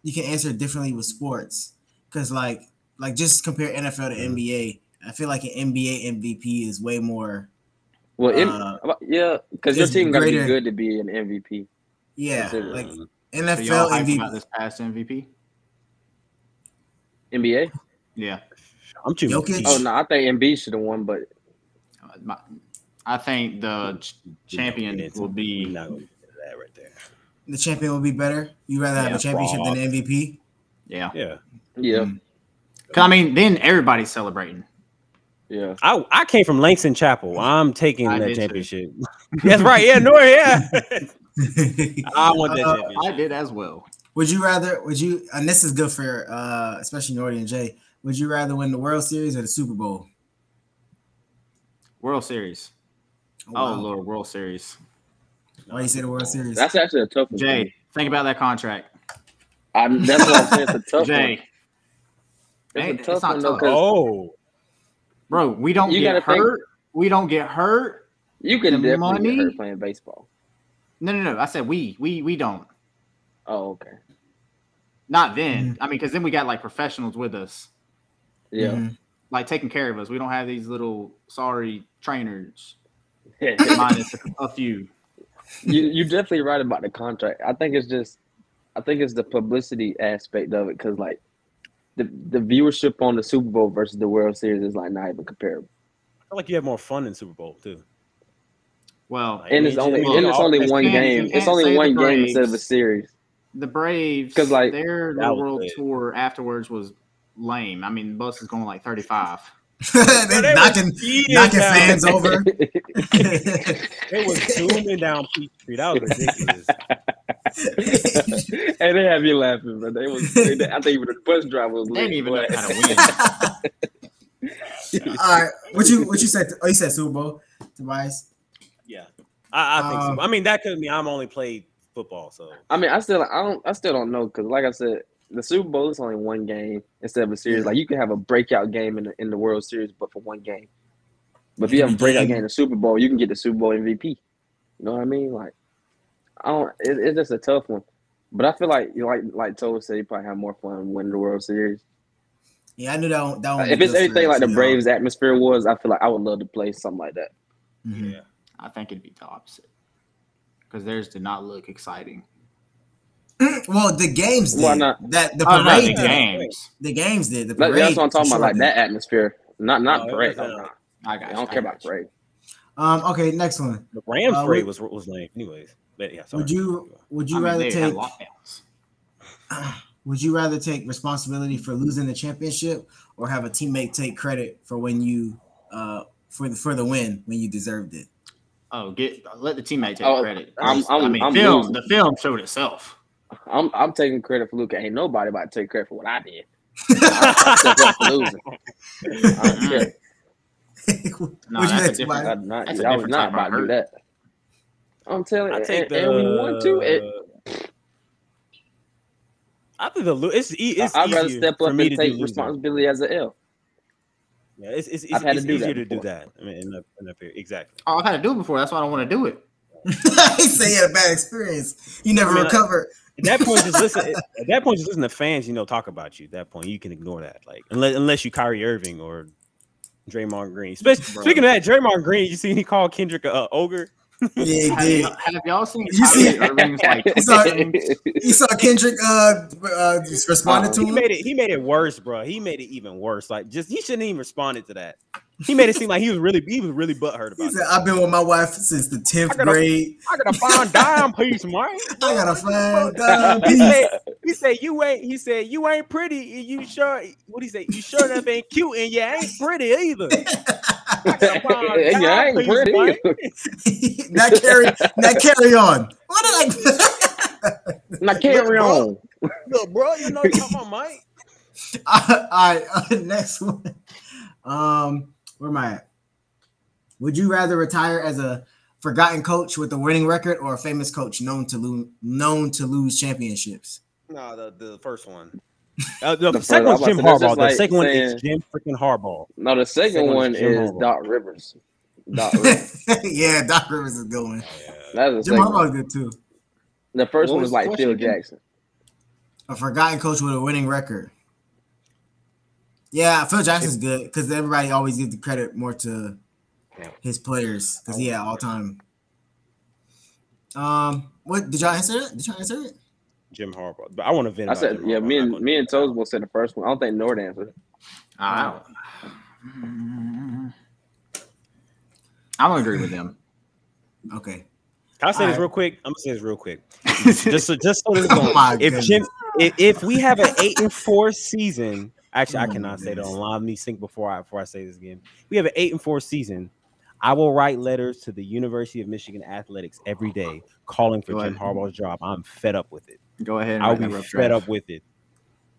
[SPEAKER 4] You can answer it differently with sports because like like just compare NFL
[SPEAKER 7] Mm.
[SPEAKER 4] to NBA. I feel like an NBA MVP is way more.
[SPEAKER 6] Well, it,
[SPEAKER 4] Uh,
[SPEAKER 6] about- yeah, because your
[SPEAKER 4] it's
[SPEAKER 6] team got to be
[SPEAKER 4] greater-
[SPEAKER 6] good to be an MVP.
[SPEAKER 4] Yeah,
[SPEAKER 6] Consider-
[SPEAKER 4] like
[SPEAKER 5] So y'all
[SPEAKER 4] NFL
[SPEAKER 5] hyped about
[SPEAKER 4] MVP.
[SPEAKER 5] this past MVP?
[SPEAKER 6] NBA?
[SPEAKER 5] Yeah,
[SPEAKER 7] I'm choosing.
[SPEAKER 4] Jokic?
[SPEAKER 6] Oh
[SPEAKER 7] Keith.
[SPEAKER 6] no, I think MB should have won, but
[SPEAKER 5] Uh, my- I think the ch- champion
[SPEAKER 7] It's-
[SPEAKER 5] will
[SPEAKER 7] we're
[SPEAKER 5] be
[SPEAKER 7] not gonna get into that right there.
[SPEAKER 4] The champion will be better. You rather have
[SPEAKER 5] Yeah,
[SPEAKER 4] a championship than an MVP?
[SPEAKER 5] yeah.
[SPEAKER 7] Yeah,
[SPEAKER 6] yeah,
[SPEAKER 5] Mm-hmm. Cause I mean, then everybody's celebrating.
[SPEAKER 6] yeah.
[SPEAKER 7] I, I came from Langston (laughs) Chapel. I'm taking
[SPEAKER 5] I
[SPEAKER 7] that
[SPEAKER 5] did too.
[SPEAKER 7] championship. (laughs) That's right. Yeah, no, yeah. (laughs) I want that
[SPEAKER 4] Uh,
[SPEAKER 7] championship.
[SPEAKER 5] I did as well.
[SPEAKER 4] Would you rather? Would you? And this is good for uh, especially Nordy and Jay. Would you rather win the World Series or the Super Bowl?
[SPEAKER 5] World Series. Oh
[SPEAKER 4] wow.
[SPEAKER 5] Lord, World Series.
[SPEAKER 4] Why you say the World Series?
[SPEAKER 6] That's actually a tough one. for me.
[SPEAKER 5] Jay, think about that contract.
[SPEAKER 6] I, that's what I'm
[SPEAKER 5] (laughs)
[SPEAKER 6] saying. It's a tough
[SPEAKER 5] Jay,
[SPEAKER 6] one. It's
[SPEAKER 5] ain't-
[SPEAKER 6] a
[SPEAKER 5] it's
[SPEAKER 6] tough
[SPEAKER 5] not
[SPEAKER 6] one though,
[SPEAKER 5] tough.
[SPEAKER 6] because
[SPEAKER 7] Oh,
[SPEAKER 5] bro, we don't
[SPEAKER 6] You
[SPEAKER 5] get
[SPEAKER 6] gotta think-
[SPEAKER 5] hurt. We don't get hurt.
[SPEAKER 6] you can
[SPEAKER 5] The
[SPEAKER 6] definitely
[SPEAKER 5] money-
[SPEAKER 6] get hurt playing baseball.
[SPEAKER 5] No, no, no. I said we, we, we don't.
[SPEAKER 6] Oh, okay.
[SPEAKER 5] Not then. I mean, because then we got like professionals with us,
[SPEAKER 6] Yeah.
[SPEAKER 4] Mhm.
[SPEAKER 5] like taking care of us. We don't have these little sorry trainers, Mm-hmm.
[SPEAKER 6] (laughs) you
[SPEAKER 5] minus a few.
[SPEAKER 6] you definitely right about the contract. I think it's just, I think it's the publicity aspect of it, because like, the the viewership on the Super Bowl versus the World Series is like not even comparable.
[SPEAKER 7] I feel like you have more fun in Super Bowl too.
[SPEAKER 5] Well,
[SPEAKER 6] And it's
[SPEAKER 7] Well,
[SPEAKER 6] only and it's
[SPEAKER 7] you
[SPEAKER 6] only
[SPEAKER 5] can't-
[SPEAKER 6] one
[SPEAKER 5] you
[SPEAKER 6] game. It's
[SPEAKER 5] can't
[SPEAKER 6] only
[SPEAKER 5] say
[SPEAKER 6] one
[SPEAKER 5] the
[SPEAKER 6] game instead of a
[SPEAKER 5] Braves.
[SPEAKER 6] series. (laughs)
[SPEAKER 5] the Braves,
[SPEAKER 6] 'Cause,
[SPEAKER 5] because
[SPEAKER 6] like,
[SPEAKER 5] like their
[SPEAKER 7] that was
[SPEAKER 5] world
[SPEAKER 7] bad.
[SPEAKER 5] tour afterwards was lame. I mean, the bus is going like 35.
[SPEAKER 7] Bro,
[SPEAKER 4] (laughs) they
[SPEAKER 7] they
[SPEAKER 4] knocking,
[SPEAKER 7] was cheating
[SPEAKER 4] knocking
[SPEAKER 7] down-
[SPEAKER 4] fans over. (laughs)
[SPEAKER 7] They was zooming down Peachtree. That was
[SPEAKER 4] (laughs)
[SPEAKER 7] ridiculous.
[SPEAKER 6] hey, they have you laughing, but they was. They, I think even the bus driver was.
[SPEAKER 5] They didn't
[SPEAKER 6] lit,
[SPEAKER 5] even know
[SPEAKER 6] but-
[SPEAKER 5] how to win.
[SPEAKER 4] All right, what you what you said? Oh, you said Super Bowl, Tobias.
[SPEAKER 7] Yeah, I, I think
[SPEAKER 4] Um,
[SPEAKER 7] so. I mean, that could mean I'm only played football, so
[SPEAKER 6] I mean, I still, I don't, I still don't know because, like I said, the Super Bowl is only one game instead of a series. Like you can have a breakout game in the, in the World Series, but for one game. But if you have a breakout game in the Super Bowl, you can get the Super Bowl MVP. You know what I mean? Like, I don't. It, it's just a tough one. But I feel like, you know, like, like Toad said, you probably have more fun winning the World Series.
[SPEAKER 4] Yeah, I knew that. One, that one
[SPEAKER 6] If
[SPEAKER 4] was good
[SPEAKER 6] it's
[SPEAKER 4] for
[SPEAKER 6] anything like the
[SPEAKER 4] y'all.
[SPEAKER 6] Braves' atmosphere was, I feel like I would love to play something like that.
[SPEAKER 4] Mhm.
[SPEAKER 7] yeah.
[SPEAKER 5] I think it'd be the opposite because theirs did not look exciting.
[SPEAKER 4] Mm, Well, the games did.
[SPEAKER 6] Why not?
[SPEAKER 4] That the
[SPEAKER 5] Oh, no,
[SPEAKER 4] parade
[SPEAKER 5] the
[SPEAKER 4] did.
[SPEAKER 5] games.
[SPEAKER 4] The games did. The
[SPEAKER 6] Like,
[SPEAKER 4] parade.
[SPEAKER 6] that's what I'm talking
[SPEAKER 4] for
[SPEAKER 6] about, like
[SPEAKER 4] sure
[SPEAKER 6] that
[SPEAKER 4] did.
[SPEAKER 6] atmosphere, not not
[SPEAKER 7] No, it
[SPEAKER 6] Braves.
[SPEAKER 7] was,
[SPEAKER 6] I'm
[SPEAKER 7] uh,
[SPEAKER 6] not-
[SPEAKER 5] I got.
[SPEAKER 6] I
[SPEAKER 5] you,
[SPEAKER 6] don't care
[SPEAKER 5] got
[SPEAKER 6] about
[SPEAKER 5] you.
[SPEAKER 6] Braves.
[SPEAKER 4] Um. Okay. Next one.
[SPEAKER 7] the Rams
[SPEAKER 4] Uh,
[SPEAKER 7] trade
[SPEAKER 4] would-
[SPEAKER 7] was was lame, anyways. But yeah, sorry.
[SPEAKER 4] Would you Would you
[SPEAKER 5] I mean,
[SPEAKER 4] rather
[SPEAKER 5] they had
[SPEAKER 4] take
[SPEAKER 5] lockdowns.
[SPEAKER 4] (sighs) Would you rather take responsibility for losing the championship or have a teammate take credit for when you uh for the for the win when you deserved it? (laughs)
[SPEAKER 5] Oh, get let the teammate take
[SPEAKER 6] Oh,
[SPEAKER 5] credit.
[SPEAKER 6] I'm-
[SPEAKER 5] Just-
[SPEAKER 6] I'm-
[SPEAKER 5] mean,
[SPEAKER 6] I'm
[SPEAKER 5] film.
[SPEAKER 6] losing.
[SPEAKER 5] The film showed itself.
[SPEAKER 6] I'm I'm taking credit for Luca. Ain't nobody about to take credit for what I (laughs) did. I, I (laughs) took up for losing. I don't care.
[SPEAKER 5] (laughs) No,
[SPEAKER 4] Would you let
[SPEAKER 5] (laughs) that's a different-
[SPEAKER 4] Tobias-
[SPEAKER 6] I'm not,
[SPEAKER 5] That's a
[SPEAKER 6] y'all was
[SPEAKER 5] different
[SPEAKER 6] not
[SPEAKER 5] type of
[SPEAKER 6] about to do
[SPEAKER 5] hurt.
[SPEAKER 6] that. I'm telling you,
[SPEAKER 7] I take
[SPEAKER 6] and,
[SPEAKER 7] the.
[SPEAKER 6] and we won too. It,
[SPEAKER 7] I think the lo- it's e- it's
[SPEAKER 6] I'd rather
[SPEAKER 7] easier
[SPEAKER 6] step
[SPEAKER 7] for
[SPEAKER 6] up
[SPEAKER 7] me
[SPEAKER 6] and
[SPEAKER 7] to
[SPEAKER 6] take
[SPEAKER 7] do losing.
[SPEAKER 6] responsibility as an L.
[SPEAKER 7] Yeah, it's it's, it's,
[SPEAKER 6] I've had
[SPEAKER 7] it's
[SPEAKER 6] to do that
[SPEAKER 7] easier to do
[SPEAKER 6] before.
[SPEAKER 7] that. I mean, in that, in that period, exactly.
[SPEAKER 5] Oh, I've had to do it before. That's why I don't want to do it.
[SPEAKER 4] (laughs) he said he had a bad experience. You never
[SPEAKER 7] I mean, I-
[SPEAKER 5] (laughs)
[SPEAKER 4] recovered.
[SPEAKER 7] At that point, just listen. At that point, just listen to fans. You know, talk about you. At that point, you can ignore that. Like unless unless you Kyrie Irving or Draymond Green. Especially,
[SPEAKER 5] Bro.
[SPEAKER 7] speaking of that, Draymond Green. You see, he called Kendrick a uh, ogre.
[SPEAKER 4] yeah,
[SPEAKER 5] Have,
[SPEAKER 4] he did.
[SPEAKER 5] y'all- have y'all seen
[SPEAKER 4] You see-
[SPEAKER 5] Kyrie Irving's
[SPEAKER 6] (laughs)
[SPEAKER 5] like tweets?
[SPEAKER 4] Sorry. He saw Kendrick uh, uh just
[SPEAKER 5] Oh,
[SPEAKER 4] responded to
[SPEAKER 7] He
[SPEAKER 4] him.
[SPEAKER 7] made it. He made it worse, bro. He made it even worse. Like just he shouldn't even responded to that. He made it seem like he was really he was really butthurt
[SPEAKER 4] He
[SPEAKER 7] about it.
[SPEAKER 4] said, "I've been with my wife since the tenth
[SPEAKER 7] I gotta-
[SPEAKER 4] grade.
[SPEAKER 7] I gotta find dime piece, man.
[SPEAKER 4] I gotta find dime
[SPEAKER 7] he
[SPEAKER 4] piece." (laughs)
[SPEAKER 7] said, he said you ain't. He said you ain't pretty. and You sure? What he say? You sure enough ain't cute, and you ain't pretty either. I
[SPEAKER 6] (laughs)
[SPEAKER 7] gotta find
[SPEAKER 6] And you
[SPEAKER 7] dime
[SPEAKER 6] ain't
[SPEAKER 7] piece,
[SPEAKER 6] pretty.
[SPEAKER 7] man.
[SPEAKER 4] not carry, not carry on. What did I?
[SPEAKER 6] Now carry on.
[SPEAKER 7] Look, bro, you know, come on, Mike.
[SPEAKER 4] (laughs) All right, uh, (laughs) next one. Um, where am I at? Would you rather retire as a forgotten coach with a winning record or a famous coach known to lose known to lose championships?
[SPEAKER 7] No, the, the first one. Uh, the,
[SPEAKER 6] The
[SPEAKER 7] second
[SPEAKER 6] first-
[SPEAKER 7] one's Jim
[SPEAKER 6] I'm about to
[SPEAKER 7] Harbaugh.
[SPEAKER 6] say, that's just
[SPEAKER 7] The
[SPEAKER 6] like
[SPEAKER 7] second one is
[SPEAKER 6] saying-
[SPEAKER 7] Jim freaking Harbaugh.
[SPEAKER 6] No, the second,
[SPEAKER 7] Second
[SPEAKER 6] one
[SPEAKER 7] one's Jim
[SPEAKER 6] is
[SPEAKER 7] Harbaugh.
[SPEAKER 6] Doc Rivers. Doc Rivers.
[SPEAKER 4] (laughs) yeah, Doc Rivers is going.
[SPEAKER 6] That's the
[SPEAKER 4] Jim
[SPEAKER 6] second. one.
[SPEAKER 4] Harbaugh's good too.
[SPEAKER 6] The first
[SPEAKER 5] What
[SPEAKER 6] one
[SPEAKER 5] was
[SPEAKER 6] was
[SPEAKER 5] the
[SPEAKER 6] like
[SPEAKER 5] question
[SPEAKER 6] Phil
[SPEAKER 5] again?
[SPEAKER 6] Jackson.
[SPEAKER 4] A forgotten coach with a winning record. Yeah, Phil Jackson's good because everybody always gives the credit more to
[SPEAKER 7] Yeah.
[SPEAKER 4] his players because he had all time. Um, what did y'all answer it? Did y'all answer it?
[SPEAKER 7] Jim Harbaugh. But I want to vent.
[SPEAKER 6] I
[SPEAKER 7] about
[SPEAKER 6] said,
[SPEAKER 7] Jim
[SPEAKER 6] yeah,
[SPEAKER 7] Harbaugh.
[SPEAKER 6] me
[SPEAKER 7] I'm
[SPEAKER 6] and
[SPEAKER 7] not
[SPEAKER 6] me and Tozbo said the first one. I don't think Nord answered. it.
[SPEAKER 5] I don't. I'm gonna agree with them.
[SPEAKER 4] Okay. (laughs)
[SPEAKER 7] Can I say this
[SPEAKER 4] Alright.
[SPEAKER 7] real quick? I'm gonna say this real
[SPEAKER 5] (laughs)
[SPEAKER 7] quick. Just so, just so this is
[SPEAKER 4] Oh my
[SPEAKER 7] going. If
[SPEAKER 4] goodness.
[SPEAKER 7] Jim, if, if we have an eight and four season, actually, I
[SPEAKER 4] Oh my
[SPEAKER 7] cannot say that
[SPEAKER 5] Mm.
[SPEAKER 4] goodness.
[SPEAKER 7] online. Let me think before I before I say this again. We have an eight and four season. I will write letters to the University of Michigan athletics every day, calling for
[SPEAKER 5] Go
[SPEAKER 7] Jim
[SPEAKER 5] ahead.
[SPEAKER 7] Harbaugh's job. I'm fed up with it.
[SPEAKER 5] Go ahead. and
[SPEAKER 7] I'll
[SPEAKER 5] write
[SPEAKER 7] be
[SPEAKER 5] that rough
[SPEAKER 7] fed
[SPEAKER 5] draft.
[SPEAKER 7] up with it.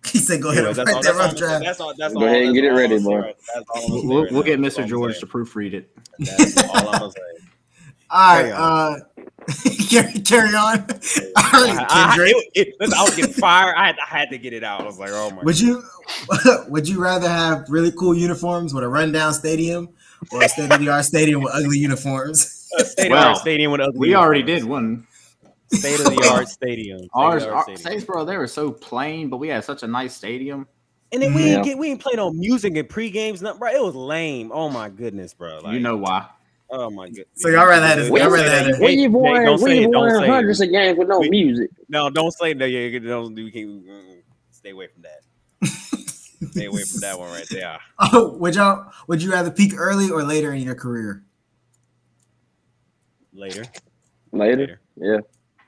[SPEAKER 4] He said, "Go ahead,
[SPEAKER 7] Anyway,
[SPEAKER 4] and write that rough
[SPEAKER 7] all I'm-
[SPEAKER 4] draft."
[SPEAKER 7] all. That's
[SPEAKER 6] Go ahead and
[SPEAKER 7] that's
[SPEAKER 6] get it
[SPEAKER 7] all I'm
[SPEAKER 6] ready,
[SPEAKER 7] gonna say
[SPEAKER 6] boy.
[SPEAKER 7] right- that's all I'm gonna
[SPEAKER 5] We'll,
[SPEAKER 7] say
[SPEAKER 5] we'll,
[SPEAKER 7] right
[SPEAKER 5] we'll
[SPEAKER 7] now.
[SPEAKER 5] get
[SPEAKER 7] That's all
[SPEAKER 5] Mr.
[SPEAKER 7] I'm
[SPEAKER 5] George to
[SPEAKER 7] saying.
[SPEAKER 5] proofread it.
[SPEAKER 7] That's all I'm gonna
[SPEAKER 5] (laughs)
[SPEAKER 7] say.
[SPEAKER 4] All right.
[SPEAKER 7] Carry
[SPEAKER 4] Uh, (laughs) carry, carry on. (laughs) All right,
[SPEAKER 7] I, I,
[SPEAKER 4] Kendrick.
[SPEAKER 7] it- it- listen, I was getting fired. I had, I had to get it out. I was like, oh my.
[SPEAKER 4] Would you (laughs) would you rather have really cool uniforms with a rundown stadium or a state of the art stadium with ugly uniforms?
[SPEAKER 7] State of the
[SPEAKER 5] Well,
[SPEAKER 7] art stadium with ugly
[SPEAKER 5] We already
[SPEAKER 7] uniforms.
[SPEAKER 5] did one.
[SPEAKER 7] State of the art stadium. State of the
[SPEAKER 5] Ours,
[SPEAKER 7] art
[SPEAKER 5] our,
[SPEAKER 7] stadium.
[SPEAKER 5] Statesboro, they were so plain, but we had such a nice stadium.
[SPEAKER 7] and then we ain't
[SPEAKER 6] Yeah.
[SPEAKER 7] get we ain't play no music and pre games, nothing, bro. It was lame. Oh my goodness, bro. Like,
[SPEAKER 5] you know why?
[SPEAKER 7] Oh my goodness.
[SPEAKER 4] So y'all rather had a-
[SPEAKER 7] Don't
[SPEAKER 4] y'all
[SPEAKER 7] say
[SPEAKER 4] rather
[SPEAKER 7] that.
[SPEAKER 4] had a-
[SPEAKER 7] Hey,
[SPEAKER 6] We
[SPEAKER 7] Nate,
[SPEAKER 6] won,
[SPEAKER 7] don't say
[SPEAKER 6] we
[SPEAKER 7] it, don't
[SPEAKER 6] won
[SPEAKER 7] say it.
[SPEAKER 6] hundreds of games with no
[SPEAKER 7] We-
[SPEAKER 6] music.
[SPEAKER 7] No, don't say no. Yeah, yeah, don't we can mm, stay away from that. stay away from that one right there.
[SPEAKER 4] (coughs) Oh, would y'all would you rather peak early or later in your career?
[SPEAKER 7] Later.
[SPEAKER 6] Later.
[SPEAKER 7] Later.
[SPEAKER 6] Yeah.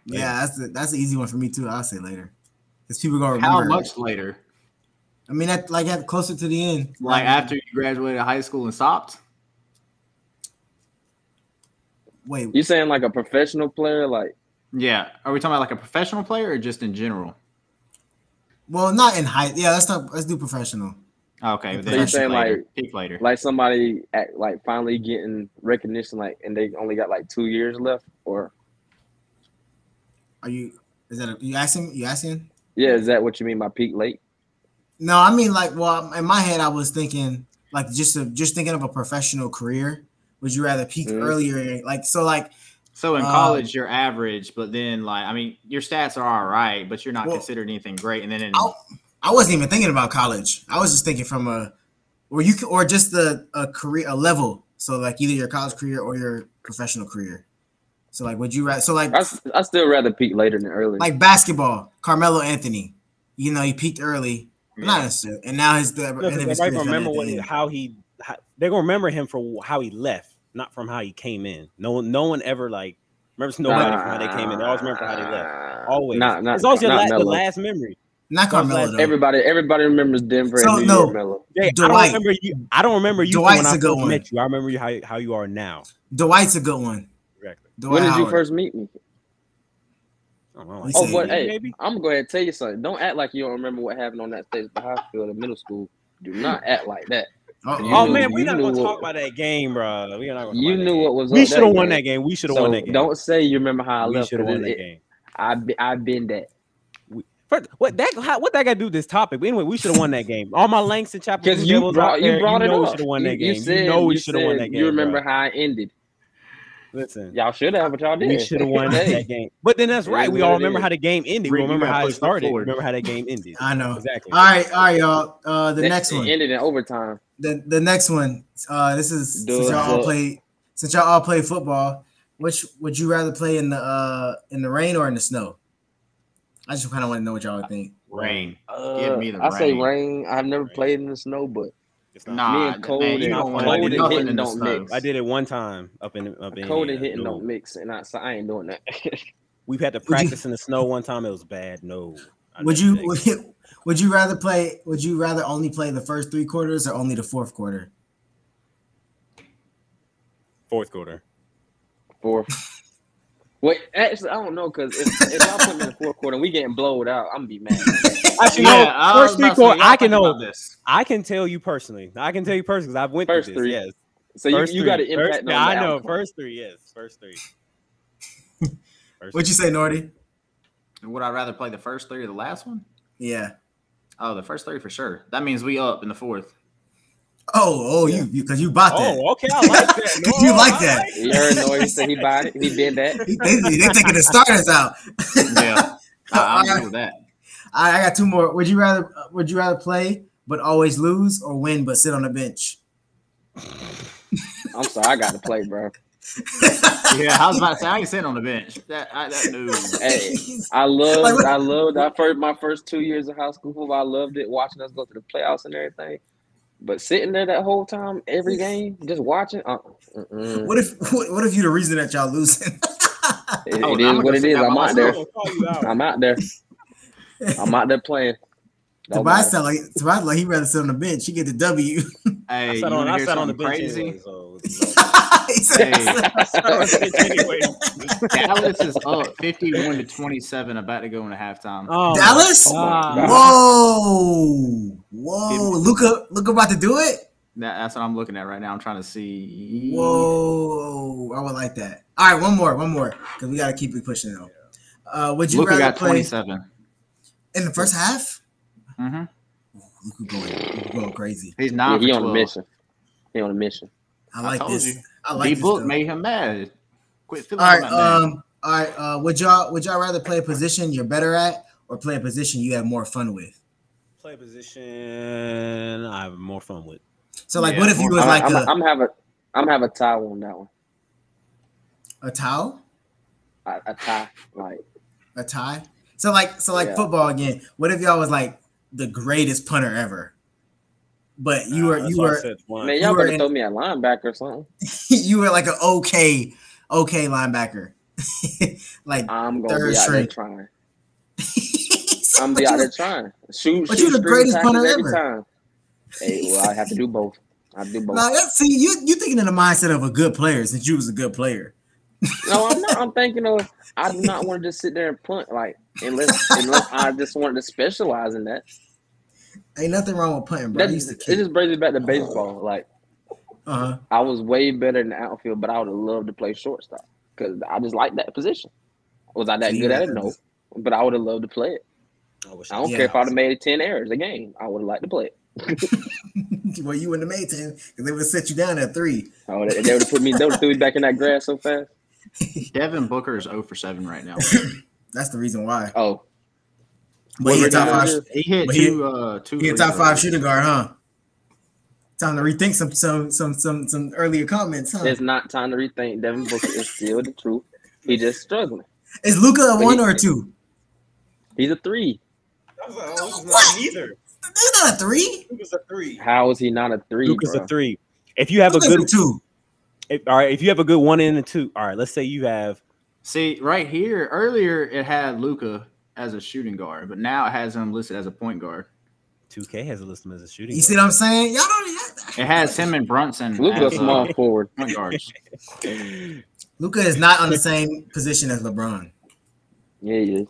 [SPEAKER 4] Yeah, that's the, that's the easy one for me too. I'll say later, because people gonna remember.
[SPEAKER 5] How much later?
[SPEAKER 4] I mean, that like at closer to the end.
[SPEAKER 5] Like after you graduated high school and stopped?
[SPEAKER 4] Wait,
[SPEAKER 6] You saying like a professional player? Like
[SPEAKER 5] Yeah. Are we talking about like a professional player or just in general?
[SPEAKER 4] well, not in height. Yeah, let's not let's do professional.
[SPEAKER 5] Okay.
[SPEAKER 4] So
[SPEAKER 5] then
[SPEAKER 4] you're
[SPEAKER 5] it's
[SPEAKER 6] saying,
[SPEAKER 5] later.
[SPEAKER 6] like-
[SPEAKER 5] peak later?
[SPEAKER 6] like somebody at, like finally getting recognition, like and they only got like two years left, or
[SPEAKER 4] Are you? Is that a, you asking? You asking?
[SPEAKER 6] yeah, is that what you mean by peak late?
[SPEAKER 4] No, I mean like well, in my head I was thinking like just a, just thinking of a professional career. Would you rather peak
[SPEAKER 6] Mhm.
[SPEAKER 4] earlier? Like so, like
[SPEAKER 5] so in
[SPEAKER 4] uh,
[SPEAKER 5] college you're average, but then like I mean your stats are all right, but you're not
[SPEAKER 4] Well,
[SPEAKER 5] considered anything great. And then in,
[SPEAKER 4] I'll- I wasn't even thinking about college. I was just thinking from a or you c- or just the a career a level. So like either your college career or your professional career. So like would you rather? So like
[SPEAKER 6] I, s- I still rather peak later than early.
[SPEAKER 4] like basketball, Carmelo Anthony. You know, he peaked early, not necessarily, and now his the
[SPEAKER 7] No,
[SPEAKER 4] end of
[SPEAKER 7] 'cause everybody
[SPEAKER 4] his career's
[SPEAKER 7] gonna
[SPEAKER 4] done
[SPEAKER 7] remember
[SPEAKER 4] at
[SPEAKER 7] what,
[SPEAKER 4] the end.
[SPEAKER 7] how he. How, they're gonna remember him for how he left, not from how he came in. No one, no one ever like remembers nobody from how they came in. They always remember how they left. Always.
[SPEAKER 6] Not, not,
[SPEAKER 7] it's always your
[SPEAKER 6] not
[SPEAKER 7] last, the
[SPEAKER 6] Melo.
[SPEAKER 7] last memory.
[SPEAKER 4] not Carmelo though.
[SPEAKER 6] Everybody, everybody remembers Denver
[SPEAKER 4] So,
[SPEAKER 6] and New
[SPEAKER 4] no.
[SPEAKER 6] York Melo.
[SPEAKER 7] Jay, I don't
[SPEAKER 4] Dwight.
[SPEAKER 7] remember you. I don't remember you from
[SPEAKER 4] Dwight's
[SPEAKER 7] when
[SPEAKER 4] a
[SPEAKER 7] I
[SPEAKER 4] good
[SPEAKER 7] first
[SPEAKER 4] one.
[SPEAKER 7] met you. I remember you how, how you are now.
[SPEAKER 4] Dwight's a good one.
[SPEAKER 7] Exactly.
[SPEAKER 4] Dwight
[SPEAKER 6] When did you
[SPEAKER 4] Howard.
[SPEAKER 6] first meet me?
[SPEAKER 7] I don't know,
[SPEAKER 4] He
[SPEAKER 7] like
[SPEAKER 6] Oh,
[SPEAKER 4] said-
[SPEAKER 6] but hey,
[SPEAKER 7] maybe?
[SPEAKER 6] I'm gonna go ahead and tell you something. Don't act like you don't remember what happened on that stage at the high school and middle school. Do not act like that.
[SPEAKER 4] Uh-oh.
[SPEAKER 7] Oh
[SPEAKER 6] You
[SPEAKER 7] man,
[SPEAKER 6] knew-
[SPEAKER 7] we're
[SPEAKER 6] you
[SPEAKER 7] not
[SPEAKER 6] knew
[SPEAKER 7] gonna talk
[SPEAKER 6] what-
[SPEAKER 7] about that game, bro. We're not gonna talk
[SPEAKER 6] You
[SPEAKER 7] about
[SPEAKER 6] knew
[SPEAKER 7] that
[SPEAKER 6] what
[SPEAKER 7] game.
[SPEAKER 6] was.
[SPEAKER 7] We
[SPEAKER 6] up
[SPEAKER 7] should have won
[SPEAKER 6] game.
[SPEAKER 7] that game. We should have
[SPEAKER 6] So
[SPEAKER 7] won that game.
[SPEAKER 6] Don't say you remember how I
[SPEAKER 7] we
[SPEAKER 6] left.
[SPEAKER 7] should have won that
[SPEAKER 6] I've
[SPEAKER 7] game.
[SPEAKER 6] I've been that
[SPEAKER 7] First, what that how, what that got to do with this topic? But anyway, we should have
[SPEAKER 6] (laughs)
[SPEAKER 7] won that game. All my lengths and chapters.
[SPEAKER 6] because
[SPEAKER 7] and
[SPEAKER 6] you
[SPEAKER 7] devils out
[SPEAKER 6] brought
[SPEAKER 7] there,
[SPEAKER 6] you brought it
[SPEAKER 7] know We
[SPEAKER 6] up.
[SPEAKER 7] should have won
[SPEAKER 6] You-
[SPEAKER 7] that
[SPEAKER 6] you
[SPEAKER 7] game.
[SPEAKER 6] said-
[SPEAKER 7] you know we
[SPEAKER 6] you
[SPEAKER 7] should have won
[SPEAKER 6] said
[SPEAKER 7] that game.
[SPEAKER 6] You remember
[SPEAKER 7] bruh.
[SPEAKER 6] how I ended?
[SPEAKER 7] Listen,
[SPEAKER 6] Y'all should have, but y'all did.
[SPEAKER 7] we should have won
[SPEAKER 6] (laughs) Hey,
[SPEAKER 7] that game. But then that's
[SPEAKER 6] It
[SPEAKER 7] right.
[SPEAKER 6] is
[SPEAKER 7] We
[SPEAKER 6] what
[SPEAKER 7] all
[SPEAKER 6] it
[SPEAKER 7] remember
[SPEAKER 6] is.
[SPEAKER 7] how the game ended.
[SPEAKER 5] Rick,
[SPEAKER 7] We
[SPEAKER 5] you
[SPEAKER 7] remember
[SPEAKER 5] gotta
[SPEAKER 7] how it
[SPEAKER 5] push the
[SPEAKER 7] started.
[SPEAKER 5] forward.
[SPEAKER 7] Remember how that game
[SPEAKER 4] (laughs)
[SPEAKER 7] ended.
[SPEAKER 4] I know.
[SPEAKER 7] Exactly.
[SPEAKER 4] All right, all right, y'all. Uh, the
[SPEAKER 6] that-
[SPEAKER 4] next
[SPEAKER 6] it
[SPEAKER 4] one.
[SPEAKER 6] ended in overtime.
[SPEAKER 4] the the next one. Uh, this is
[SPEAKER 6] Duh,
[SPEAKER 4] since y'all all
[SPEAKER 6] duh.
[SPEAKER 4] play since y'all all play football. Which would you rather play in the uh in the rain or in the snow? I just kind of want to know what y'all think.
[SPEAKER 5] rain.
[SPEAKER 6] Uh,
[SPEAKER 5] Give me the
[SPEAKER 6] I say
[SPEAKER 5] rain.
[SPEAKER 6] rain. I've never
[SPEAKER 7] Rain.
[SPEAKER 6] played in the snow, but
[SPEAKER 7] It's not-
[SPEAKER 5] Nah,
[SPEAKER 6] and cold
[SPEAKER 5] man, you
[SPEAKER 6] and-
[SPEAKER 5] don't want
[SPEAKER 7] cold
[SPEAKER 5] to
[SPEAKER 7] and
[SPEAKER 5] do nothing
[SPEAKER 6] hitting
[SPEAKER 5] in the
[SPEAKER 6] don't
[SPEAKER 5] snow.
[SPEAKER 6] mix.
[SPEAKER 7] I did it one time up in up in
[SPEAKER 6] cold
[SPEAKER 7] Indiana.
[SPEAKER 6] and hitting
[SPEAKER 7] No.
[SPEAKER 6] don't mix, and I, so I ain't doing that. (laughs)
[SPEAKER 7] We've had to
[SPEAKER 4] you-
[SPEAKER 7] practice in the snow one time. It was bad. No. I
[SPEAKER 4] Would
[SPEAKER 7] didn't
[SPEAKER 4] you
[SPEAKER 7] take
[SPEAKER 4] would
[SPEAKER 7] it.
[SPEAKER 4] you, (laughs) would you rather play? Would you rather only play the first three quarters or only the fourth quarter?
[SPEAKER 7] (laughs) fourth
[SPEAKER 4] (laughs)
[SPEAKER 7] quarter?
[SPEAKER 6] fourth. Wait, actually, I don't know because if, if y'all put me in the fourth quarter and we getting blowed out, I'm gonna be mad.
[SPEAKER 7] Actually, no.
[SPEAKER 5] Yeah, I was
[SPEAKER 7] First
[SPEAKER 5] about
[SPEAKER 7] three
[SPEAKER 5] to say,
[SPEAKER 7] quarter,
[SPEAKER 5] y'all
[SPEAKER 7] I can
[SPEAKER 5] think about
[SPEAKER 7] know.
[SPEAKER 5] this.
[SPEAKER 7] I can tell you personally. I can tell you personally because I've went
[SPEAKER 6] First
[SPEAKER 7] through this.
[SPEAKER 6] three.
[SPEAKER 7] Yes.
[SPEAKER 6] So you,
[SPEAKER 7] First
[SPEAKER 6] you
[SPEAKER 7] three.
[SPEAKER 6] got an impact
[SPEAKER 7] First-
[SPEAKER 6] on
[SPEAKER 7] nah, I
[SPEAKER 6] the
[SPEAKER 7] know.
[SPEAKER 6] outcome.
[SPEAKER 7] First three. Yes. First
[SPEAKER 4] (laughs)
[SPEAKER 7] three. First
[SPEAKER 4] What'd you say, Norty?
[SPEAKER 5] Would I rather play the first three or the last one?
[SPEAKER 4] Yeah.
[SPEAKER 5] Oh, the first three for sure. That means we up in
[SPEAKER 4] (laughs)
[SPEAKER 5] the fourth.
[SPEAKER 4] Oh, oh, you because you bought that.
[SPEAKER 7] Oh, okay. I like
[SPEAKER 4] (laughs)
[SPEAKER 7] that. No,
[SPEAKER 4] You like
[SPEAKER 7] I
[SPEAKER 4] that.
[SPEAKER 6] You heard noise said he bought it. He did that.
[SPEAKER 4] They, they taking the starters out. (laughs)
[SPEAKER 5] Yeah, I, I'm good with that.
[SPEAKER 4] I, I got two more. Would you rather? uh, Would you rather play but always lose, or win but sit on the bench? (laughs)
[SPEAKER 6] I'm sorry, I got to play, bro.
[SPEAKER 5] Yeah, I was about to say I ain't sitting on the bench. That, I, that
[SPEAKER 4] (laughs)
[SPEAKER 5] no.
[SPEAKER 6] Hey, I loved,
[SPEAKER 4] Like, what-
[SPEAKER 6] I loved. I first my first two years of high school football. I loved it, watching us go to the playoffs and everything. But sitting there that whole time, every game, just watching. Uh,
[SPEAKER 5] Mm.
[SPEAKER 6] mm-mm.
[SPEAKER 4] What if what, what if you the reason that y'all losing? (laughs)
[SPEAKER 6] It-
[SPEAKER 5] Oh, I'm
[SPEAKER 6] it is
[SPEAKER 5] gonna
[SPEAKER 6] what it
[SPEAKER 5] sit
[SPEAKER 6] is.
[SPEAKER 5] down
[SPEAKER 6] I'm
[SPEAKER 5] by
[SPEAKER 6] out there.
[SPEAKER 7] I'll call you out.
[SPEAKER 6] I'm out there. I'm out there
[SPEAKER 4] (laughs)
[SPEAKER 6] playing. Oh, Don't
[SPEAKER 4] Tobias
[SPEAKER 6] matter.
[SPEAKER 4] sound like Tobias like he rather sit on the bench. He get the W. (laughs)
[SPEAKER 5] Hey,
[SPEAKER 7] I
[SPEAKER 5] you
[SPEAKER 7] sat on,
[SPEAKER 5] want to
[SPEAKER 7] I
[SPEAKER 5] hear
[SPEAKER 7] sat on the
[SPEAKER 5] something
[SPEAKER 7] bench
[SPEAKER 5] crazy?
[SPEAKER 7] anyway, so-
[SPEAKER 4] He said-
[SPEAKER 5] Hey.
[SPEAKER 7] I sat on the bench anyway.
[SPEAKER 5] (laughs)
[SPEAKER 4] (laughs)
[SPEAKER 5] Dallas is up 51 to 27, about to go into halftime.
[SPEAKER 7] Oh,
[SPEAKER 4] Dallas?
[SPEAKER 7] God.
[SPEAKER 4] Whoa, whoa! Luca, Luca about to do it.
[SPEAKER 5] That, that's what I'm looking at right now. I'm trying to see.
[SPEAKER 4] Whoa, I would like that. All right, one more, one more, because we gotta keep it pushing though. Uh, would you
[SPEAKER 5] Luca
[SPEAKER 4] rather
[SPEAKER 5] got
[SPEAKER 4] play
[SPEAKER 5] 27.
[SPEAKER 4] in the first half?
[SPEAKER 5] hmm
[SPEAKER 4] Luca going, Luka going crazy.
[SPEAKER 5] He's
[SPEAKER 6] Yeah,
[SPEAKER 5] nine
[SPEAKER 6] he
[SPEAKER 5] for
[SPEAKER 6] on a
[SPEAKER 5] 12.
[SPEAKER 6] mission. (laughs) He on a mission.
[SPEAKER 4] I
[SPEAKER 5] I
[SPEAKER 4] like
[SPEAKER 5] told
[SPEAKER 4] this.
[SPEAKER 5] you.
[SPEAKER 4] I
[SPEAKER 5] D
[SPEAKER 4] like this.
[SPEAKER 5] book
[SPEAKER 4] though.
[SPEAKER 5] made him mad. Quit feeling
[SPEAKER 4] All right.
[SPEAKER 5] about that.
[SPEAKER 4] Um. All right. Uh. Would y'all Would y'all rather play a position you're better at, or play a position you have more fun with?
[SPEAKER 7] Play position. I have more fun with.
[SPEAKER 4] So like,
[SPEAKER 5] Yeah,
[SPEAKER 4] what if you
[SPEAKER 5] more
[SPEAKER 4] was
[SPEAKER 6] I'm,
[SPEAKER 4] like
[SPEAKER 6] I'm,
[SPEAKER 4] a,
[SPEAKER 6] I'm have a, I'm have a tie on that one.
[SPEAKER 4] a towel,
[SPEAKER 6] A, a tie, like
[SPEAKER 4] a tie? So like, so like
[SPEAKER 6] Yeah.
[SPEAKER 4] football again. What if y'all was like the greatest punter ever, but you
[SPEAKER 7] Nah,
[SPEAKER 4] were (laughs)
[SPEAKER 7] that's
[SPEAKER 4] you
[SPEAKER 7] why I
[SPEAKER 4] were
[SPEAKER 7] said one.
[SPEAKER 6] man, y'all
[SPEAKER 4] were
[SPEAKER 6] better
[SPEAKER 4] in-
[SPEAKER 6] throw me a linebacker or something.
[SPEAKER 4] you were like an okay okay linebacker. (laughs) like (laughs)
[SPEAKER 6] I'm gonna
[SPEAKER 4] Third
[SPEAKER 6] be out there
[SPEAKER 4] string.
[SPEAKER 6] trying.
[SPEAKER 4] he's-
[SPEAKER 6] I'm
[SPEAKER 4] but
[SPEAKER 6] be out
[SPEAKER 4] you-
[SPEAKER 6] there trying. Shoot,
[SPEAKER 4] but
[SPEAKER 6] shoot
[SPEAKER 4] you the
[SPEAKER 6] screen
[SPEAKER 4] greatest
[SPEAKER 6] tackles
[SPEAKER 4] punter
[SPEAKER 6] every
[SPEAKER 4] ever.
[SPEAKER 6] Time. Hey, well, I have to do both. I do both.
[SPEAKER 4] Nah, that- see, you you thinking in the mindset of a good player since you was a good player.
[SPEAKER 6] No,
[SPEAKER 4] (laughs)
[SPEAKER 6] I'm not. I'm thinking of I do not want to just sit there and punt like unless unless I just wanted to specialize in that.
[SPEAKER 4] Ain't nothing wrong with punting, bro.
[SPEAKER 6] That
[SPEAKER 4] I used
[SPEAKER 6] just,
[SPEAKER 4] to
[SPEAKER 6] it
[SPEAKER 4] kick.
[SPEAKER 6] just brings me back to
[SPEAKER 4] Oh.
[SPEAKER 6] baseball. Like
[SPEAKER 4] Uh-huh.
[SPEAKER 6] I was way better in the outfield, but I would have loved to play shortstop because I just like that position. Was I that
[SPEAKER 4] Yeah.
[SPEAKER 6] good at it? No, but I would have loved to play it.
[SPEAKER 7] I wish
[SPEAKER 6] I
[SPEAKER 7] I
[SPEAKER 6] don't
[SPEAKER 4] Yeah.
[SPEAKER 6] care if I'd have made ten errors a game. I would have liked to play it.
[SPEAKER 4] (laughs) well, you wouldn't have made ten because they would have set you down at three.
[SPEAKER 6] Oh, they, they would have put me. They would have threw me back in that grass so fast.
[SPEAKER 5] Devin Booker is 0 for 7 right
[SPEAKER 4] (laughs)
[SPEAKER 5] now.
[SPEAKER 4] That's the reason why.
[SPEAKER 6] Oh,
[SPEAKER 4] But he a
[SPEAKER 6] Rick
[SPEAKER 4] top five.
[SPEAKER 6] Rogers-
[SPEAKER 5] He hit
[SPEAKER 4] But he-
[SPEAKER 5] two. uh, two
[SPEAKER 4] He a
[SPEAKER 5] free
[SPEAKER 4] top five
[SPEAKER 5] throws.
[SPEAKER 4] shooting guard, huh? Time to rethink some some some some some earlier comments, huh?
[SPEAKER 6] it's not time to rethink. Devin Booker is still the truth. He just struggling.
[SPEAKER 4] Is Luca a
[SPEAKER 6] But
[SPEAKER 4] one
[SPEAKER 6] he-
[SPEAKER 4] or a two?
[SPEAKER 6] He's a three.
[SPEAKER 8] I was like, oh, it's
[SPEAKER 4] What?
[SPEAKER 8] not either.
[SPEAKER 4] That's not a three.
[SPEAKER 8] Luca's a three.
[SPEAKER 6] How is he not a three?
[SPEAKER 7] Luca's
[SPEAKER 6] bro?
[SPEAKER 7] a three. If you have a
[SPEAKER 4] Luka's
[SPEAKER 7] good
[SPEAKER 4] two.
[SPEAKER 7] if- all right, if you have a good one and a two, all right, let's say you have
[SPEAKER 5] See, right here, earlier it had Luca as a shooting guard, but now it has him listed as a point guard.
[SPEAKER 7] 2K has a list of him as a shooting.
[SPEAKER 4] You see
[SPEAKER 7] guard.
[SPEAKER 4] what I'm saying? Y'all don't.
[SPEAKER 6] (laughs)
[SPEAKER 5] It has him and Brunson as
[SPEAKER 6] Luca's a
[SPEAKER 5] uh,
[SPEAKER 6] small forward.
[SPEAKER 5] point
[SPEAKER 6] (laughs)
[SPEAKER 5] guards.
[SPEAKER 4] Luca is not on the same position as LeBron.
[SPEAKER 6] Yeah, he is.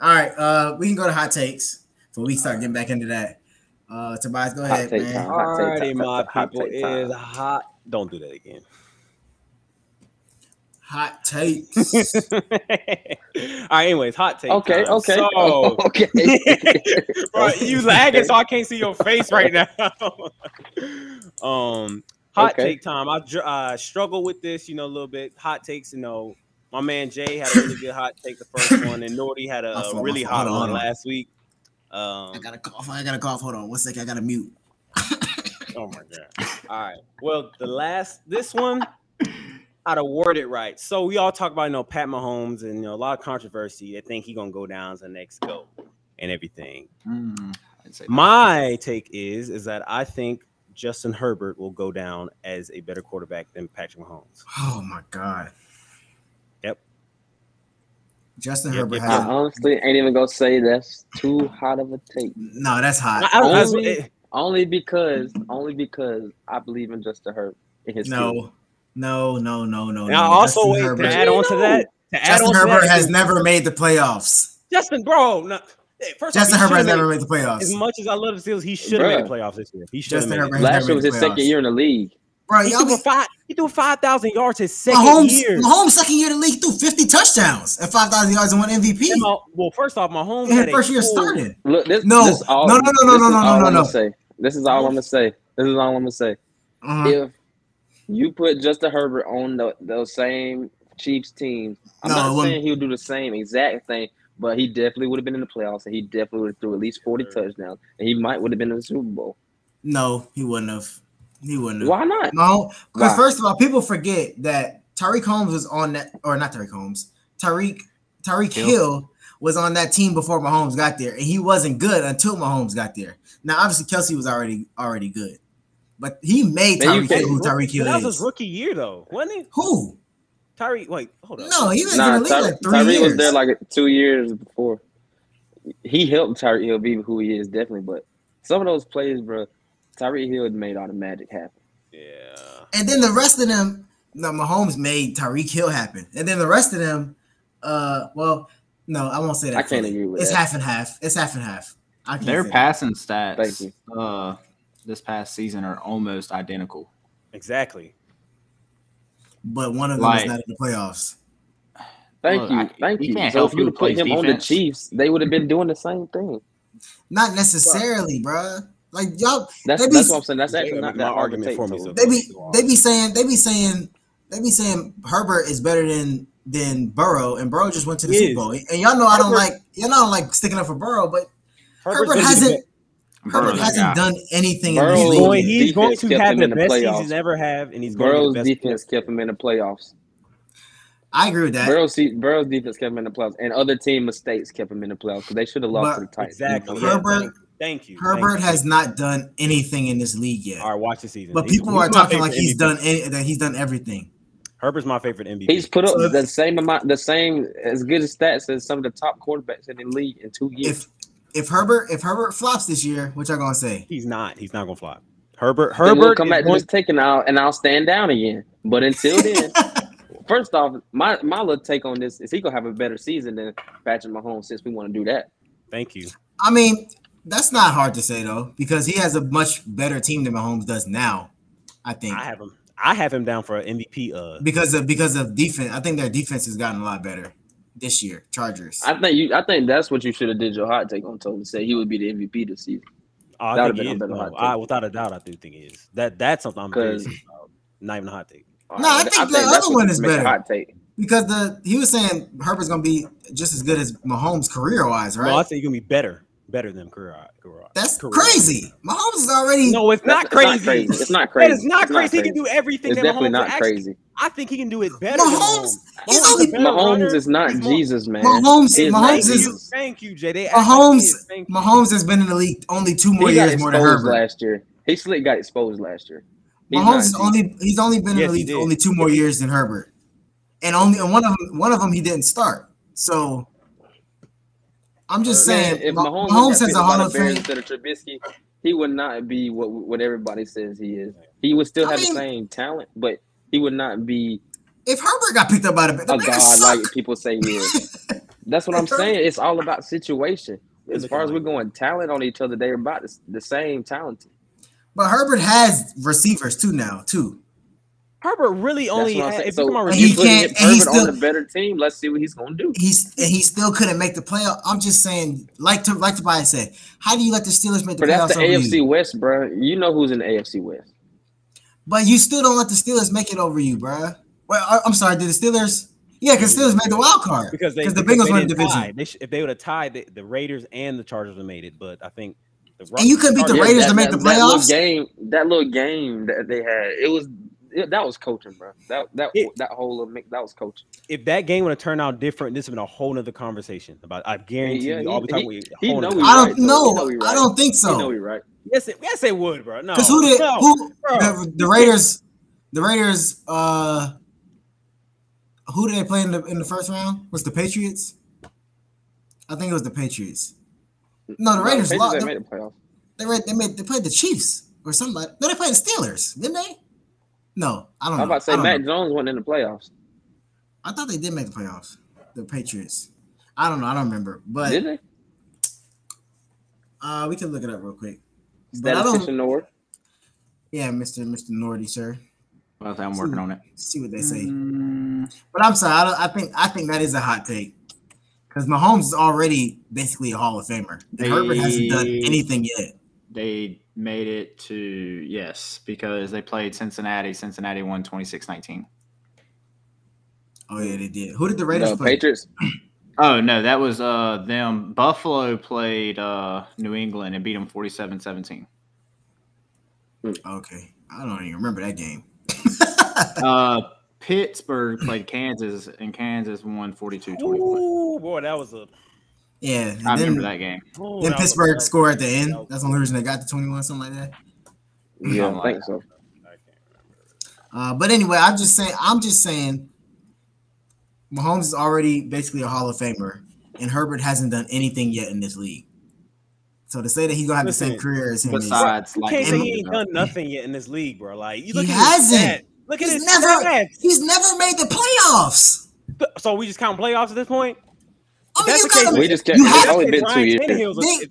[SPEAKER 4] All right, uh, we can go to hot takes before we start getting back into that. Uh, Tobias, go
[SPEAKER 6] Hot
[SPEAKER 4] ahead,
[SPEAKER 6] take
[SPEAKER 4] man.
[SPEAKER 6] time.
[SPEAKER 7] Alrighty, my
[SPEAKER 6] Hot
[SPEAKER 7] people
[SPEAKER 6] take time.
[SPEAKER 7] is hot. Don't do that again.
[SPEAKER 4] Hot takes.
[SPEAKER 7] (laughs) all right, anyways, hot take.
[SPEAKER 6] Okay,
[SPEAKER 7] time.
[SPEAKER 6] okay, (laughs)
[SPEAKER 7] So, (laughs)
[SPEAKER 6] okay.
[SPEAKER 7] bro, you lagging, so I can't see your face right now. (laughs) um, hot
[SPEAKER 6] Okay.
[SPEAKER 7] take time. I dr- uh, struggle with this, you know, a little bit. Hot takes, you know. My man Jay had a really good hot take the first one, and Norty had a
[SPEAKER 4] My fault, my
[SPEAKER 7] really
[SPEAKER 4] fault.
[SPEAKER 7] hot
[SPEAKER 4] Hold on,
[SPEAKER 7] one
[SPEAKER 4] hold on.
[SPEAKER 7] last week. Um,
[SPEAKER 4] I gotta cough. I gotta cough. Hold on, one second. I gotta mute.
[SPEAKER 7] Oh my god. All right. Well, the last this one, I'd award it right. So we all talk about you know Pat Mahomes and you know, a lot of controversy. They think he gonna go down as the next go and everything.
[SPEAKER 5] Mm, I didn't say that.
[SPEAKER 7] My take is is that I think Justin Herbert will go down as a better quarterback than Patrick Mahomes.
[SPEAKER 4] Oh my god.
[SPEAKER 7] Yep.
[SPEAKER 4] Justin
[SPEAKER 7] Yep,
[SPEAKER 4] Herbert
[SPEAKER 7] yep,
[SPEAKER 6] I
[SPEAKER 4] has.
[SPEAKER 6] honestly ain't even gonna say that's too hot of a take.
[SPEAKER 4] No, that's
[SPEAKER 7] I,
[SPEAKER 4] hot.
[SPEAKER 7] I don't, that's-
[SPEAKER 6] Only-
[SPEAKER 7] it-
[SPEAKER 6] Only because, only because I believe in Justin Herbert and his skills.
[SPEAKER 4] No, no, no, no, no.
[SPEAKER 7] and
[SPEAKER 4] no.
[SPEAKER 7] I also
[SPEAKER 4] Justin
[SPEAKER 7] wait
[SPEAKER 4] Herbert,
[SPEAKER 7] to add on to that. To add on
[SPEAKER 4] Justin
[SPEAKER 7] to
[SPEAKER 4] Herbert
[SPEAKER 7] that,
[SPEAKER 4] has never made the playoffs.
[SPEAKER 7] Justin, bro. No, hey, first off,
[SPEAKER 4] Justin
[SPEAKER 7] he
[SPEAKER 4] Herbert has
[SPEAKER 7] should've
[SPEAKER 4] never
[SPEAKER 7] made-
[SPEAKER 4] made the
[SPEAKER 7] As
[SPEAKER 4] playoffs.
[SPEAKER 7] much as I love the Steelers, he should have made
[SPEAKER 6] Bruh.
[SPEAKER 7] the playoffs this year. He should have
[SPEAKER 4] Justin
[SPEAKER 7] made it.
[SPEAKER 4] Herbert has
[SPEAKER 6] Last year
[SPEAKER 4] never
[SPEAKER 6] was
[SPEAKER 4] made the
[SPEAKER 6] his second
[SPEAKER 4] playoffs.
[SPEAKER 6] year in the league.
[SPEAKER 4] Bro,
[SPEAKER 7] He
[SPEAKER 4] y'all
[SPEAKER 7] threw for
[SPEAKER 4] been
[SPEAKER 7] five. He threw five thousand yards his second
[SPEAKER 4] Mahomes,
[SPEAKER 7] year.
[SPEAKER 4] Mahomes second year in the league threw 50 touchdowns and 5,000 yards and one MVP.
[SPEAKER 7] And my- well, first off, Mahomes
[SPEAKER 4] In his
[SPEAKER 7] had a
[SPEAKER 4] first year
[SPEAKER 7] full-
[SPEAKER 4] starting.
[SPEAKER 6] Look, this,
[SPEAKER 4] No.
[SPEAKER 6] this all,
[SPEAKER 4] No, no, no, no,
[SPEAKER 6] this
[SPEAKER 4] no,
[SPEAKER 6] is
[SPEAKER 4] no, no,
[SPEAKER 6] all
[SPEAKER 4] no,
[SPEAKER 6] I'm
[SPEAKER 4] no.
[SPEAKER 6] gonna say. This is all I'm gonna say. This is all I'm gonna say.
[SPEAKER 4] Uh-huh.
[SPEAKER 6] If you put Justin Herbert on the, those same Chiefs teams, I'm
[SPEAKER 4] No, it
[SPEAKER 6] not
[SPEAKER 4] wouldn't.
[SPEAKER 6] saying he'll do the same exact thing, but he definitely would have been in the playoffs, and he definitely would have threw at least 40 touchdowns, and he might would have been in the Super Bowl.
[SPEAKER 4] No, he wouldn't have. He wouldn't have.
[SPEAKER 6] Why not?
[SPEAKER 4] No, because
[SPEAKER 6] Why?
[SPEAKER 4] first of all, people forget that Tyreek Holmes was on that, or not Tyreek Holmes, Tyreek Tyreek Hill.
[SPEAKER 5] Hill.
[SPEAKER 4] was on that team before Mahomes got there, and he wasn't good until Mahomes got there. Now, obviously, Kelsey was already already good, but he made
[SPEAKER 6] Man,
[SPEAKER 4] Tyreek
[SPEAKER 6] you
[SPEAKER 4] Hill who
[SPEAKER 6] can't-
[SPEAKER 4] Tyreek
[SPEAKER 7] But That
[SPEAKER 4] Hill
[SPEAKER 7] was his
[SPEAKER 4] is.
[SPEAKER 7] rookie year, though, wasn't it?
[SPEAKER 4] Who?
[SPEAKER 7] Tyreek, wait, hold up.
[SPEAKER 4] No, he was in
[SPEAKER 6] Nah,
[SPEAKER 4] the league
[SPEAKER 6] Ty-
[SPEAKER 4] like three
[SPEAKER 6] Tyreek
[SPEAKER 4] years.
[SPEAKER 6] was there like two years before. He helped Tyreek Hill be who he is, definitely. But some of those plays, bro, Tyreek Hill made all the magic happen.
[SPEAKER 7] Yeah.
[SPEAKER 4] And then the rest of them, no, Mahomes made Tyreek Hill happen. And then the rest of them, uh, well, no, I won't say that.
[SPEAKER 6] I can't
[SPEAKER 4] fully.
[SPEAKER 6] agree with
[SPEAKER 4] It's
[SPEAKER 6] that.
[SPEAKER 4] half and half. It's half and half. I can't
[SPEAKER 5] Their
[SPEAKER 4] say that.
[SPEAKER 5] passing
[SPEAKER 6] Thank
[SPEAKER 5] stats
[SPEAKER 6] you.
[SPEAKER 5] uh, this past season are almost identical.
[SPEAKER 7] Exactly.
[SPEAKER 4] but one of them
[SPEAKER 5] Like-
[SPEAKER 4] is not in the playoffs.
[SPEAKER 6] Thank
[SPEAKER 5] Look,
[SPEAKER 6] you,
[SPEAKER 5] I-
[SPEAKER 6] thank
[SPEAKER 5] you
[SPEAKER 6] you.
[SPEAKER 5] can't
[SPEAKER 6] So
[SPEAKER 5] help
[SPEAKER 6] if you
[SPEAKER 5] who
[SPEAKER 6] would put
[SPEAKER 5] plays
[SPEAKER 6] him on the
[SPEAKER 5] defense.
[SPEAKER 6] Chiefs, they would have been doing the same thing.
[SPEAKER 4] Not necessarily, bruh. Like y'all,
[SPEAKER 6] That's
[SPEAKER 4] They be-
[SPEAKER 6] that's what I'm saying. That's
[SPEAKER 7] They
[SPEAKER 6] actually
[SPEAKER 7] would
[SPEAKER 6] not
[SPEAKER 7] make
[SPEAKER 6] that
[SPEAKER 7] my
[SPEAKER 6] hard to
[SPEAKER 7] argument
[SPEAKER 6] take
[SPEAKER 7] for me,
[SPEAKER 6] to
[SPEAKER 7] so-
[SPEAKER 4] they be they be saying they be saying they be saying Herbert is better than than Burrow, and Burrow just went to the
[SPEAKER 7] He
[SPEAKER 4] Super
[SPEAKER 7] is.
[SPEAKER 4] Bowl. And y'all know I don't
[SPEAKER 7] Herbert-
[SPEAKER 4] like y'all know I don't like sticking up for Burrow, but Herbert
[SPEAKER 7] gonna be the
[SPEAKER 4] hasn't-
[SPEAKER 7] best-
[SPEAKER 4] Herbert
[SPEAKER 5] Burrow's
[SPEAKER 4] hasn't
[SPEAKER 5] got-
[SPEAKER 4] done anything in
[SPEAKER 6] Burrow-
[SPEAKER 4] this
[SPEAKER 7] He's
[SPEAKER 4] league.
[SPEAKER 7] going, he's
[SPEAKER 6] defense
[SPEAKER 7] going to
[SPEAKER 6] kept
[SPEAKER 7] have
[SPEAKER 6] him
[SPEAKER 7] the
[SPEAKER 6] in the
[SPEAKER 7] best season
[SPEAKER 6] playoffs.
[SPEAKER 7] he's ever have, and he's going
[SPEAKER 6] Burrow's
[SPEAKER 7] to be the best
[SPEAKER 6] defense kept him in the playoffs.
[SPEAKER 4] I agree with that.
[SPEAKER 6] Burrow's, se- Burrow's defense kept him in the playoffs, and other team mistakes kept him in the playoffs because they should have lost
[SPEAKER 4] But-
[SPEAKER 6] to the Titans.
[SPEAKER 7] Exactly.
[SPEAKER 4] Herbert-
[SPEAKER 7] yeah, thank- thank you. thank
[SPEAKER 4] Herbert
[SPEAKER 7] you.
[SPEAKER 4] has not done anything in this league yet.
[SPEAKER 7] All right, watch the season.
[SPEAKER 4] But
[SPEAKER 7] He's-
[SPEAKER 4] people
[SPEAKER 7] he's
[SPEAKER 4] are
[SPEAKER 7] my
[SPEAKER 4] talking
[SPEAKER 7] favorite
[SPEAKER 4] like he's
[SPEAKER 7] MVP.
[SPEAKER 4] done any, that he's done everything.
[SPEAKER 7] Herbert's my favorite MVP.
[SPEAKER 6] He's put up
[SPEAKER 4] So if-
[SPEAKER 6] the same amount, the same as good as stats as some of the top quarterbacks in the league in two years.
[SPEAKER 4] If if Herbert if Herbert flops this year, what y'all gonna say?
[SPEAKER 7] He's not. He's not gonna fly. Herbert.
[SPEAKER 6] Herbert
[SPEAKER 7] Herbert.
[SPEAKER 6] come
[SPEAKER 7] is
[SPEAKER 6] back to
[SPEAKER 7] going-
[SPEAKER 6] his take and I'll and I'll stand down again. But until
[SPEAKER 7] (laughs)
[SPEAKER 4] (laughs)
[SPEAKER 6] then, first off, my my little take on this is he gonna have a better season than Patrick Mahomes since we want to do that.
[SPEAKER 7] Thank you.
[SPEAKER 4] I mean, that's not hard to say though, because he has a much better team than Mahomes does now. I think
[SPEAKER 7] I have him. I have him down for an MVP. Uh,
[SPEAKER 4] because of because of defense. I think their defense has gotten a lot better this year. Chargers.
[SPEAKER 6] I think you I think that's what you should have did your hot take on Tony say he would be the MVP this season.
[SPEAKER 7] I
[SPEAKER 6] That would've
[SPEAKER 7] think
[SPEAKER 6] been
[SPEAKER 7] he
[SPEAKER 6] a
[SPEAKER 7] is.
[SPEAKER 6] better
[SPEAKER 7] though.
[SPEAKER 6] hot take.
[SPEAKER 7] I, without a doubt, I do think he is. That that's something I'm
[SPEAKER 6] 'Cause-
[SPEAKER 7] serious about. Not even a hot take.
[SPEAKER 4] No, I think the
[SPEAKER 6] that's
[SPEAKER 4] other
[SPEAKER 6] what
[SPEAKER 4] one is
[SPEAKER 6] make a
[SPEAKER 4] better.
[SPEAKER 6] Hot take.
[SPEAKER 4] because the he was saying Herbert's gonna be just as good as Mahomes career wise, right?
[SPEAKER 7] No, I think he's gonna be better, better than Carrera. Carrera-
[SPEAKER 4] that's
[SPEAKER 7] Carrera.
[SPEAKER 4] crazy. Mahomes is already
[SPEAKER 7] No, it's not
[SPEAKER 6] That's
[SPEAKER 7] crazy.
[SPEAKER 6] It's not crazy.
[SPEAKER 7] That is not
[SPEAKER 6] It's
[SPEAKER 7] crazy. He can do everything.
[SPEAKER 6] It's
[SPEAKER 7] that
[SPEAKER 6] definitely
[SPEAKER 7] Mahomes
[SPEAKER 6] not
[SPEAKER 7] actually-
[SPEAKER 6] crazy.
[SPEAKER 7] I think he can do it better. than
[SPEAKER 4] Mahomes.
[SPEAKER 7] Mahomes
[SPEAKER 4] He's
[SPEAKER 7] is
[SPEAKER 4] only
[SPEAKER 7] a better runner.
[SPEAKER 6] Mahomes is not
[SPEAKER 7] He's more-
[SPEAKER 6] Jesus, man.
[SPEAKER 4] Mahomes-
[SPEAKER 6] He
[SPEAKER 4] Mahomes
[SPEAKER 6] is not
[SPEAKER 7] Thank
[SPEAKER 4] is-
[SPEAKER 6] Jesus.
[SPEAKER 7] you, thank you, Jay. They act like he
[SPEAKER 4] Mahomes.
[SPEAKER 7] is. Thank you.
[SPEAKER 4] Mahomes has been in the league only two more
[SPEAKER 6] He got
[SPEAKER 4] years more than
[SPEAKER 6] exposed
[SPEAKER 4] Herbert.
[SPEAKER 6] last year. He slick got exposed last year. He's not
[SPEAKER 4] Mahomes is
[SPEAKER 6] Jesus.
[SPEAKER 4] only he's only been in
[SPEAKER 7] Yes,
[SPEAKER 4] the
[SPEAKER 7] he
[SPEAKER 4] league for
[SPEAKER 7] did.
[SPEAKER 4] only two more years than Herbert, and only and one of them one of them he didn't start. So I'm just
[SPEAKER 6] Uh, Man,
[SPEAKER 4] saying,
[SPEAKER 6] if
[SPEAKER 4] Ma-
[SPEAKER 6] Mahomes,
[SPEAKER 4] Mahomes
[SPEAKER 6] got
[SPEAKER 4] has
[SPEAKER 6] picked
[SPEAKER 4] a
[SPEAKER 6] by
[SPEAKER 4] Hall
[SPEAKER 6] the
[SPEAKER 4] of
[SPEAKER 6] Bears
[SPEAKER 4] Fame.
[SPEAKER 6] instead of Trubisky, he would not be what what everybody says he is. He would still
[SPEAKER 4] I
[SPEAKER 6] have
[SPEAKER 4] mean-
[SPEAKER 6] the same talent, but he would not be
[SPEAKER 4] If Herbert got picked up by the, the
[SPEAKER 6] a
[SPEAKER 4] Bears,
[SPEAKER 6] Oh, god
[SPEAKER 4] suck.
[SPEAKER 6] like people say he is.
[SPEAKER 4] (laughs)
[SPEAKER 6] That's what I'm saying. It's all about situation. As far as we're going talent on each other, they're about the- the same talent.
[SPEAKER 4] but Herbert has receivers too now too.
[SPEAKER 7] Herbert really only.
[SPEAKER 6] That's what I'm
[SPEAKER 7] Had,
[SPEAKER 6] saying.
[SPEAKER 7] if you come
[SPEAKER 6] So
[SPEAKER 7] out
[SPEAKER 4] And
[SPEAKER 6] if
[SPEAKER 4] he
[SPEAKER 6] you
[SPEAKER 7] receivers-
[SPEAKER 6] put
[SPEAKER 4] can't-
[SPEAKER 6] Herbert
[SPEAKER 4] and he's
[SPEAKER 6] on
[SPEAKER 4] still-
[SPEAKER 6] the better team, let's see what he's going to do.
[SPEAKER 4] He's and he still couldn't make the playoff. I'm just saying, like to like Tobias said, how do you let the Steelers make the
[SPEAKER 6] But that's
[SPEAKER 4] playoffs?
[SPEAKER 6] the
[SPEAKER 4] over
[SPEAKER 6] AFC
[SPEAKER 4] you?
[SPEAKER 6] West, bro. You know who's in the AFC West.
[SPEAKER 4] But you still don't let the Steelers make it over you, bruh. Well, I- I'm sorry. Did the Steelers? Yeah, because Steelers made the wild card
[SPEAKER 7] because they,
[SPEAKER 4] the
[SPEAKER 7] because
[SPEAKER 4] Bengals
[SPEAKER 7] they
[SPEAKER 4] won the
[SPEAKER 7] didn't
[SPEAKER 4] division.
[SPEAKER 7] tie. They sh- if they would have tied, the, the Raiders and the Chargers would have made it. But I think the Ro-
[SPEAKER 4] And you couldn't beat the
[SPEAKER 7] Chargers-
[SPEAKER 4] Raiders to make the
[SPEAKER 6] little
[SPEAKER 4] playoffs?
[SPEAKER 6] game, that little game that they had, it was it, that was coaching, bro. That that
[SPEAKER 7] It-
[SPEAKER 6] that whole of, that was coaching.
[SPEAKER 7] If that game would have turned out different, this would have been a whole nother conversation about. I guarantee
[SPEAKER 6] Yeah,
[SPEAKER 7] you, all
[SPEAKER 6] he-
[SPEAKER 7] we talking about. a
[SPEAKER 6] he
[SPEAKER 7] whole
[SPEAKER 6] know
[SPEAKER 7] nother-
[SPEAKER 6] he
[SPEAKER 4] I
[SPEAKER 6] right,
[SPEAKER 4] don't
[SPEAKER 6] though. You know
[SPEAKER 4] know.
[SPEAKER 6] he
[SPEAKER 4] I
[SPEAKER 6] right.
[SPEAKER 4] don't think
[SPEAKER 6] You know
[SPEAKER 4] so.
[SPEAKER 6] you're right.
[SPEAKER 7] Yes, it, yes, it would, bro. No,
[SPEAKER 4] Because who did
[SPEAKER 7] no,
[SPEAKER 4] who
[SPEAKER 7] bro.
[SPEAKER 4] the, the Raiders? The Raiders. Uh, who did they play in the in the first round? Was the Patriots? I think it was the Patriots. No, the
[SPEAKER 6] No,
[SPEAKER 4] Raiders
[SPEAKER 6] Patriots
[SPEAKER 4] lost.
[SPEAKER 6] ain't
[SPEAKER 4] They,
[SPEAKER 6] made the playoffs.
[SPEAKER 4] they, ra- they made they played the Chiefs or somebody. No, they played the Steelers, didn't they? No, I don't
[SPEAKER 6] I'm
[SPEAKER 4] know.
[SPEAKER 6] about to
[SPEAKER 4] I
[SPEAKER 6] say
[SPEAKER 4] don't
[SPEAKER 6] Matt
[SPEAKER 4] know.
[SPEAKER 6] Jones wasn't in the playoffs.
[SPEAKER 4] I thought they did make the playoffs. The Patriots. I don't know. I don't remember. But
[SPEAKER 6] Did they?
[SPEAKER 4] uh, we can look it up real quick. But I
[SPEAKER 6] Statistician
[SPEAKER 4] don't.
[SPEAKER 6] North.
[SPEAKER 4] Yeah, Mister Mister Norty, sir.
[SPEAKER 5] Well, I'm working on it.
[SPEAKER 4] See what they say.
[SPEAKER 5] Mm,
[SPEAKER 4] But I'm sorry, I, don't, I think I think that is a hot take because Mahomes is already basically a Hall of Famer. And Herbert hasn't done
[SPEAKER 5] Hey.
[SPEAKER 4] anything yet.
[SPEAKER 5] they made it to yes because they played Cincinnati. Cincinnati won 26-19.
[SPEAKER 4] Oh yeah, they did. Who did the Raiders
[SPEAKER 6] The
[SPEAKER 4] play?
[SPEAKER 6] Patriots.
[SPEAKER 5] Oh no, that was uh them. Buffalo played uh New England and beat them 47-17.
[SPEAKER 4] Okay, I don't even remember that game. (laughs)
[SPEAKER 5] Uh Pittsburgh played Kansas and Kansas won 42-21.
[SPEAKER 7] Ooh, boy, that was a.
[SPEAKER 4] Yeah, and
[SPEAKER 5] I
[SPEAKER 4] then,
[SPEAKER 5] remember that game.
[SPEAKER 7] ooh, that
[SPEAKER 4] then
[SPEAKER 7] was a-
[SPEAKER 4] Pittsburgh
[SPEAKER 7] that was-
[SPEAKER 4] scored at the end.
[SPEAKER 7] that was-
[SPEAKER 4] That's the only reason they got to 21, something like that.
[SPEAKER 6] Yeah,
[SPEAKER 5] I'm
[SPEAKER 6] I think so.
[SPEAKER 4] Uh, but anyway, I'm just saying. I'm just saying. Mahomes is already basically a Hall of Famer, and Herbert hasn't done anything yet in this league. So to say that he's gonna have the same
[SPEAKER 7] Listen,
[SPEAKER 4] career as him is
[SPEAKER 5] Besides,
[SPEAKER 7] You
[SPEAKER 5] like
[SPEAKER 7] can't say he
[SPEAKER 4] And-
[SPEAKER 7] ain't
[SPEAKER 6] (laughs)
[SPEAKER 7] done nothing yet in this league, bro. Like you
[SPEAKER 4] He
[SPEAKER 7] look at
[SPEAKER 4] hasn't.
[SPEAKER 7] his stats. Look at
[SPEAKER 4] He's
[SPEAKER 7] his
[SPEAKER 4] never-
[SPEAKER 7] stats.
[SPEAKER 4] he's never made the playoffs.
[SPEAKER 7] So we just count playoffs at this point.
[SPEAKER 4] I mean,
[SPEAKER 7] That's
[SPEAKER 4] you
[SPEAKER 7] the case.
[SPEAKER 4] gotta
[SPEAKER 6] We just kept.
[SPEAKER 4] You
[SPEAKER 6] It's
[SPEAKER 4] have to
[SPEAKER 6] only
[SPEAKER 7] If
[SPEAKER 6] been two
[SPEAKER 7] Ryan
[SPEAKER 6] years.
[SPEAKER 7] Tannehill's a-
[SPEAKER 4] They-
[SPEAKER 7] if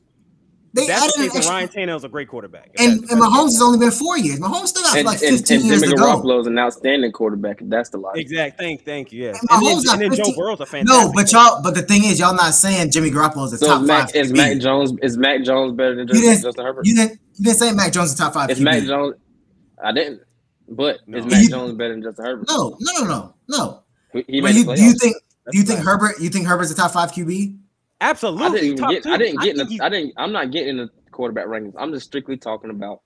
[SPEAKER 4] They
[SPEAKER 7] that's
[SPEAKER 4] added
[SPEAKER 7] the
[SPEAKER 4] an
[SPEAKER 7] case, then
[SPEAKER 4] extra-
[SPEAKER 7] Ryan Tannehill's a great quarterback. If
[SPEAKER 4] and,
[SPEAKER 7] that's the
[SPEAKER 4] and
[SPEAKER 7] case.
[SPEAKER 4] Mahomes has only been four years. Mahomes still got
[SPEAKER 6] And,
[SPEAKER 4] like
[SPEAKER 6] and, and
[SPEAKER 4] 15
[SPEAKER 6] Jimmy
[SPEAKER 4] years to go.
[SPEAKER 6] Garoppolo is an outstanding quarterback. if That's the logic.
[SPEAKER 7] Exact. Thank. Thank you. Yeah.
[SPEAKER 4] And
[SPEAKER 7] And,
[SPEAKER 4] Mahomes
[SPEAKER 7] then,
[SPEAKER 4] got
[SPEAKER 7] and then Joe
[SPEAKER 4] 15
[SPEAKER 7] Burrow's a fantastic.
[SPEAKER 4] No, but
[SPEAKER 7] player.
[SPEAKER 4] y'all, but the thing is, y'all not saying Jimmy Garoppolo is a
[SPEAKER 6] So
[SPEAKER 4] top
[SPEAKER 6] is Mac,
[SPEAKER 4] five.
[SPEAKER 6] is
[SPEAKER 4] QB.
[SPEAKER 6] Mac Jones is Mac Jones better than
[SPEAKER 4] You
[SPEAKER 6] Justin,
[SPEAKER 4] didn't-
[SPEAKER 6] Justin Herbert?
[SPEAKER 4] you didn't you didn't say Mac Jones is a top five.
[SPEAKER 6] Is
[SPEAKER 4] QB.
[SPEAKER 6] Mac Jones? I didn't. But
[SPEAKER 7] No.
[SPEAKER 6] is Mac
[SPEAKER 4] You-
[SPEAKER 6] Jones better than Justin Herbert?
[SPEAKER 4] No, no, no, no, no.
[SPEAKER 6] He- He
[SPEAKER 4] But
[SPEAKER 6] made
[SPEAKER 4] you,
[SPEAKER 6] the
[SPEAKER 4] do you
[SPEAKER 6] playoffs.
[SPEAKER 4] think
[SPEAKER 7] That's
[SPEAKER 4] do you think
[SPEAKER 7] right.
[SPEAKER 4] Herbert you think Herbert's a top five QB?
[SPEAKER 7] Absolutely.
[SPEAKER 6] I didn't even
[SPEAKER 7] top
[SPEAKER 6] get.
[SPEAKER 7] two.
[SPEAKER 6] I didn't get. in
[SPEAKER 7] think
[SPEAKER 6] the,
[SPEAKER 7] he's-
[SPEAKER 6] I didn't. I'm not getting in the quarterback rankings. I'm just strictly talking about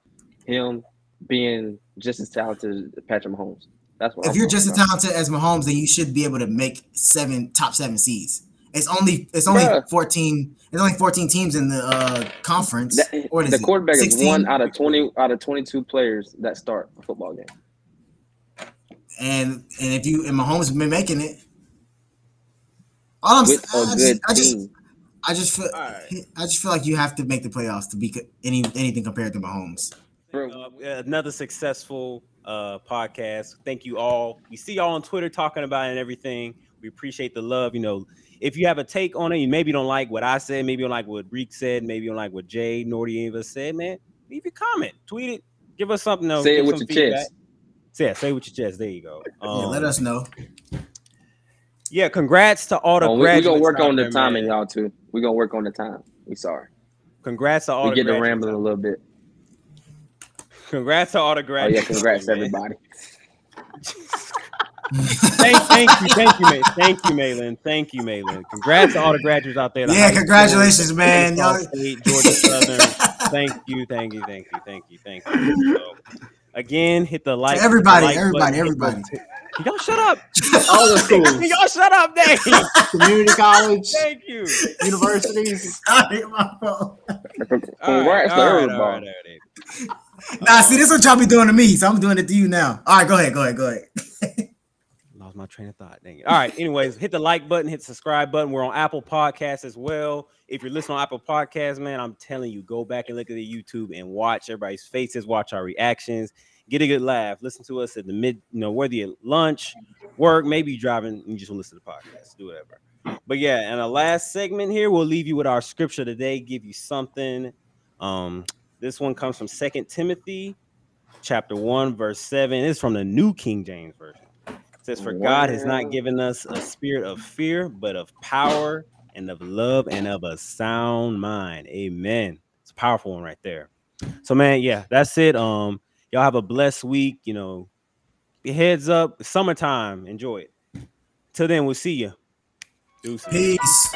[SPEAKER 6] him being just as talented as Patrick Mahomes. That's what.
[SPEAKER 4] If
[SPEAKER 6] I'm
[SPEAKER 4] you're
[SPEAKER 6] talking
[SPEAKER 4] just as
[SPEAKER 6] about.
[SPEAKER 4] talented as Mahomes, then you should be able to make seven top seven seeds. It's only it's only
[SPEAKER 6] Bruh.
[SPEAKER 4] 14 it's only 14 teams in the uh, conference.
[SPEAKER 6] That-
[SPEAKER 4] What is
[SPEAKER 6] the
[SPEAKER 4] it,
[SPEAKER 6] quarterback is
[SPEAKER 4] 16?
[SPEAKER 6] one out of twenty out of twenty-two players that start a football game.
[SPEAKER 4] and and if you and Mahomes been making it. All I'm
[SPEAKER 6] with
[SPEAKER 4] saying,
[SPEAKER 6] a
[SPEAKER 4] I just, I
[SPEAKER 6] good
[SPEAKER 4] just,
[SPEAKER 6] team.
[SPEAKER 4] I just feel,
[SPEAKER 7] Alright.
[SPEAKER 4] I just feel like you have to make the playoffs to be co- any anything compared to Mahomes.
[SPEAKER 6] Bro,
[SPEAKER 7] Uh, another successful uh, podcast. Thank you all. We see y'all on Twitter talking about it and everything. We appreciate the love. You know, if you have a take on it, you maybe don't like what I said, maybe you don't like what Reek said, maybe you don't like what Jay Norty of us said, man. Leave your comment, tweet it, give us something. though.
[SPEAKER 6] Say it
[SPEAKER 7] Give
[SPEAKER 6] with
[SPEAKER 7] some
[SPEAKER 6] your
[SPEAKER 7] feedback.
[SPEAKER 6] chest.
[SPEAKER 7] Say it, say it with your chest. There you go. Um,
[SPEAKER 4] yeah, let us know.
[SPEAKER 7] yeah, congrats to all the
[SPEAKER 6] Oh, we, we
[SPEAKER 7] graduates.
[SPEAKER 6] gonna work
[SPEAKER 7] out
[SPEAKER 6] on the
[SPEAKER 7] there, man.
[SPEAKER 6] timing, y'all too. We gonna work on the time. We sorry.
[SPEAKER 7] Congrats to all
[SPEAKER 6] We
[SPEAKER 7] the
[SPEAKER 6] get to
[SPEAKER 7] graduates.
[SPEAKER 6] rambling a little bit.
[SPEAKER 7] Congrats to all the
[SPEAKER 6] Oh
[SPEAKER 7] graduates.
[SPEAKER 6] yeah, congrats
[SPEAKER 7] man.
[SPEAKER 6] everybody.
[SPEAKER 7] thank, thank you, thank you, May. Thank you, Malin. Thank you, Malin. Congrats to all the graduates out there.
[SPEAKER 4] Yeah, congratulations, man.
[SPEAKER 7] Y'all.
[SPEAKER 4] Y'all,
[SPEAKER 7] State, Georgia Southern. thank you, thank you, thank you, thank you, thank you. So, again, hit the like. hit the
[SPEAKER 4] everybody,
[SPEAKER 7] like
[SPEAKER 4] everybody,
[SPEAKER 7] button, hit the-
[SPEAKER 4] everybody.
[SPEAKER 7] Y'all shut
[SPEAKER 4] (laughs)
[SPEAKER 7] up.
[SPEAKER 8] All the schools,
[SPEAKER 7] Y'all shut up, (laughs) Dave.
[SPEAKER 8] community college,
[SPEAKER 7] Thank you.
[SPEAKER 8] universities.
[SPEAKER 4] (laughs) Sorry, my fault.
[SPEAKER 6] Congrats to everybody.
[SPEAKER 7] Dave.
[SPEAKER 4] Nah, see, this what y'all be doing to me, so I'm doing it to you now. All right, go ahead, go ahead, go ahead.
[SPEAKER 7] Lost my train of thought. Dang it. All right. Anyways, hit the like button, hit the subscribe button. We're on Apple Podcasts as well. If you're listening on Apple Podcasts, man, I'm telling you, go back and look at the YouTube and watch everybody's faces, watch our reactions, get a good laugh. Listen to us at the mid, you know, whether you're at lunch, work, maybe you're driving, and you just want to listen to podcasts, do whatever. But yeah, and the last segment here, we'll leave you with our scripture today, give you something. Um, this one comes from Second Timothy chapter 1, verse 7. It's from the New King James Version. It says, For God has
[SPEAKER 6] Wow.
[SPEAKER 7] not given us a spirit of fear, but of power and of love and of a sound mind. Amen. It's a powerful one right there. So, man, yeah, that's it. Um, y'all have a blessed week. You know, your heads up, summertime, enjoy it. Till then, we'll see you.
[SPEAKER 4] Peace.